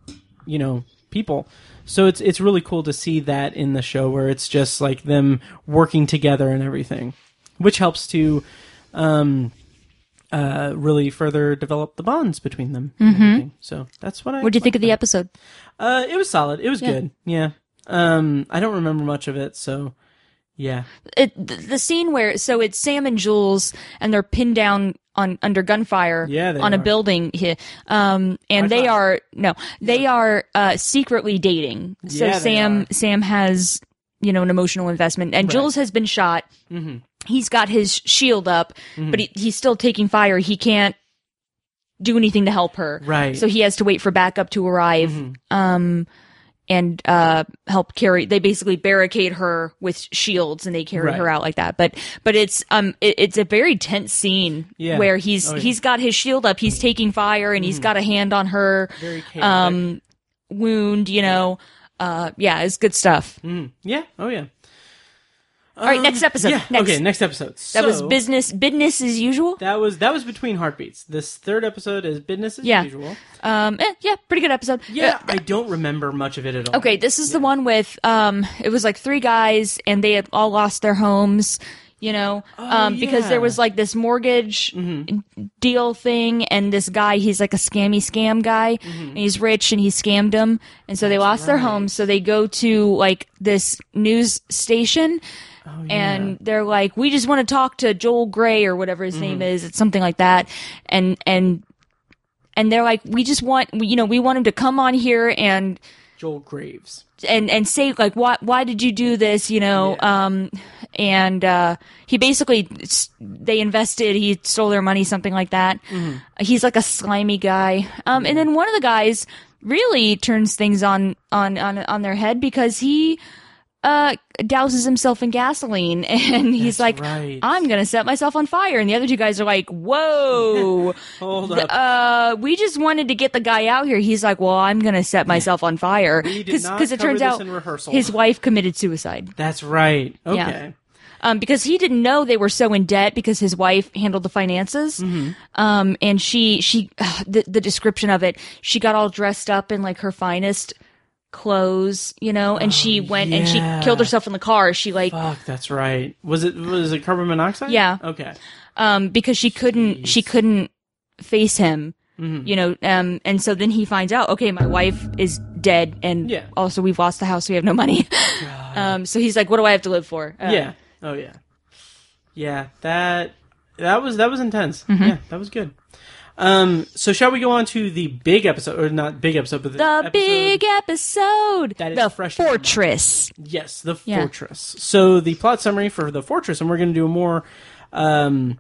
Speaker 2: you know people so it's it's really cool to see that in the show where it's just like them working together and everything which helps to um uh really further develop the bonds between them and everything. so that's what i
Speaker 1: what do Mm-hmm. you think of the episode?
Speaker 2: uh it was solid it was good yeah um i don't remember much of it so yeah
Speaker 1: It, the, the scene where, so it's Sam and Jules and they're pinned down on under gunfire
Speaker 2: Yeah, they
Speaker 1: on a
Speaker 2: are.
Speaker 1: building here. Um, and they
Speaker 2: thought-
Speaker 1: are, no, they are, uh, secretly dating. So
Speaker 2: Yeah, they
Speaker 1: Sam,
Speaker 2: are.
Speaker 1: Sam has, you know, an emotional investment and Jules has been shot.
Speaker 2: Mm-hmm.
Speaker 1: he's got his shield up, but he, he's still taking fire. He can't do anything to help her.
Speaker 2: Right. Mm-hmm.
Speaker 1: So he has to wait for backup to arrive. Um, and uh, help carry. They basically barricade her with shields, and they carry
Speaker 2: Right.
Speaker 1: her out like that. But but it's um it, it's a very tense scene
Speaker 2: Yeah.
Speaker 1: where he's
Speaker 2: Oh, yeah. Mm.
Speaker 1: he's got his shield up, he's taking fire, and he's got a hand on her
Speaker 2: very chaotic.
Speaker 1: um wound. You know, uh, yeah, it's good stuff.
Speaker 2: Yeah. Oh yeah.
Speaker 1: All right, next episode.
Speaker 2: Um, Yeah.
Speaker 1: Next.
Speaker 2: Okay. Next episode.
Speaker 1: That was
Speaker 2: So,
Speaker 1: business business as usual.
Speaker 2: That was that was between heartbeats. This third episode is business as
Speaker 1: Yeah.
Speaker 2: usual.
Speaker 1: Um, eh, yeah, pretty good episode.
Speaker 2: Yeah,
Speaker 1: Uh,
Speaker 2: I don't remember much of it at all.
Speaker 1: Okay, this is the one with um it was like three guys and they had all lost their homes, you know, um because
Speaker 2: yeah.
Speaker 1: there was like this mortgage deal thing and this guy he's like a scammy scam guy and he's rich and he scammed them and so they lost their homes so they go to like this news station and they're like we just want to talk to Joel Gray or whatever his name is it's something like that and and and they're like we just want you know we want him to come on here and
Speaker 2: Joel Graves.
Speaker 1: and and say like why why did you do this you know um and uh he basically s- they invested he stole their money something like that
Speaker 2: Mm-hmm.
Speaker 1: he's like a slimy guy um and then one of the guys really turns things on on on on their head because he uh douses himself in gasoline and he's like
Speaker 2: That's right.
Speaker 1: i'm gonna set myself on fire and the other two guys are like whoa
Speaker 2: Hold
Speaker 1: the-
Speaker 2: up.
Speaker 1: uh, we just wanted to get the guy out here. He's like, well, I'm going to set myself on fire
Speaker 2: We did not
Speaker 1: it
Speaker 2: cover
Speaker 1: turns
Speaker 2: this
Speaker 1: out
Speaker 2: in rehearsal.
Speaker 1: his wife committed suicide
Speaker 2: That's right. Okay.
Speaker 1: um, because he didn't know they were so in debt because his wife handled the finances.
Speaker 2: Mm-hmm.
Speaker 1: Um, and she she ugh, the the description of it, she got all dressed up in like her finest clothes, you know, and she went and
Speaker 2: Oh, yeah.
Speaker 1: she killed herself in the car. She like
Speaker 2: Fuck, that's right. Was it was it carbon monoxide?
Speaker 1: Yeah.
Speaker 2: Okay.
Speaker 1: um, because she couldn't she couldn't face him
Speaker 2: Mm-hmm.
Speaker 1: you know um, and so then he finds out okay my wife is dead and
Speaker 2: Yeah.
Speaker 1: also we've lost the house we have no money um, so he's like what do i have to live for Uh,
Speaker 2: yeah. Oh yeah. Yeah. That that was that was intense. Yeah, that was good. Um so shall we go on to the big episode or not big episode but the,
Speaker 1: the
Speaker 2: episode-
Speaker 1: big episode
Speaker 2: That is
Speaker 1: the
Speaker 2: fresh in my mind.
Speaker 1: fortress
Speaker 2: Yes, the
Speaker 1: Yeah.
Speaker 2: fortress. So the plot summary for the fortress, and we're going to do a more um,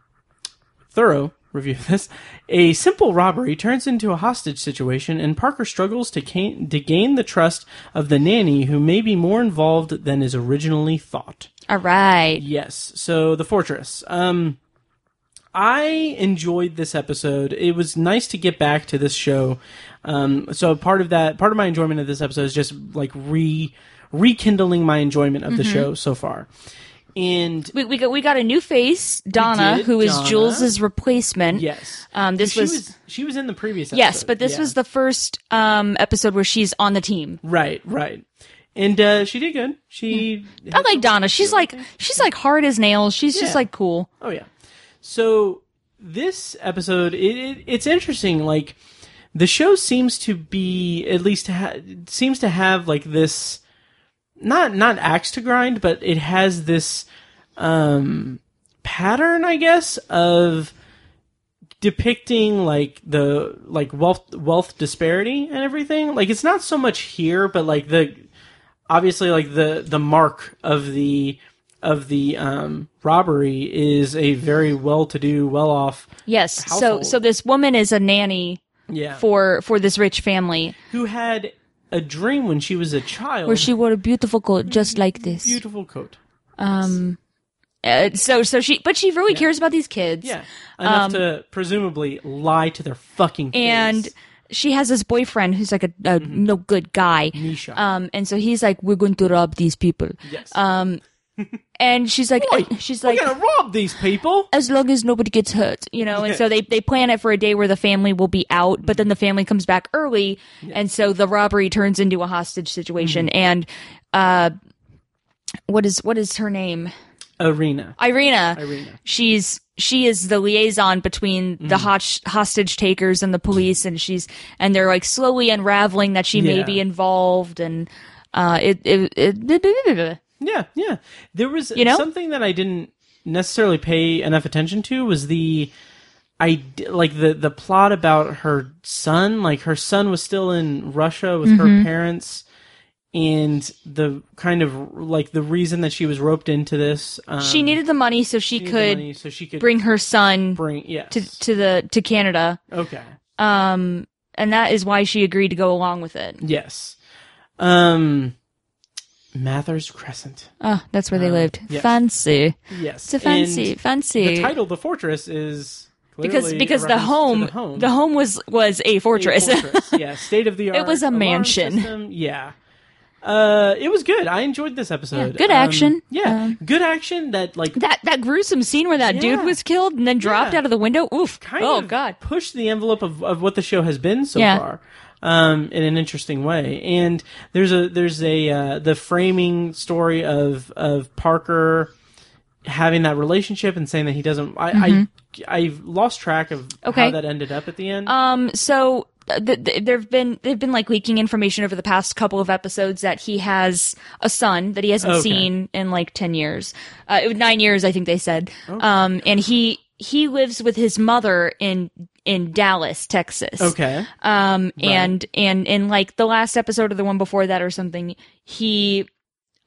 Speaker 2: thorough review of this. A simple robbery turns into a hostage situation, and Parker struggles to, gain to gain the trust of the nanny, who may be more involved than is originally thought.
Speaker 1: all right
Speaker 2: Yes. So the fortress. Um, I enjoyed this episode. It was nice to get back to this show. Um, so part of that, part of my enjoyment of this episode is just like re rekindling my enjoyment of the
Speaker 1: Mm-hmm.
Speaker 2: show so far. And
Speaker 1: we, we got we got a new face donna
Speaker 2: did,
Speaker 1: who is
Speaker 2: Donna.
Speaker 1: jules's replacement
Speaker 2: yes,
Speaker 1: um, this
Speaker 2: she
Speaker 1: was,
Speaker 2: was she was in the previous. episode.
Speaker 1: yes but this
Speaker 2: Yeah.
Speaker 1: was the first um, episode where she's on the team
Speaker 2: right, right. And uh, she did good. She
Speaker 1: i like donna she's like she's like hard as nails she's
Speaker 2: Yeah.
Speaker 1: just like cool
Speaker 2: Oh yeah. So this episode, it, it, it's interesting. Like the show seems to be at least ha- seems to have like this not not axe to grind, but it has this um pattern, I guess, of depicting like the like wealth wealth disparity and everything. Like it's not so much here, but like the obviously like the the mark of the of the um, robbery is a very well-to-do, well-off,
Speaker 1: Yes.
Speaker 2: household.
Speaker 1: So so this woman is a nanny
Speaker 2: yeah,
Speaker 1: for for this rich family
Speaker 2: who had a dream when she was a child.
Speaker 1: where she wore a beautiful coat just like this.
Speaker 2: beautiful coat,
Speaker 1: Um uh, so so she but she really cares about these kids.
Speaker 2: yeah,
Speaker 1: Um,
Speaker 2: enough to presumably lie to their fucking face.
Speaker 1: And she has this boyfriend who's like a, a
Speaker 2: Mm-hmm.
Speaker 1: no good guy.
Speaker 2: Misha.
Speaker 1: Um and so he's like we're going to rob these people.
Speaker 2: yes,
Speaker 1: Um and she's like
Speaker 2: Oi,
Speaker 1: she's
Speaker 2: we're
Speaker 1: like
Speaker 2: gonna rob these people.
Speaker 1: as long as nobody gets hurt, you know. And so they they plan it for a day where the family will be out, but then the family comes back early, and so the robbery turns into a hostage situation.
Speaker 2: Mm-hmm.
Speaker 1: And uh, what is what is her name?
Speaker 2: Arena,
Speaker 1: Irina.
Speaker 2: Irina. Mm-hmm.
Speaker 1: She's she is the liaison between the hot, hostage takers and the police, and she's and they're like slowly unraveling that she may
Speaker 2: Yeah.
Speaker 1: be involved, and uh, it it, it blah, blah, blah, blah.
Speaker 2: Yeah, yeah. There was
Speaker 1: know?
Speaker 2: something that I didn't necessarily pay enough attention to was the I like the the plot about her son. Like her son was still in Russia with
Speaker 1: Mm-hmm.
Speaker 2: her parents, and the kind of like the reason that she was roped into this. Um,
Speaker 1: she needed the money so she
Speaker 2: she needed the
Speaker 1: could
Speaker 2: money so she could
Speaker 1: bring her son
Speaker 2: bring yes
Speaker 1: to to the to Canada.
Speaker 2: okay
Speaker 1: um and that is why she agreed to go along with it
Speaker 2: yes um Mathers Crescent
Speaker 1: oh that's where they lived
Speaker 2: Uh, yes.
Speaker 1: fancy
Speaker 2: yes
Speaker 1: it's a fancy
Speaker 2: And
Speaker 1: fancy
Speaker 2: the title the fortress is
Speaker 1: because
Speaker 2: clearly a
Speaker 1: because the
Speaker 2: reference to
Speaker 1: home,
Speaker 2: the home
Speaker 1: was was a fortress,
Speaker 2: fortress. yeah, state of the art.
Speaker 1: It was a mansion.
Speaker 2: Yeah. Uh, it was good. I enjoyed this episode.
Speaker 1: Yeah, good
Speaker 2: Um,
Speaker 1: action.
Speaker 2: yeah,
Speaker 1: Um,
Speaker 2: good action. That like
Speaker 1: That that gruesome scene where that
Speaker 2: Yeah.
Speaker 1: dude was killed and then dropped
Speaker 2: Yeah.
Speaker 1: out of the window. Oof.
Speaker 2: kind
Speaker 1: oh
Speaker 2: of
Speaker 1: god.
Speaker 2: pushed the envelope of, of what the show has been so
Speaker 1: Yeah.
Speaker 2: far um, in an interesting way. And there's a there's a uh, the framing story of of Parker having that relationship and saying that he doesn't. I I I've lost track of how
Speaker 1: Mm-hmm. Okay.
Speaker 2: that ended up at the end.
Speaker 1: Um. So th- th- there've been they've been like leaking information over the past couple of episodes that he has a son that he hasn't
Speaker 2: Okay.
Speaker 1: seen in like ten years, uh, it was nine years I think they said. Um. And he he lives with his mother in in Dallas, Texas.
Speaker 2: okay.
Speaker 1: Um, and, and in like the last episode or the one before that or something, he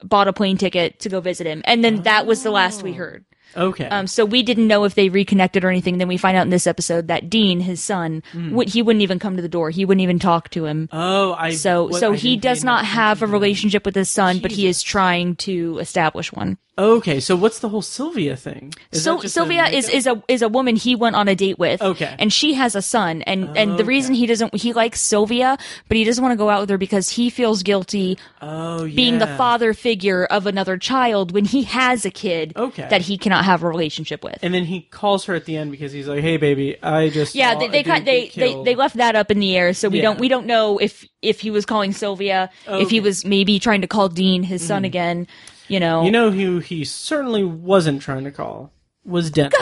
Speaker 1: bought a plane ticket to go visit him. And then that was the last
Speaker 2: Oh.
Speaker 1: we heard.
Speaker 2: Okay.
Speaker 1: Um, so we didn't know if they reconnected or anything. Then we find out in this episode that Dean, his son, would, he wouldn't even come to the door. He wouldn't even talk to him.
Speaker 2: Hmm. oh, I
Speaker 1: so,
Speaker 2: what-
Speaker 1: so
Speaker 2: I
Speaker 1: he
Speaker 2: didn't pay
Speaker 1: does not
Speaker 2: enough
Speaker 1: have a
Speaker 2: attention to that.
Speaker 1: relationship with his son, but he
Speaker 2: Jesus.
Speaker 1: is trying to establish one.
Speaker 2: Okay, so what's the whole Sylvia thing? Is
Speaker 1: so
Speaker 2: that just a
Speaker 1: Sylvia is
Speaker 2: makeup?
Speaker 1: is a is a woman he went on a date with.
Speaker 2: Okay. Oh,
Speaker 1: And she has a son and and the reason
Speaker 2: Okay.
Speaker 1: he doesn't he likes Sylvia, but he doesn't want to go out with her because he feels guilty
Speaker 2: oh, yeah.
Speaker 1: being the father figure of another child when he has a kid
Speaker 2: Okay.
Speaker 1: that he cannot have a relationship with.
Speaker 2: And then he calls her at the end because he's like, "Hey, baby, I just
Speaker 1: yeah,
Speaker 2: saw
Speaker 1: they
Speaker 2: a
Speaker 1: they,
Speaker 2: dude
Speaker 1: kind, they,
Speaker 2: get
Speaker 1: they
Speaker 2: killed."
Speaker 1: they left that up in the air, so we
Speaker 2: Yeah.
Speaker 1: don't we don't know if if he was calling Sylvia, if
Speaker 2: Okay. Mm-hmm.
Speaker 1: he was maybe trying to call Dean his son again, you know.
Speaker 2: You know who he certainly wasn't trying to call was Dennis.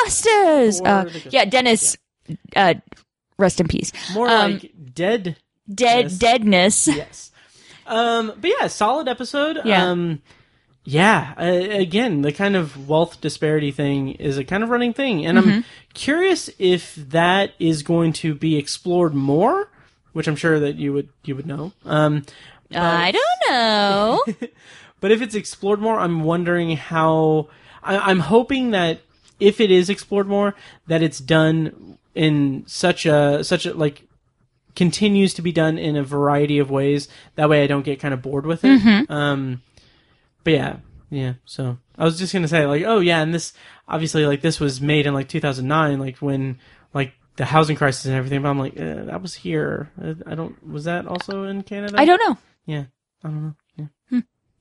Speaker 1: Ghostbusters.
Speaker 2: Or
Speaker 1: Uh,
Speaker 2: the Ghostbusters,
Speaker 1: yeah, Dennis uh rest in peace.
Speaker 2: More
Speaker 1: um,
Speaker 2: like dead.
Speaker 1: dead
Speaker 2: Yes.
Speaker 1: deadness.
Speaker 2: Yes. Um, but yeah, solid episode.
Speaker 1: Yeah.
Speaker 2: Um, yeah. Uh, again, the kind of wealth disparity thing is a kind of running thing, and I'm curious if that is going to be explored more, which I'm sure that you would you would know. Um,
Speaker 1: I don't know.
Speaker 2: But if it's explored more, I'm wondering how. I, I'm hoping that if it is explored more, that it's done in such a such a like continues to be done in a variety of ways. That way, I don't get kind of bored with it.
Speaker 1: Mm-hmm.
Speaker 2: Um, but yeah, yeah. So I was just gonna say like, oh yeah, and this obviously like this was made in like 2009, like when like. The housing crisis and everything, but I'm like, eh, that was here. Uh, I don't. Was that also in Canada?
Speaker 1: I don't Hmm. know.
Speaker 2: Yeah, I don't know. Yeah.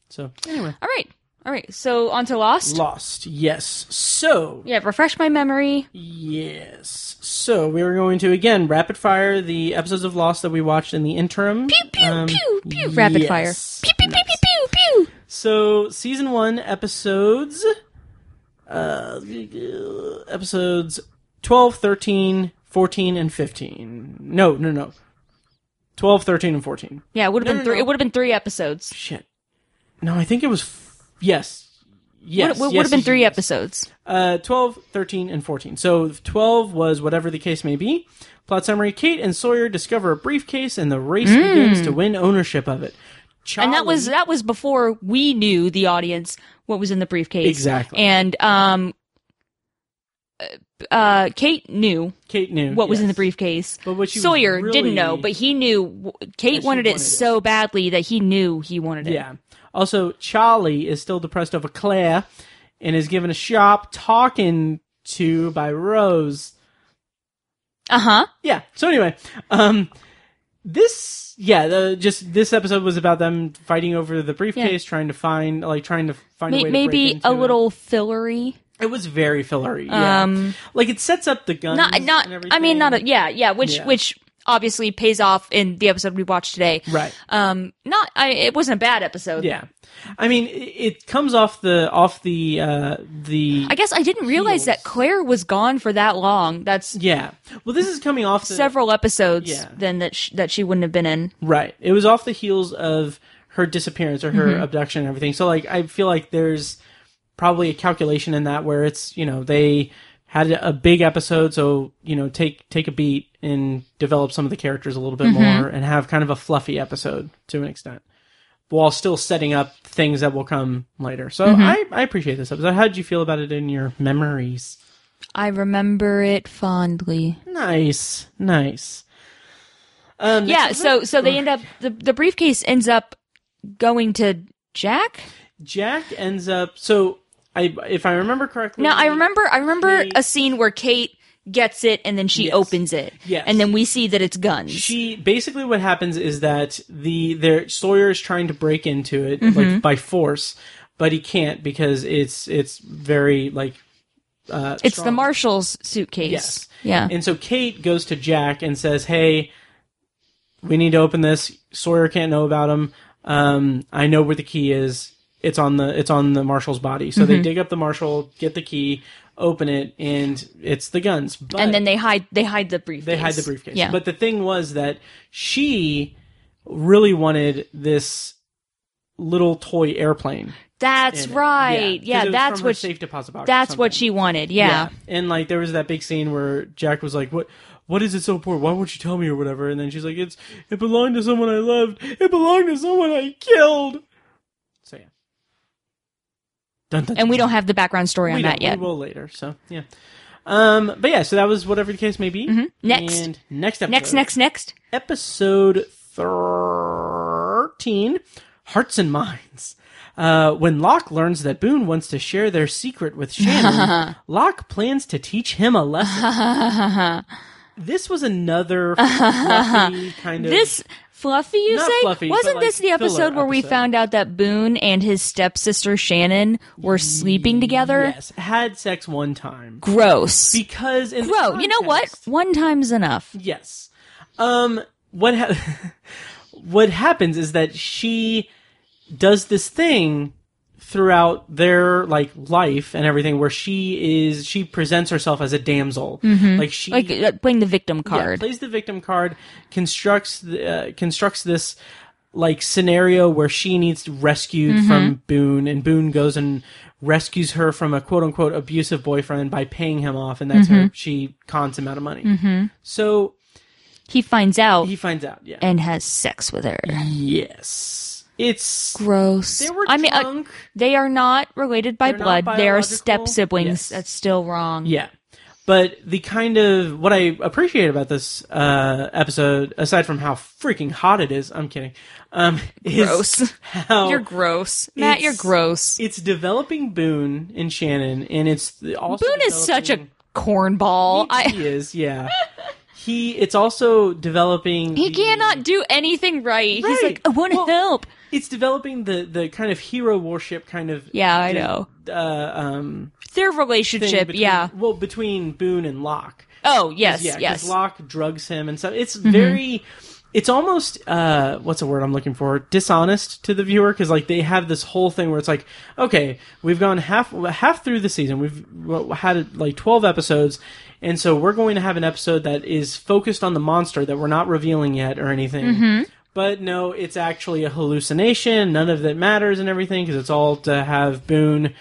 Speaker 2: So anyway,
Speaker 1: All right. All right. So on to Lost.
Speaker 2: Lost. Yes. So
Speaker 1: yeah, refresh my memory.
Speaker 2: yes. So we were going to again rapid fire the episodes of Lost that we watched in the interim. Um, Pew
Speaker 1: Pew pew pew rapid fire. Pew pew pew pew pew pew.
Speaker 2: So season one episodes, uh, episodes 12, 13, 14, and fifteen. No, no, no. 12, 13, and fourteen.
Speaker 1: Yeah, it would have been
Speaker 2: no,
Speaker 1: three
Speaker 2: no.
Speaker 1: it would have been three episodes.
Speaker 2: Shit. No, I think it was. F- yes. Yes.
Speaker 1: would would
Speaker 2: yes,
Speaker 1: have been
Speaker 2: yes,
Speaker 1: three
Speaker 2: yes.
Speaker 1: episodes.
Speaker 2: Uh, 12, 13, and 14. So 12 was whatever the case may be. Plot summary Kate and Sawyer discover a briefcase and the race begins to win ownership of it.
Speaker 1: Hmm. And that was
Speaker 2: Charlie-
Speaker 1: that was before we knew the audience what was in the briefcase.
Speaker 2: Exactly.
Speaker 1: And um uh Kate knew
Speaker 2: Kate knew
Speaker 1: what was in the
Speaker 2: yes.
Speaker 1: briefcase.
Speaker 2: But what she was
Speaker 1: Sawyer
Speaker 2: really-
Speaker 1: didn't know, but he knew Kate
Speaker 2: she
Speaker 1: wanted it
Speaker 2: wanted it.
Speaker 1: so badly that he knew he wanted it.
Speaker 2: Yeah. Also, Charlie is still depressed over Claire and is given a sharp talking to by Rose.
Speaker 1: Uh-huh.
Speaker 2: yeah. So anyway, um, this yeah, the, just this episode was about them fighting over the briefcase, trying to find like trying to find a way
Speaker 1: May-
Speaker 2: to
Speaker 1: maybe
Speaker 2: break into
Speaker 1: a
Speaker 2: it.
Speaker 1: little fillery.
Speaker 2: It was very fillery. Yeah.
Speaker 1: Um,
Speaker 2: like it sets up the guns.
Speaker 1: Not, not.
Speaker 2: and
Speaker 1: I mean, not.
Speaker 2: everything.
Speaker 1: A, yeah, yeah. Which,
Speaker 2: Yeah.
Speaker 1: which obviously pays off in the episode we watched today.
Speaker 2: Right.
Speaker 1: Um. Not. I. It wasn't a bad episode.
Speaker 2: Yeah. I mean, it, it comes off the off the uh the.
Speaker 1: I guess I didn't realize
Speaker 2: Heels.
Speaker 1: that Claire was gone for that long. That's
Speaker 2: yeah. Well, this is coming off the,
Speaker 1: several episodes.
Speaker 2: Yeah.
Speaker 1: Then that sh- that she wouldn't have been in.
Speaker 2: Right. It was off the heels of her disappearance or
Speaker 1: Mm-hmm.
Speaker 2: her abduction and everything. So like I feel like there's probably a calculation in that where it's, you know, they had a big episode so, you know, take take a beat and develop some of the characters a little bit
Speaker 1: Mm-hmm.
Speaker 2: more and have kind of a fluffy episode to an extent. While still setting up things that will come later. So
Speaker 1: Mm-hmm.
Speaker 2: I, I appreciate this episode. How did you feel about it in your memories?
Speaker 1: I remember it fondly.
Speaker 2: Nice. Nice. Um,
Speaker 1: Yeah. So so they end up the the briefcase ends up going to Jack.
Speaker 2: Jack ends up so I if I remember correctly.
Speaker 1: Now I remember I remember
Speaker 2: Kate-
Speaker 1: a scene where Kate gets it and then she
Speaker 2: Yes.
Speaker 1: opens it.
Speaker 2: Yes.
Speaker 1: And then we see that it's guns.
Speaker 2: She basically what happens is that the their Sawyer is trying to break into it
Speaker 1: Mm-hmm.
Speaker 2: like by force, but he can't because it's it's very like uh,
Speaker 1: it's the
Speaker 2: strong.
Speaker 1: marshal's suitcase.
Speaker 2: Yes.
Speaker 1: Yeah.
Speaker 2: And so Kate goes to Jack and says, "Hey, we need to open this. Sawyer can't know about him. Um, I know where the key is. It's on the it's on the marshal's body." So
Speaker 1: Mm-hmm.
Speaker 2: they dig up the marshal, get the key, open it, and it's the guns. But
Speaker 1: and then they hide they hide the briefcase.
Speaker 2: they hide the briefcase.
Speaker 1: Yeah.
Speaker 2: But the thing was that she really wanted this little toy airplane.
Speaker 1: that's
Speaker 2: in it.
Speaker 1: right.
Speaker 2: 'cause
Speaker 1: Yeah,
Speaker 2: it was
Speaker 1: that's
Speaker 2: from her
Speaker 1: what
Speaker 2: safe deposit box. or
Speaker 1: that's what
Speaker 2: something.
Speaker 1: she wanted. Yeah.
Speaker 2: And like there was that big scene where Jack was like, "What? What is it so important? Why won't you tell me or whatever?" And then she's like, "It's it belonged to someone I loved. It belonged to someone I killed." So yeah. Dun, dun,
Speaker 1: And we don't have the background story
Speaker 2: we
Speaker 1: on
Speaker 2: don't.
Speaker 1: that yet.
Speaker 2: We will later. So yeah. Um, but yeah, so that was whatever the case may be.
Speaker 1: Mm-hmm. Next.
Speaker 2: and next episode,
Speaker 1: Next, next, next.
Speaker 2: episode thirteen, hearts and minds. Uh, when Locke learns that Boone wants to share their secret with Shannon, Locke plans to teach him a lesson. this was another fluffy kind of
Speaker 1: This fluffy, you
Speaker 2: Not
Speaker 1: say?
Speaker 2: Fluffy, but,
Speaker 1: Wasn't
Speaker 2: like,
Speaker 1: this the episode
Speaker 2: filler
Speaker 1: where we
Speaker 2: episode.
Speaker 1: found out that Boone and his stepsister Shannon were sleeping together?
Speaker 2: yes had sex one time
Speaker 1: Gross.
Speaker 2: because in the
Speaker 1: Bro, you know what?
Speaker 2: context-
Speaker 1: One time's enough.
Speaker 2: Yes. Um. What ha- What happens is that she does this thing throughout their like life and everything, where she is she presents herself as a damsel, like she
Speaker 1: Like uh, playing the victim
Speaker 2: yeah,
Speaker 1: card.
Speaker 2: plays the victim card, constructs the, uh, constructs this like scenario where she needs rescued
Speaker 1: Mm-hmm.
Speaker 2: from Boone, and Boone goes and rescues her from a quote unquote abusive boyfriend by paying him off, and that's
Speaker 1: Mm-hmm.
Speaker 2: her she cons him out of money. So
Speaker 1: he finds out
Speaker 2: he finds out. Yeah.
Speaker 1: and has sex with her.
Speaker 2: yes. It's
Speaker 1: Gross.
Speaker 2: they were
Speaker 1: I mean, uh,
Speaker 2: drunk.
Speaker 1: they are not related by
Speaker 2: They're not
Speaker 1: blood. They are
Speaker 2: biological.
Speaker 1: step siblings.
Speaker 2: Yes.
Speaker 1: That's still wrong.
Speaker 2: yeah. But the kind of what I appreciate about this uh, episode, aside from how freaking hot it is, I'm kidding. Um, is
Speaker 1: Gross.
Speaker 2: How
Speaker 1: You're gross, Matt. You're
Speaker 2: Oh. It's-
Speaker 1: gross.
Speaker 2: it's developing Boone and Shannon, and it's th- also
Speaker 1: Boone is such a
Speaker 2: developing-
Speaker 1: cornball. I
Speaker 2: he is yeah. He it's also developing.
Speaker 1: he
Speaker 2: the-
Speaker 1: cannot do anything right. He's
Speaker 2: Right.
Speaker 1: like, I want to
Speaker 2: Well-
Speaker 1: help.
Speaker 2: It's developing the the kind of hero worship kind of
Speaker 1: Yeah, I know
Speaker 2: uh, um
Speaker 1: their
Speaker 2: thing
Speaker 1: relationship.
Speaker 2: between-
Speaker 1: yeah.
Speaker 2: Well, between Boone and Locke.
Speaker 1: Oh yes,
Speaker 2: Yeah, 'cause
Speaker 1: yes. Mm-hmm.
Speaker 2: Locke drugs him and stuff. It's very. It's almost uh, what's the word I'm looking for? Dishonest to the viewer because like they have this whole thing where it's like, okay, we've gone half half through the season. We've well, had like 12 episodes, and so we're going to have an episode that is focused on the monster that we're not revealing yet or anything.
Speaker 1: Mm-hmm.
Speaker 2: But no, it's actually a hallucination. None of that matters and everything because it's all to have Boone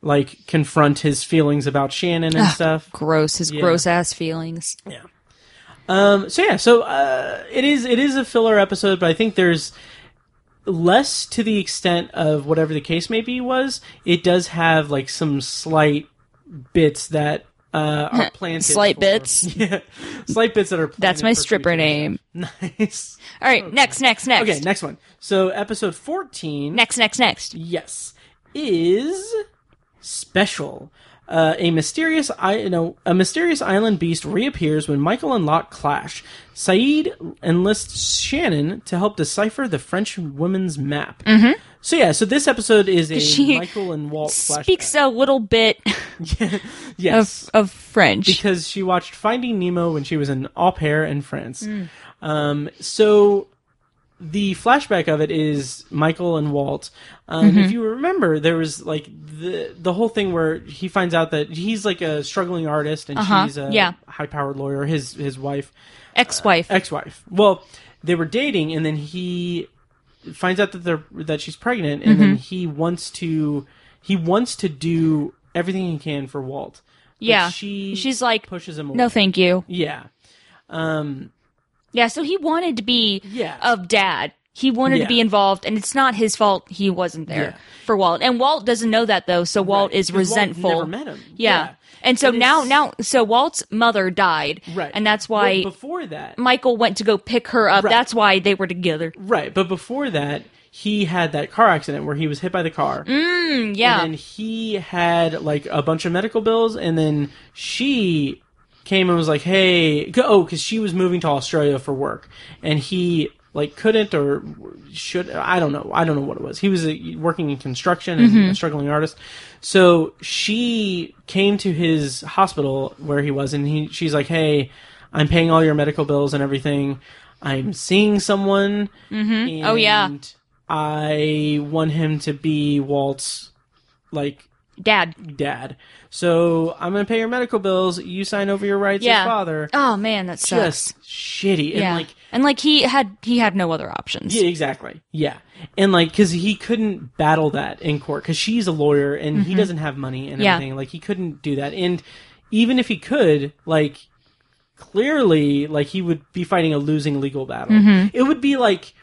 Speaker 2: like confront his feelings about Shannon and stuff.
Speaker 1: gross. His gross ass feelings.
Speaker 2: Um, so yeah, so uh, it is it is a filler episode, but I think there's less to the extent of whatever the case may be was. It does have like some slight bits that uh, are planted.
Speaker 1: Slight
Speaker 2: for-
Speaker 1: bits.
Speaker 2: yeah, slight bits that are. Planted
Speaker 1: That's my
Speaker 2: for
Speaker 1: stripper
Speaker 2: future-
Speaker 1: name.
Speaker 2: Nice.
Speaker 1: All right, next, next, next.
Speaker 2: Oh, Okay, next one. So episode fourteen.
Speaker 1: next, next, next.
Speaker 2: Yes, is special. Uh, a mysterious, I no, a mysterious island beast reappears when Michael and Locke clash. Saeed enlists Shannon to help decipher the French woman's map. Mm-hmm. So yeah, so this episode is a
Speaker 1: She
Speaker 2: Michael and Walt flashback.
Speaker 1: Speaks a little bit
Speaker 2: yes,
Speaker 1: of of French.
Speaker 2: because she watched Finding Nemo when she was an au pair in France.
Speaker 1: Mm.
Speaker 2: Um, so the flashback of it is Michael and Walt. Um,
Speaker 1: Mm-hmm.
Speaker 2: If you remember, there was like the the whole thing where he finds out that he's like a struggling artist and
Speaker 1: Uh-huh,
Speaker 2: she's a
Speaker 1: yeah.
Speaker 2: high powered lawyer. His his wife,
Speaker 1: Ex-wife.
Speaker 2: ex wife. Well, they were dating, and then he finds out that they're that she's pregnant, and
Speaker 1: Mm-hmm.
Speaker 2: then he wants to he wants to do everything he can for Walt. But
Speaker 1: yeah.
Speaker 2: she
Speaker 1: She's like,
Speaker 2: pushes him away.
Speaker 1: no, thank you.
Speaker 2: Yeah. Um,
Speaker 1: Yeah, so he wanted to be
Speaker 2: Yeah.
Speaker 1: of dad. He wanted
Speaker 2: Yeah.
Speaker 1: to be involved, and it's not his fault he wasn't there
Speaker 2: Yeah.
Speaker 1: for Walt. And Walt doesn't know that though, so Walt
Speaker 2: Right,
Speaker 1: is
Speaker 2: because Walt
Speaker 1: resentful.
Speaker 2: never met him.
Speaker 1: Yeah.
Speaker 2: Yeah.
Speaker 1: And so
Speaker 2: And
Speaker 1: now
Speaker 2: it's-
Speaker 1: now so Walt's mother died.
Speaker 2: right.
Speaker 1: And that's why Mm.
Speaker 2: But before that,
Speaker 1: Michael went to go pick her up.
Speaker 2: Right.
Speaker 1: That's why they were together.
Speaker 2: right. But before that, he had that car accident where he was hit by the car.
Speaker 1: Mm, yeah.
Speaker 2: And he had like a bunch of medical bills, and then she came and was like, "Hey, go!" Oh, because she was moving to Australia for work, and he like couldn't or should I don't know I don't know what it was. He was uh, working in construction and
Speaker 1: Mm-hmm.
Speaker 2: a struggling artist, so she came to his hospital where he was, and he she's like, "Hey, I'm paying all your medical bills and everything. I'm seeing someone. Mm-hmm.
Speaker 1: Oh, yeah.
Speaker 2: I want him to be Walt's like
Speaker 1: Dad.
Speaker 2: dad. So I'm gonna pay your medical bills. You sign over your rights
Speaker 1: Yeah.
Speaker 2: as father.
Speaker 1: Oh man, that sucks.
Speaker 2: Just shitty.
Speaker 1: yeah.
Speaker 2: And like
Speaker 1: and like he had he had no other options.
Speaker 2: yeah, exactly. Yeah. And like cuz he couldn't battle that in court cuz she's a lawyer and he doesn't have money and
Speaker 1: Mm-hmm. Yeah.
Speaker 2: everything. Like he couldn't do that. And even if he could, like clearly like he would be fighting a losing legal battle.
Speaker 1: Mm-hmm.
Speaker 2: It would be like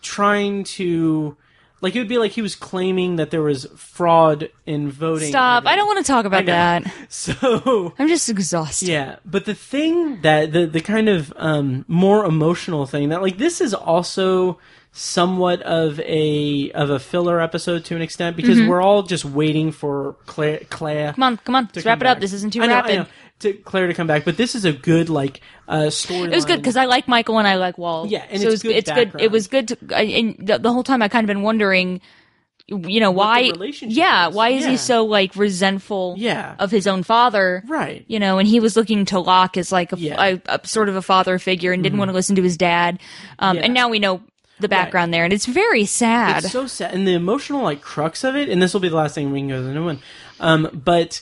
Speaker 2: trying to like it would be like he was claiming that there was fraud in voting. and
Speaker 1: Stop. I
Speaker 2: everything.
Speaker 1: don't want to talk about
Speaker 2: know.
Speaker 1: that.
Speaker 2: So
Speaker 1: I'm just exhausted.
Speaker 2: Yeah, but the thing that the the kind of um, more emotional thing that like this is also somewhat of a of a filler episode to an extent because we're all just waiting for Claire. Claire
Speaker 1: Mm-hmm. Come on, come on. Let's wrap it up. This isn't too rapid.
Speaker 2: To Claire to come back, but this is a good like uh, story.
Speaker 1: It was good because I like Michael and I like Wall.
Speaker 2: Yeah, and
Speaker 1: so it
Speaker 2: it's
Speaker 1: was,
Speaker 2: good
Speaker 1: it's good. It
Speaker 2: background.
Speaker 1: was good. To, I, and the, the whole time I kind of been wondering, you know, why?
Speaker 2: relationship
Speaker 1: Yeah,
Speaker 2: is.
Speaker 1: why is
Speaker 2: Yeah.
Speaker 1: he so like resentful?
Speaker 2: Yeah.
Speaker 1: of his own father.
Speaker 2: Right.
Speaker 1: You know, and he was looking to Locke as like a,
Speaker 2: Yeah. Mm-hmm.
Speaker 1: a- a sort of a father figure and didn't want to listen to his dad. Um,
Speaker 2: Yeah.
Speaker 1: and now we know the background there, and it's very sad.
Speaker 2: It's so sad, and the emotional like crux of it, and this will be the last thing we can go to the new one. Um, but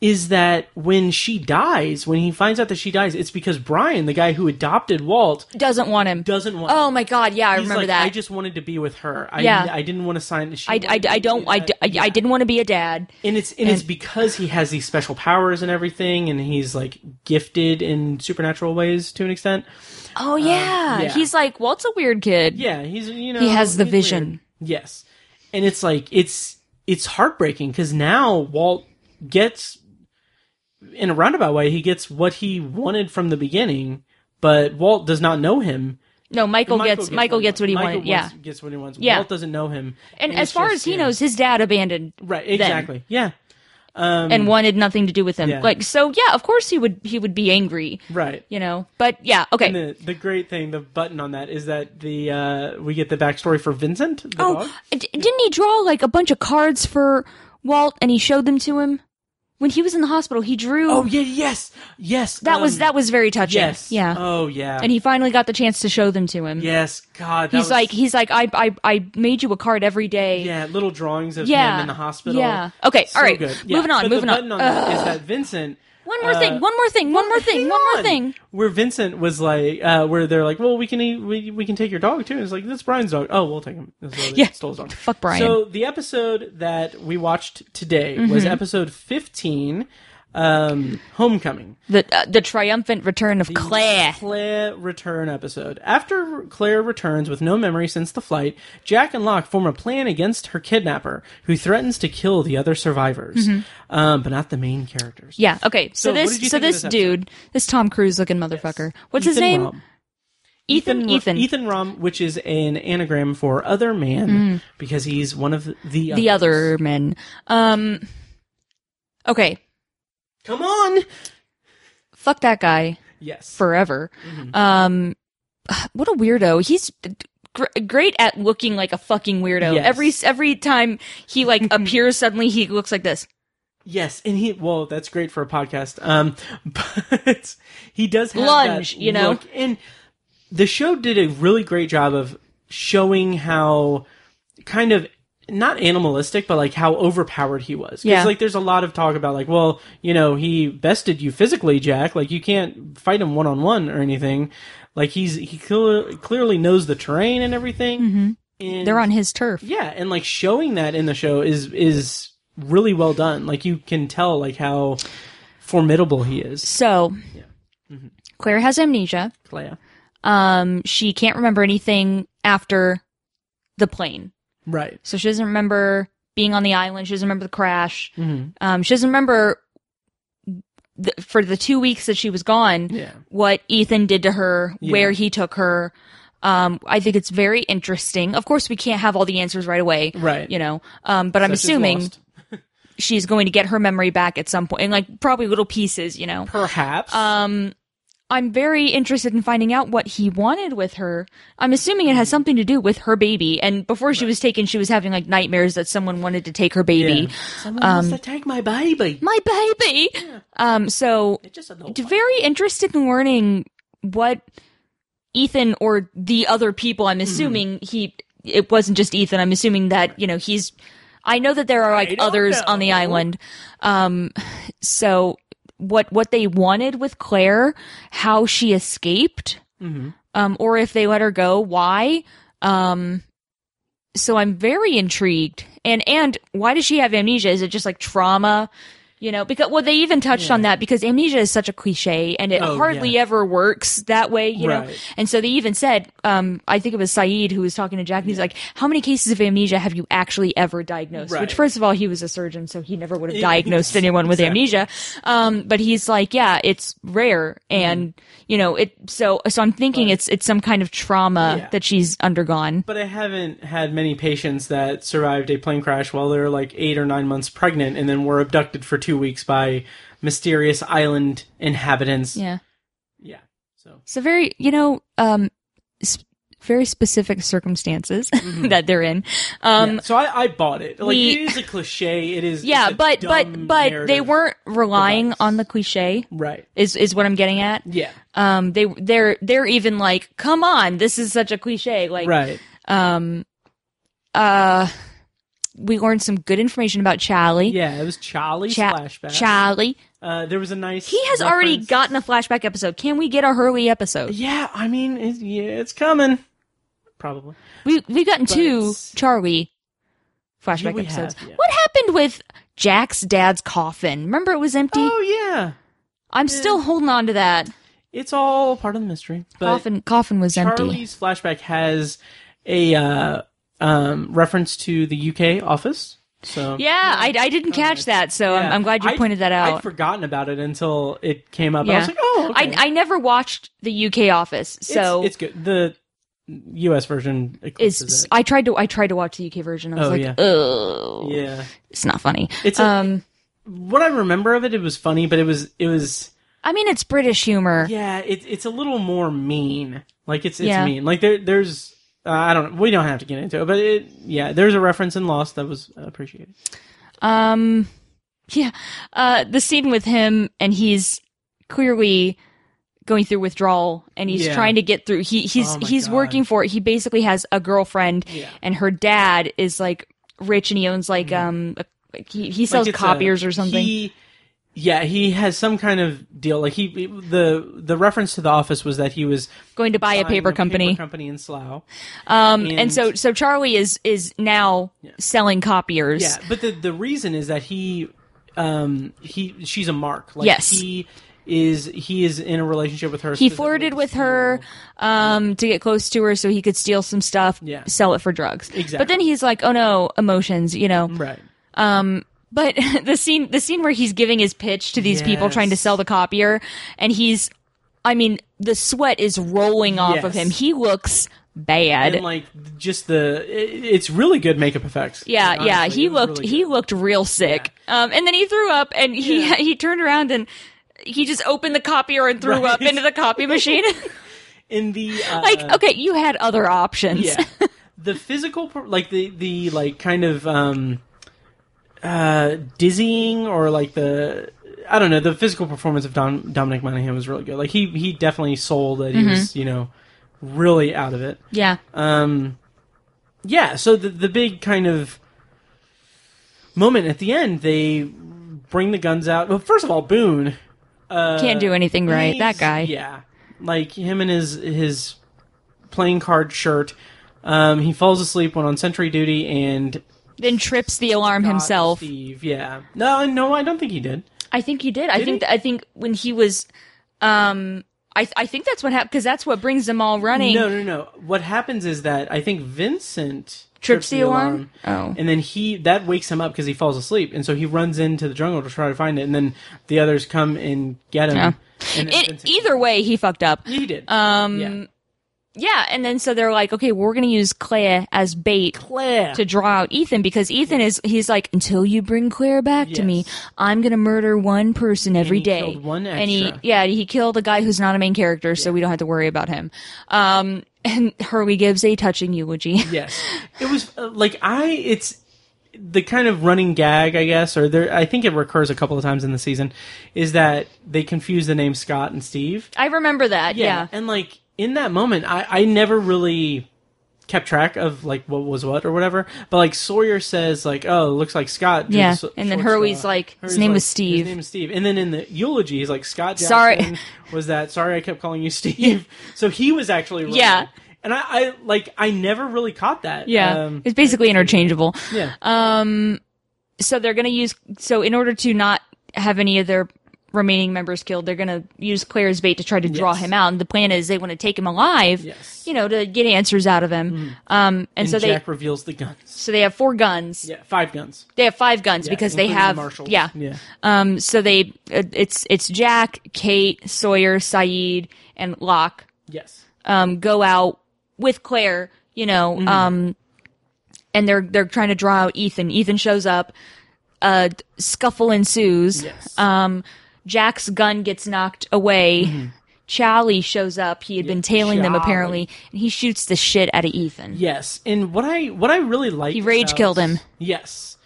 Speaker 2: is that when she dies, when he finds out that she dies, it's because Brian, the guy who adopted Walt,
Speaker 1: doesn't want him.
Speaker 2: doesn't want.
Speaker 1: Oh my god! Yeah, I
Speaker 2: He's
Speaker 1: remember
Speaker 2: like,
Speaker 1: that.
Speaker 2: I just wanted to be with her. I,
Speaker 1: Yeah.
Speaker 2: I didn't want to sign. She
Speaker 1: I, I,
Speaker 2: wanted
Speaker 1: I
Speaker 2: to
Speaker 1: don't
Speaker 2: do
Speaker 1: I,
Speaker 2: that.
Speaker 1: I, I didn't want to be a dad.
Speaker 2: and it's and, it's because he has these special powers and everything, and he's like gifted in supernatural ways to an extent.
Speaker 1: Oh yeah,
Speaker 2: Um, yeah.
Speaker 1: he's like Walt's a weird kid.
Speaker 2: Yeah, he's you know
Speaker 1: He has the
Speaker 2: he's weird.
Speaker 1: vision.
Speaker 2: Yes, and it's like it's it's heartbreaking because now Walt gets in a roundabout way he gets what he wanted from the beginning, but Walt does not know him.
Speaker 1: No, Michael, gets, Michael
Speaker 2: he
Speaker 1: gets what he
Speaker 2: Michael
Speaker 1: wanted. Yeah,
Speaker 2: wants- gets what he wants.
Speaker 1: Yeah.
Speaker 2: Walt doesn't know him,
Speaker 1: and
Speaker 2: it's
Speaker 1: as far
Speaker 2: just,
Speaker 1: as he
Speaker 2: yeah.
Speaker 1: knows, his dad abandoned
Speaker 2: right? Exactly. Yeah.
Speaker 1: and wanted nothing to do with him.
Speaker 2: Um, Yeah.
Speaker 1: Like so, yeah, of course he would he would be angry,
Speaker 2: Right.
Speaker 1: you know. But yeah, okay.
Speaker 2: And the the great thing, the button on that is that the uh we get the backstory for Vincent. The dog.
Speaker 1: oh, d- didn't he draw like a bunch of cards for Walt and he showed them to him when he was in the hospital? He drew.
Speaker 2: Oh yeah. Yes. Yes.
Speaker 1: that was
Speaker 2: um,
Speaker 1: that was very touching.
Speaker 2: Yes.
Speaker 1: Yeah.
Speaker 2: Oh yeah.
Speaker 1: and he finally got the chance to show them to him.
Speaker 2: Yes, God, that
Speaker 1: He's
Speaker 2: was-
Speaker 1: like he's like I I I made you a card every day.
Speaker 2: yeah, little drawings of
Speaker 1: Yeah,
Speaker 2: him in the hospital.
Speaker 1: yeah. Okay,
Speaker 2: so
Speaker 1: all right,
Speaker 2: good. Yeah,
Speaker 1: moving on,
Speaker 2: but
Speaker 1: moving
Speaker 2: the
Speaker 1: on.
Speaker 2: button on that is that Vincent.
Speaker 1: One more
Speaker 2: uh,
Speaker 1: thing. One more thing. One more thing.
Speaker 2: hang
Speaker 1: One more
Speaker 2: on.
Speaker 1: thing.
Speaker 2: Where Vincent was like, uh, where they're like, well, we can eat, we, we can take your dog too. And it's like that's Brian's dog. Oh, we'll take him. And So they
Speaker 1: Yeah.
Speaker 2: stole his dog.
Speaker 1: Fuck Brian. Mm-hmm.
Speaker 2: So the episode that we watched today was episode fifteen, um, Homecoming.
Speaker 1: The uh, the triumphant return of Claire.
Speaker 2: Claire return episode. After Claire returns with no memory since the flight, Jack and Locke form a plan against her kidnapper, who threatens to kill the other survivors, um, but not the main characters.
Speaker 1: Mm-hmm. Yeah. Okay. So,
Speaker 2: So what
Speaker 1: this
Speaker 2: did you
Speaker 1: so
Speaker 2: think of
Speaker 1: this
Speaker 2: this
Speaker 1: dude, this Tom Cruise looking motherfucker. What's his name?
Speaker 2: Rom.
Speaker 1: Ethan.
Speaker 2: Ro-
Speaker 1: Ethan.
Speaker 2: Ethan Rom, which is an anagram for other man, because he's one of the
Speaker 1: The
Speaker 2: others.
Speaker 1: other men. Um. Okay.
Speaker 2: Come on.
Speaker 1: Fuck that guy
Speaker 2: Yes.
Speaker 1: forever.
Speaker 2: Mm-hmm.
Speaker 1: Um. What a weirdo. He's. gr- Great at looking like a fucking weirdo.
Speaker 2: Yes.
Speaker 1: Every every time he like appears suddenly, he looks like this.
Speaker 2: Yes, and he well, that's great for a podcast. Um, but he does have
Speaker 1: Lunge,
Speaker 2: that
Speaker 1: you know?
Speaker 2: look. and the show did a really great job of showing how kind of not animalistic, but like how overpowered he was. 'Cause,
Speaker 1: Yeah.
Speaker 2: like there's a lot of talk about like, well, you know, he bested you physically, Jack. Like you can't fight him one on one or anything. Like he's he cl- clearly knows the terrain and everything.
Speaker 1: Mm-hmm.
Speaker 2: And
Speaker 1: They're on his turf.
Speaker 2: yeah, and like showing that in the show is is really well done. Like you can tell like how formidable he is,
Speaker 1: So.
Speaker 2: Mm-hmm.
Speaker 1: Claire has amnesia.
Speaker 2: Clea.
Speaker 1: Um, she can't remember anything after the plane.
Speaker 2: Right.
Speaker 1: So she doesn't remember being on the island. She doesn't remember the crash.
Speaker 2: Mm-hmm.
Speaker 1: Um, she doesn't remember the, for the two weeks that she was gone
Speaker 2: Yeah.
Speaker 1: what Ethan did to her,
Speaker 2: Yeah.
Speaker 1: where he took her. Um, I think it's very interesting. Of course, we can't have all the answers right away,
Speaker 2: Right.
Speaker 1: You know, um, but I'm
Speaker 2: Such is
Speaker 1: assuming
Speaker 2: lost.
Speaker 1: she's going to get her memory back at some point, and like probably little pieces, you know.
Speaker 2: Perhaps.
Speaker 1: Um, I'm very interested in finding out what he wanted with her. I'm assuming it has
Speaker 2: Mm-hmm.
Speaker 1: something to do with her baby. And before she was taken, she was having like nightmares that someone wanted to take her baby.
Speaker 2: Someone
Speaker 1: um,
Speaker 2: wants to take my baby.
Speaker 1: My baby. Um. So
Speaker 2: Just a little.
Speaker 1: d- very interested in learning what Ethan or the other people.
Speaker 2: Mm-hmm.
Speaker 1: I'm assuming he. It wasn't just Ethan. I'm assuming that you know he's. I know that there are like
Speaker 2: don't
Speaker 1: others on the
Speaker 2: know.
Speaker 1: island. Um, so what what they wanted with Claire, how she escaped, um, or if they let her go, why? Um, so I'm very intrigued. And and why does she have amnesia? Is it just like trauma? You know, because well, they even touched on that because amnesia is such a cliche and it
Speaker 2: Oh,
Speaker 1: hardly
Speaker 2: yeah.
Speaker 1: ever works that way. You know,
Speaker 2: Right.
Speaker 1: and so they even said, um, I think it was Saeed who was talking to Jack. And he's like, "How many cases of amnesia have you actually ever diagnosed?"
Speaker 2: Right.
Speaker 1: Which, first of all, he was a surgeon, so he never would have
Speaker 2: Yes,
Speaker 1: diagnosed anyone with
Speaker 2: exactly.
Speaker 1: amnesia. Um, but he's like, "Yeah, it's rare," and
Speaker 2: Mm-hmm.
Speaker 1: you know, it. So, so I'm thinking it's it's some kind of trauma
Speaker 2: Yeah.
Speaker 1: that she's undergone.
Speaker 2: But I haven't had many patients that survived a plane crash while they're like eight or nine months pregnant and then were abducted for two weeks by mysterious island inhabitants.
Speaker 1: Yeah.
Speaker 2: Yeah. So
Speaker 1: So very, you know, um, sp- very specific circumstances that they're in. Um,
Speaker 2: Mm-hmm. Yeah. so I, I bought it. Like
Speaker 1: we-
Speaker 2: it is a cliche. It is.
Speaker 1: yeah,
Speaker 2: it's a
Speaker 1: but
Speaker 2: dumb
Speaker 1: but but they
Speaker 2: narrative.
Speaker 1: weren't relying
Speaker 2: device.
Speaker 1: on the cliche.
Speaker 2: right.
Speaker 1: Is is what I'm getting at.
Speaker 2: Yeah.
Speaker 1: Um, they they're they're even like, come on, this is such a cliche. Like,
Speaker 2: Right.
Speaker 1: um, uh, we learned some good information about Charlie.
Speaker 2: Yeah. It was Charlie's
Speaker 1: Cha-
Speaker 2: flashback.
Speaker 1: Charlie.
Speaker 2: uh, there was a nice.
Speaker 1: He has already
Speaker 2: reference-
Speaker 1: gotten a flashback episode. Can we get a Hurley episode?
Speaker 2: Yeah. I mean, it's, yeah, it's coming. Probably.
Speaker 1: We we've gotten two
Speaker 2: it's-
Speaker 1: Charlie
Speaker 2: Yeah,
Speaker 1: flashback
Speaker 2: we
Speaker 1: episodes.
Speaker 2: have, yeah.
Speaker 1: What happened with Jack's dad's coffin? Remember it was empty?
Speaker 2: Oh yeah.
Speaker 1: I'm still holding on to that.
Speaker 2: It's all part of the mystery. But
Speaker 1: coffin coffin was empty.
Speaker 2: Charlie's flashback has a uh, um, reference to the UK office. So
Speaker 1: Yeah, I, I didn't catch that, so I'm,
Speaker 2: Yeah.
Speaker 1: I'm glad you
Speaker 2: I'd-
Speaker 1: pointed that
Speaker 2: I'd
Speaker 1: out.
Speaker 2: forgotten about it until it came up. I
Speaker 1: yeah.
Speaker 2: was like, oh, okay.
Speaker 1: I, I never watched the UK office, so
Speaker 2: it's, it's good. The U.S. version
Speaker 1: is,
Speaker 2: eclipses it.
Speaker 1: I tried to I tried to watch the UK version. I was
Speaker 2: Oh,
Speaker 1: like,
Speaker 2: yeah.
Speaker 1: oh,
Speaker 2: yeah.
Speaker 1: it's not funny.
Speaker 2: It's a-
Speaker 1: um,
Speaker 2: What I remember of it, it was funny, but it was it was
Speaker 1: I mean, it's British humor.
Speaker 2: yeah. It's it's a little more mean. Like it's it's
Speaker 1: Yeah.
Speaker 2: mean. Like there there's. Uh, I don't. We don't have to get into it, but it, yeah, there's a reference in Lost that was appreciated.
Speaker 1: Um, yeah, uh, the scene with him and he's clearly going through withdrawal and he's
Speaker 2: Yeah.
Speaker 1: trying to get through. He he's
Speaker 2: Oh my
Speaker 1: he's
Speaker 2: God.
Speaker 1: working for it. He basically has a girlfriend
Speaker 2: Yeah.
Speaker 1: and her dad is like rich and he owns like um a, like, he he sells
Speaker 2: Like, it's a-
Speaker 1: copiers or something.
Speaker 2: He, yeah, he has some kind of deal. Like he, the the reference to the office was that he was
Speaker 1: going to buy a
Speaker 2: buying
Speaker 1: paper company.
Speaker 2: company in Slough.
Speaker 1: um, and,
Speaker 2: and-
Speaker 1: so so Charlie is is now selling copiers.
Speaker 2: Yeah, but the the reason is that he, um, he she's a mark. Like
Speaker 1: Yes.
Speaker 2: he is he is in a relationship with her.
Speaker 1: He
Speaker 2: specifically
Speaker 1: flirted
Speaker 2: to
Speaker 1: with her um, to get close to her so he could steal some stuff,
Speaker 2: Yeah.
Speaker 1: sell it for drugs. But
Speaker 2: Exactly.
Speaker 1: then he's like, "Oh no, emotions," you know.
Speaker 2: steal- Right.
Speaker 1: But the scene, the scene where he's giving his pitch to these people trying to
Speaker 2: Yes.
Speaker 1: sell the copier, and he's, I mean, the sweat is rolling off of
Speaker 2: Yes.
Speaker 1: him. He looks bad.
Speaker 2: And like just the it, it's really good makeup effects.
Speaker 1: yeah,
Speaker 2: Like,
Speaker 1: yeah.
Speaker 2: honestly,
Speaker 1: He
Speaker 2: it was
Speaker 1: looked,
Speaker 2: really
Speaker 1: he
Speaker 2: good.
Speaker 1: looked real sick. Um, and then he threw up, and he he turned around and. He just opened the copier and threw
Speaker 2: Right.
Speaker 1: up into the copy machine.
Speaker 2: in the uh,
Speaker 1: like, okay, you had other options.
Speaker 2: yeah the physical per- like the the like kind of um uh dizzying or like the i don't know the physical performance of Don, dominic monaghan was really good like he he definitely sold that he was
Speaker 1: Mm-hmm.
Speaker 2: you know really out of it
Speaker 1: yeah.
Speaker 2: um yeah so the the big kind of moment at the end they bring the guns out well first of all boone
Speaker 1: can't do anything right. That
Speaker 2: Uh, He's-
Speaker 1: guy.
Speaker 2: Yeah, like him and his his playing card shirt. Um, he falls asleep when on sentry duty and
Speaker 1: Then trips the alarm
Speaker 2: got
Speaker 1: himself.
Speaker 2: Steve, yeah, no, no, I don't think he did.
Speaker 1: I think you did. I think I think when he was, um, I I think that's what happened because that's what brings them all running.
Speaker 2: No, no, no. What happens is that I think Vincent
Speaker 1: Trips the alarm? Oh.
Speaker 2: and then he that wakes him up because he falls asleep, and so he runs into the jungle to try to find it, and then the others come and get him.
Speaker 1: Yeah.
Speaker 2: And then
Speaker 1: It,
Speaker 2: Vincent-
Speaker 1: either way, he fucked up.
Speaker 2: he did. Um, yeah.
Speaker 1: yeah, and then so they're like, okay, we're gonna use Claire as bait
Speaker 2: Claire.
Speaker 1: to draw out Ethan because Ethan is he's like, until you bring Claire back to me,
Speaker 2: Yes.
Speaker 1: I'm gonna murder one person every
Speaker 2: he
Speaker 1: day.
Speaker 2: killed one
Speaker 1: And he
Speaker 2: extra.
Speaker 1: yeah, he killed a guy who's not a main character, so we don't have to worry about him. Um, and Hurley gives a touching eulogy.
Speaker 2: Yes, it was uh, like I. It's the kind of running gag, I guess, or there. I think it recurs a couple of times in the season, is that they confuse the name Scott and Steve.
Speaker 1: I remember that. Yeah.
Speaker 2: and like in that moment, I I never really kept track of like what was what or whatever. But like Sawyer says, like, oh, it looks like Scott. drew
Speaker 1: Yeah,
Speaker 2: the s-
Speaker 1: and then
Speaker 2: short
Speaker 1: Hurley's
Speaker 2: straw.
Speaker 1: like, his name was Steve.
Speaker 2: His name is Steve. And then in the eulogy, he's like, Scott. Jackson
Speaker 1: Sorry.
Speaker 2: was that sorry I kept calling you Steve? so he was actually wrong.
Speaker 1: Yeah.
Speaker 2: And I, I like I never really caught that.
Speaker 1: Yeah,
Speaker 2: Um,
Speaker 1: it's uh, basically interchangeable.
Speaker 2: yeah.
Speaker 1: So they're going to use so in order to not have any of their remaining members killed, they're going to use Claire's bait to try to draw
Speaker 2: Yes.
Speaker 1: him out. And the plan is they want to take him alive,
Speaker 2: Yes. Mm-hmm.
Speaker 1: you know, to get answers out of him. Um, and,
Speaker 2: and
Speaker 1: so they
Speaker 2: Jack reveals the guns.
Speaker 1: so they have four guns.
Speaker 2: Yeah, five guns.
Speaker 1: They have five guns
Speaker 2: Yeah,
Speaker 1: because they
Speaker 2: including the
Speaker 1: have
Speaker 2: marshals.
Speaker 1: yeah.
Speaker 2: Yeah.
Speaker 1: Um, so they uh, it's it's Jack, Kate, Sawyer, Saeed, and Locke
Speaker 2: Yes.
Speaker 1: um, go out with Claire, you know,
Speaker 2: Mm-hmm.
Speaker 1: um, and they're they're trying to draw out Ethan. Ethan shows up. Uh, scuffle ensues.
Speaker 2: Yes.
Speaker 1: Um, Jack's gun gets knocked away.
Speaker 2: Mm-hmm.
Speaker 1: Charlie shows up. He had been tailing them apparently, and he shoots the shit out of Ethan.
Speaker 2: Yes, and what I what I really like
Speaker 1: He rage killed him.
Speaker 2: Yes,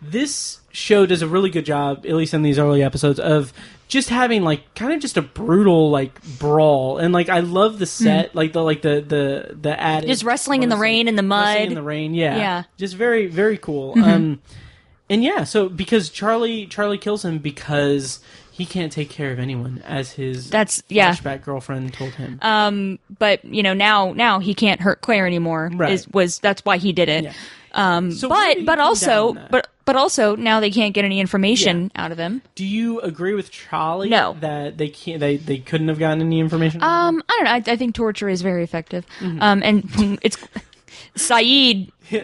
Speaker 2: this show does a really good job, at least in these early episodes, of just having like kind of just a brutal like brawl, and like I love the set, like the like the the the added
Speaker 1: Mm-hmm. Just wrestling in the rain and the
Speaker 2: wrestling
Speaker 1: mud.
Speaker 2: in the rain, yeah,
Speaker 1: Yeah. Mm-hmm.
Speaker 2: just very very cool. Um, and yeah, so because Charlie Charlie kills him because. He can't take care of anyone, as his
Speaker 1: That's- yeah. Uh,
Speaker 2: flashback girlfriend told him.
Speaker 1: But you know now now he can't hurt Claire anymore.
Speaker 2: Right.
Speaker 1: Is, was that's why he did it.
Speaker 2: Yeah.
Speaker 1: Um,
Speaker 2: So where do
Speaker 1: but
Speaker 2: you
Speaker 1: but
Speaker 2: come
Speaker 1: also
Speaker 2: down on that?
Speaker 1: but but also now they can't get any information out of him.
Speaker 2: Do you agree with Charlie?
Speaker 1: No.
Speaker 2: that they can't. They, they couldn't have gotten any information.
Speaker 1: Um, I don't know. I, I think torture is very effective.
Speaker 2: Mm-hmm.
Speaker 1: Um, and it's Saeed.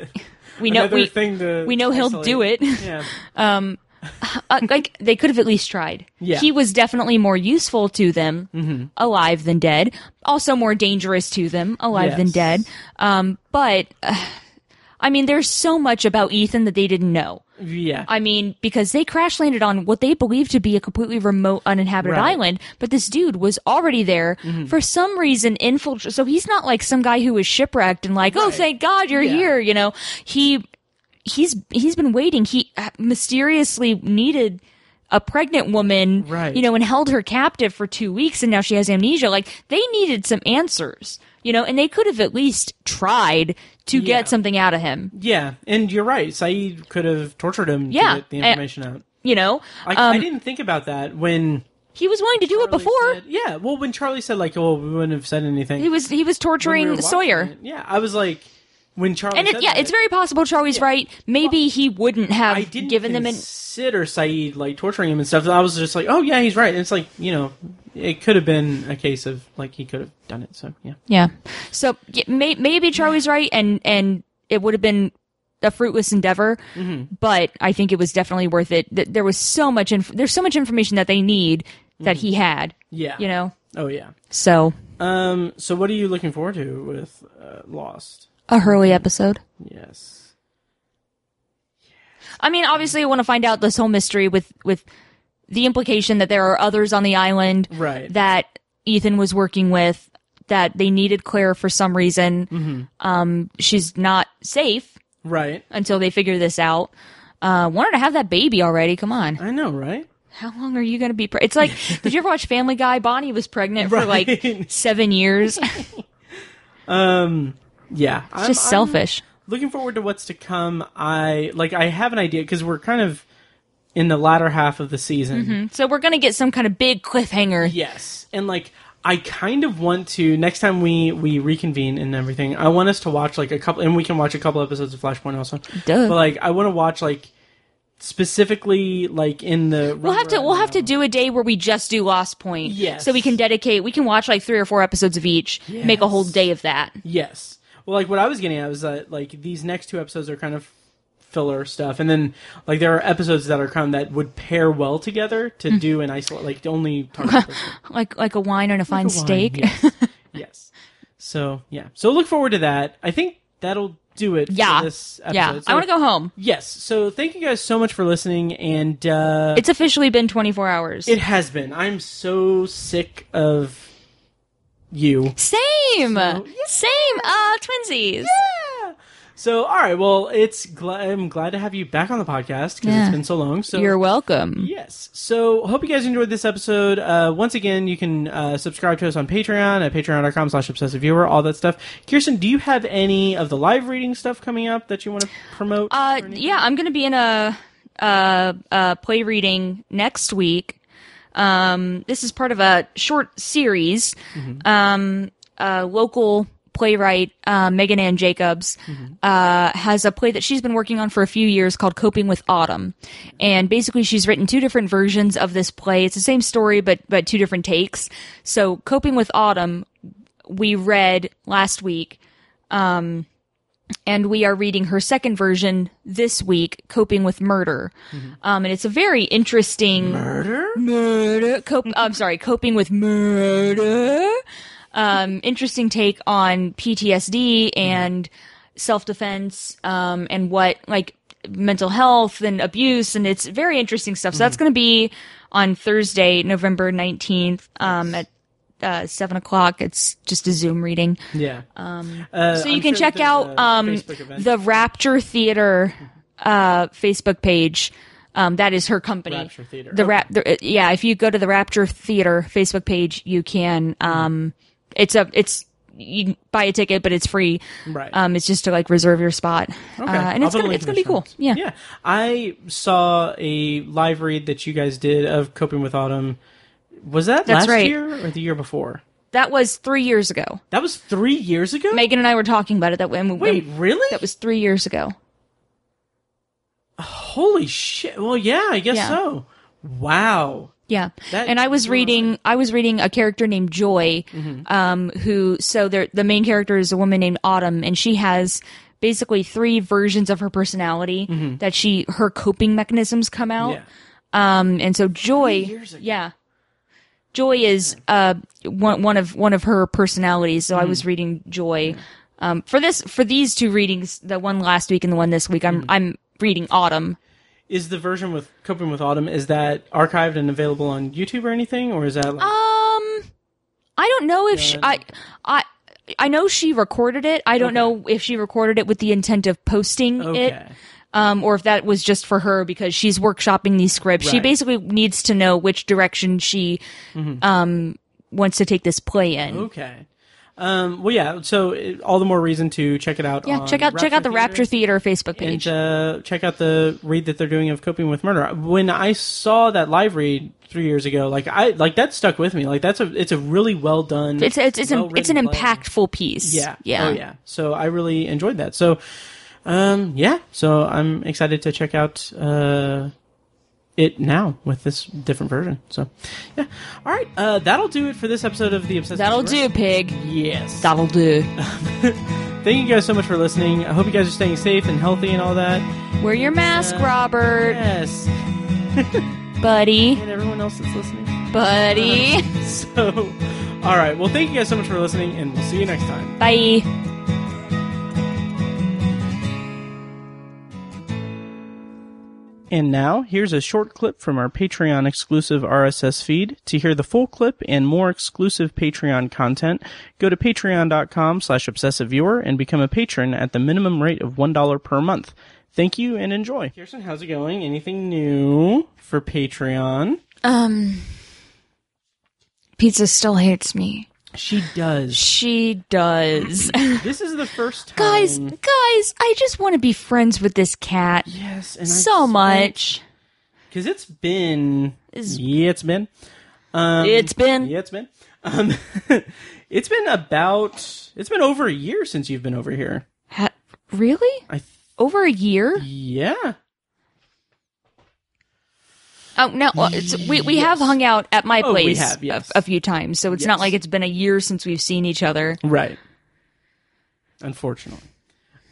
Speaker 1: We know
Speaker 2: Another
Speaker 1: we,
Speaker 2: thing to
Speaker 1: we know he'll
Speaker 2: isolate.
Speaker 1: do it.
Speaker 2: Yeah,
Speaker 1: Uh, like they could have at least tried.
Speaker 2: Yeah. Mm-hmm.
Speaker 1: He was definitely more useful to them alive than dead. Also more dangerous to them alive than
Speaker 2: Yes.
Speaker 1: dead. Um, but uh, I mean, there's so much about Ethan that they didn't know.
Speaker 2: yeah.
Speaker 1: I mean, because they crash landed on what they believed to be a completely remote, uninhabited
Speaker 2: Right. Mm-hmm.
Speaker 1: island, but this dude was already there for some reason. Infiltrated, so he's not like some guy who was shipwrecked and like, oh, thank God you're here. You know, he he's he's been waiting. He uh, mysteriously needed a pregnant woman,
Speaker 2: Right.
Speaker 1: you know, and held her captive for two weeks, and now she has amnesia. Like they needed some answers, you know, and they could have at least tried to
Speaker 2: Yeah.
Speaker 1: get something out of him.
Speaker 2: yeah, and you're right. Saeed could have tortured him
Speaker 1: Yeah,
Speaker 2: to get the
Speaker 1: and-
Speaker 2: information out.
Speaker 1: You know,
Speaker 2: I, I didn't think about that when
Speaker 1: he was willing to do it before.
Speaker 2: said- yeah, well, when Charlie said like, "Well, we wouldn't have said anything,"
Speaker 1: He was he was
Speaker 2: when we
Speaker 1: torturing
Speaker 2: were watching
Speaker 1: Sawyer.
Speaker 2: it. oh, Yeah, I was like, when Charlie
Speaker 1: And it,
Speaker 2: said
Speaker 1: yeah,
Speaker 2: that,
Speaker 1: it's very possible Charlie's right. Maybe he wouldn't have
Speaker 2: I didn't
Speaker 1: given them an
Speaker 2: consider Saeed like torturing him and stuff. I was just like, oh yeah, he's right. And it's like you know, it could have been a case of like he could have done it. So yeah,
Speaker 1: yeah. So yeah, may, maybe Charlie's right, and and it would have been a fruitless endeavor.
Speaker 2: Mm-hmm.
Speaker 1: But I think it was definitely worth it. Th- There was so much inf- there's so much information that they need that he had.
Speaker 2: Mm-hmm. yeah,
Speaker 1: You know,
Speaker 2: Oh yeah.
Speaker 1: so
Speaker 2: Um. So what are you looking forward to with uh, Lost?
Speaker 1: a Hurley episode.
Speaker 2: Yes.
Speaker 1: I mean, obviously, I want to find out this whole mystery with with the implication that there are others on the island
Speaker 2: Right.
Speaker 1: that Ethan was working with that they needed Claire for some reason.
Speaker 2: Mm-hmm.
Speaker 1: Um, she's not safe
Speaker 2: Right.
Speaker 1: until they figure this out. Uh, wanted to have that baby already. Come on,
Speaker 2: I know. Right.
Speaker 1: how long are you going to be? Pre- it's like, did you ever watch Family Guy? Bonnie was pregnant for like
Speaker 2: Right.
Speaker 1: seven years. it's
Speaker 2: Yeah. It's
Speaker 1: just selfish.
Speaker 2: looking forward to what's to come. I like. I have an idea because we're kind of in the latter half of the season.
Speaker 1: so we're going to get some kind of big cliffhanger.
Speaker 2: Yes. And like. I kind of want to next time we we reconvene and everything. I want us to watch like a couple, and we can watch a couple episodes of Flashpoint also.
Speaker 1: Duh.
Speaker 2: But like, I want to watch like specifically like in the
Speaker 1: We'll have to we'll have to do a day where we just do Lost Point.
Speaker 2: Yes.
Speaker 1: So we can dedicate we can watch like three or four episodes of each, make a whole day of that.
Speaker 2: Yes. Well, like what I was getting at was that like these next two episodes are kind of filler stuff, and then like there are episodes that are kind of that would pair well together to
Speaker 1: Mm.
Speaker 2: do and isolate, like to only talk. about this.
Speaker 1: Like like a wine and a fine
Speaker 2: Wine,
Speaker 1: steak.
Speaker 2: Yes. yes. So yeah, so look forward to that. I think that'll do it.
Speaker 1: Yeah.
Speaker 2: for this episode.
Speaker 1: Yeah.
Speaker 2: So-
Speaker 1: I want to go home.
Speaker 2: Yes. So thank you guys so much for listening, and uh,
Speaker 1: It's officially been 24 hours.
Speaker 2: it has been. I'm so sick of you.
Speaker 1: Same.
Speaker 2: So-
Speaker 1: Same. Uh, twinsies.
Speaker 2: So all right, well, it's gl- I'm glad to have you back on the podcast because
Speaker 1: Yeah.
Speaker 2: it's been so long. So
Speaker 1: You're welcome.
Speaker 2: Yes. So hope you guys enjoyed this episode. Uh, once again, you can uh, subscribe to us on Patreon at patreon.com slash obsessive viewer, all that stuff. Kirsten, do you have any of the live reading stuff coming up that you want to promote?
Speaker 1: Uh, yeah, I'm going to be in a uh, uh, play reading next week. Um, this is part of a short series. Um, a local playwright, uh, Megan Ann Jacobs, uh, has a play that she's been working on for a few years called Coping with Autumn. And basically, she's written two different versions of this play. It's the same story, but, but two different takes. So, Coping with Autumn, we read last week and we are reading her second version this week, "Coping with Murder," um, and it's a very interesting murder. Murder. Cop- I'm sorry, coping with murder. Um, interesting take on PTSD and self defense, um, and what like mental health and abuse, and it's very interesting stuff. So that's going to be on Thursday, November nineteenth, um, at uh, seven o'clock. It's just a Zoom reading
Speaker 2: yeah.
Speaker 1: um,
Speaker 2: Uh,
Speaker 1: so you can check out um, the Rapture Theater uh, Facebook page. Um, that is her company.
Speaker 2: Rapture Oh. Theater.
Speaker 1: The
Speaker 2: Okay.
Speaker 1: rap. The, uh, yeah, if you go to the Rapture Theater Facebook page, you can. Um, it's a. It's you can buy a ticket, but it's free.
Speaker 2: Right.
Speaker 1: Um, it's just to like reserve your spot.
Speaker 2: Okay.
Speaker 1: Uh, and
Speaker 2: I'll
Speaker 1: it's
Speaker 2: put a
Speaker 1: gonna
Speaker 2: link
Speaker 1: it's
Speaker 2: in
Speaker 1: gonna
Speaker 2: the
Speaker 1: be
Speaker 2: show
Speaker 1: cool.
Speaker 2: notes.
Speaker 1: Yeah.
Speaker 2: Yeah. I saw a live read that you guys did of Coping with Autumn. Was that
Speaker 1: That's
Speaker 2: last
Speaker 1: right.
Speaker 2: year or the year before?
Speaker 1: That was three years ago.
Speaker 2: That was three years ago?
Speaker 1: Megan and I were talking about it. That when, when-
Speaker 2: Wait, really?
Speaker 1: That was three years ago.
Speaker 2: Holy shit. Well, yeah, I guess
Speaker 1: Yeah.
Speaker 2: so. Wow.
Speaker 1: Yeah,
Speaker 2: That
Speaker 1: and I was
Speaker 2: blows
Speaker 1: reading. I was reading a character named Joy,
Speaker 2: Mm-hmm.
Speaker 1: um, who so there- the main character is a woman named Autumn, and she has basically three versions of her personality
Speaker 2: Mm-hmm.
Speaker 1: that she her coping mechanisms come out.
Speaker 2: Yeah.
Speaker 1: Um, and so Joy, yeah, Joy is uh one one of one of her personalities. So I
Speaker 2: Mm.
Speaker 1: was reading Joy. Um, for this for these two readings, the one last week and the one this week,
Speaker 2: Mm.
Speaker 1: I'm I'm reading Autumn.
Speaker 2: Is the version with Coping with Autumn, is that archived and available on YouTube or anything? Or is that
Speaker 1: Um,
Speaker 2: like.
Speaker 1: I don't know if she, I, I, I know she recorded it. I don't know if she recorded it with the intent of posting
Speaker 2: okay.
Speaker 1: it, um, or if that was just for her because she's workshopping these scripts. She
Speaker 2: Right. Mm-hmm.
Speaker 1: basically needs to know which direction she, um, wants to take this play in.
Speaker 2: Okay. Um, well, yeah, so it, all the more reason to check it out.
Speaker 1: Yeah,
Speaker 2: on
Speaker 1: check out check out the
Speaker 2: Theater.
Speaker 1: Rapture Theater Facebook
Speaker 2: and
Speaker 1: page.
Speaker 2: uh, check out the read that they're doing of coping with murder. When I saw that live read three years ago, like I like that stuck with me. Like that's a it's a really well done.
Speaker 1: it's it's it's, an, it's an
Speaker 2: well-written play.
Speaker 1: impactful piece.
Speaker 2: Yeah,
Speaker 1: yeah,
Speaker 2: oh, yeah. So I really enjoyed that. So, um, yeah. So I'm excited to check out uh, it now with this different version. So, yeah. All right, uh, that'll do it for this episode of the obsessive.
Speaker 1: That'll do,
Speaker 2: Viewer.
Speaker 1: pig.
Speaker 2: Yes.
Speaker 1: That'll do.
Speaker 2: Thank you guys so much for listening. I hope you guys are staying safe and healthy and all that.
Speaker 1: Wear your mask, Robert,
Speaker 2: Yes.
Speaker 1: buddy,
Speaker 2: And everyone else that's listening.
Speaker 1: buddy.
Speaker 2: So, all right. Well, thank you guys so much for listening, and we'll see you next time.
Speaker 1: Bye.
Speaker 2: And now, here's a short clip from our Patreon exclusive RSS feed. To hear the full clip and more exclusive Patreon content, go to patreon.com slash obsessiveviewer and become a patron at the minimum rate of $1 per month. Thank you and enjoy. Kirsten, how's it going? Anything new for Patreon?
Speaker 1: Um, Pizza still hates me.
Speaker 2: She does.
Speaker 1: She does.
Speaker 2: This is the first time.
Speaker 1: guys, guys, I just want to be friends with this cat
Speaker 2: Yes, and I
Speaker 1: so much.
Speaker 2: Because it's been. yeah, it's been. Um,
Speaker 1: it's been.
Speaker 2: Yeah, it's been. Um, it's been about. It's been over a year since you've been over here.
Speaker 1: Ha- really?
Speaker 2: I. Th-
Speaker 1: Over a year?
Speaker 2: yeah.
Speaker 1: Oh no! Well, it's, we we have hung out at my
Speaker 2: Oh, we
Speaker 1: place
Speaker 2: have,
Speaker 1: a-
Speaker 2: yes.
Speaker 1: a, few times, so it's
Speaker 2: Yes.
Speaker 1: not like it's been a year since we've seen each other.
Speaker 2: Right. Unfortunately.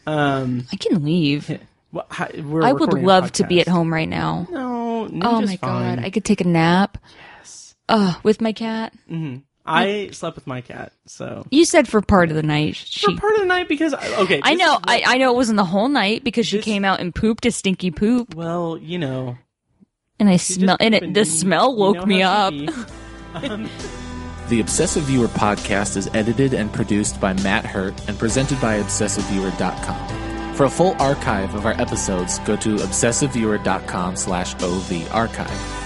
Speaker 2: Um.
Speaker 1: I can leave.
Speaker 2: Well, hi- we're
Speaker 1: I would
Speaker 2: recording a
Speaker 1: love to be at
Speaker 2: podcast.
Speaker 1: home right now.
Speaker 2: No. no
Speaker 1: oh
Speaker 2: just
Speaker 1: my
Speaker 2: fine.
Speaker 1: god! I could take a nap. Yes. Uh, with my cat.
Speaker 2: I slept with my cat, so
Speaker 1: You said for part of the night. She,
Speaker 2: for part of the night because I, okay,
Speaker 1: I
Speaker 2: this
Speaker 1: know.
Speaker 2: is-
Speaker 1: I, I know it wasn't the whole night because she
Speaker 2: This-
Speaker 1: came out and pooped a stinky poop,
Speaker 2: well, you know,
Speaker 1: and I
Speaker 2: you
Speaker 1: smell
Speaker 2: just
Speaker 1: and it,
Speaker 2: opened
Speaker 1: the
Speaker 2: and
Speaker 1: smell
Speaker 2: you
Speaker 1: woke
Speaker 2: know
Speaker 1: me
Speaker 2: how
Speaker 1: up.
Speaker 2: she be.
Speaker 10: The Obsessive Viewer podcast is edited and produced by Matt Hurt and presented by ObsessiveViewer.com. For a full archive of our episodes, go to ObsessiveViewer.com slash OV archive.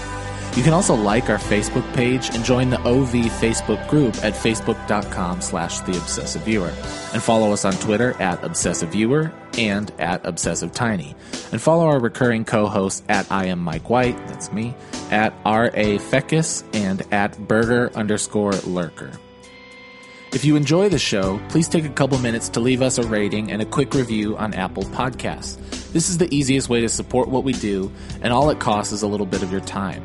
Speaker 10: You can also like our Facebook page and join the OV Facebook group at Facebook.com slash The Obsessive Viewer. And follow us on Twitter at Obsessive Viewer and at Obsessive Tiny. And follow our recurring co-hosts at I Am Mike White, that's me, at R.A. Fecus, and at Burger underscore Lurker. If you enjoy the show, please take a couple minutes to leave us a rating and a quick review on Apple Podcasts. This is the easiest way to support what we do, and all it costs is a little bit of your time.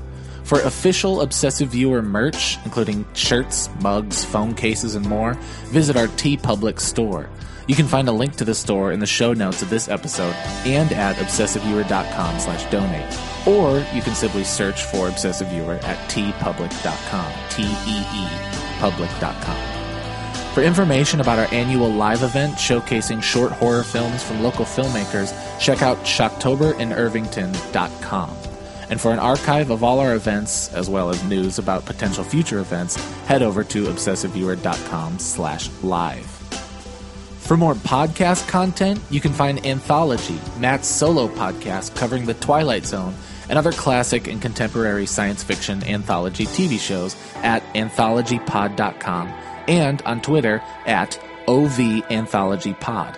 Speaker 10: For official Obsessive Viewer merch, including shirts, mugs, phone cases, and more, visit our T Public store. You can find a link to the store in the show notes of this episode and at obsessiveviewer.com slash donate. Or you can simply search for Obsessive Viewer at tpublic.com, T-E-E, public.com. For information about our annual live event showcasing short horror films from local filmmakers, check out shocktoberinirvington.com. And for an archive of all our events, as well as news about potential future events, head over to obsessiveviewer.com slash live. For more podcast content, you can find Anthology, Matt's solo podcast covering The Twilight Zone and other classic and contemporary science fiction anthology TV shows at anthologypod.com and on Twitter at OVAnthologyPod.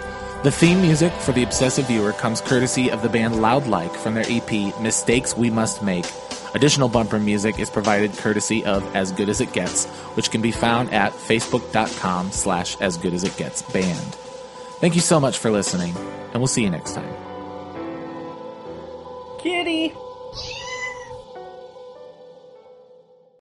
Speaker 10: The theme music for The Obsessive Viewer comes courtesy of the band Loud Like from their EP Mistakes We Must Make. Additional bumper music is provided courtesy of As Good As It Gets, which can be found at facebook.com slash as good as it gets band. Thank you so much for listening, and we'll see you next time.
Speaker 2: Kitty.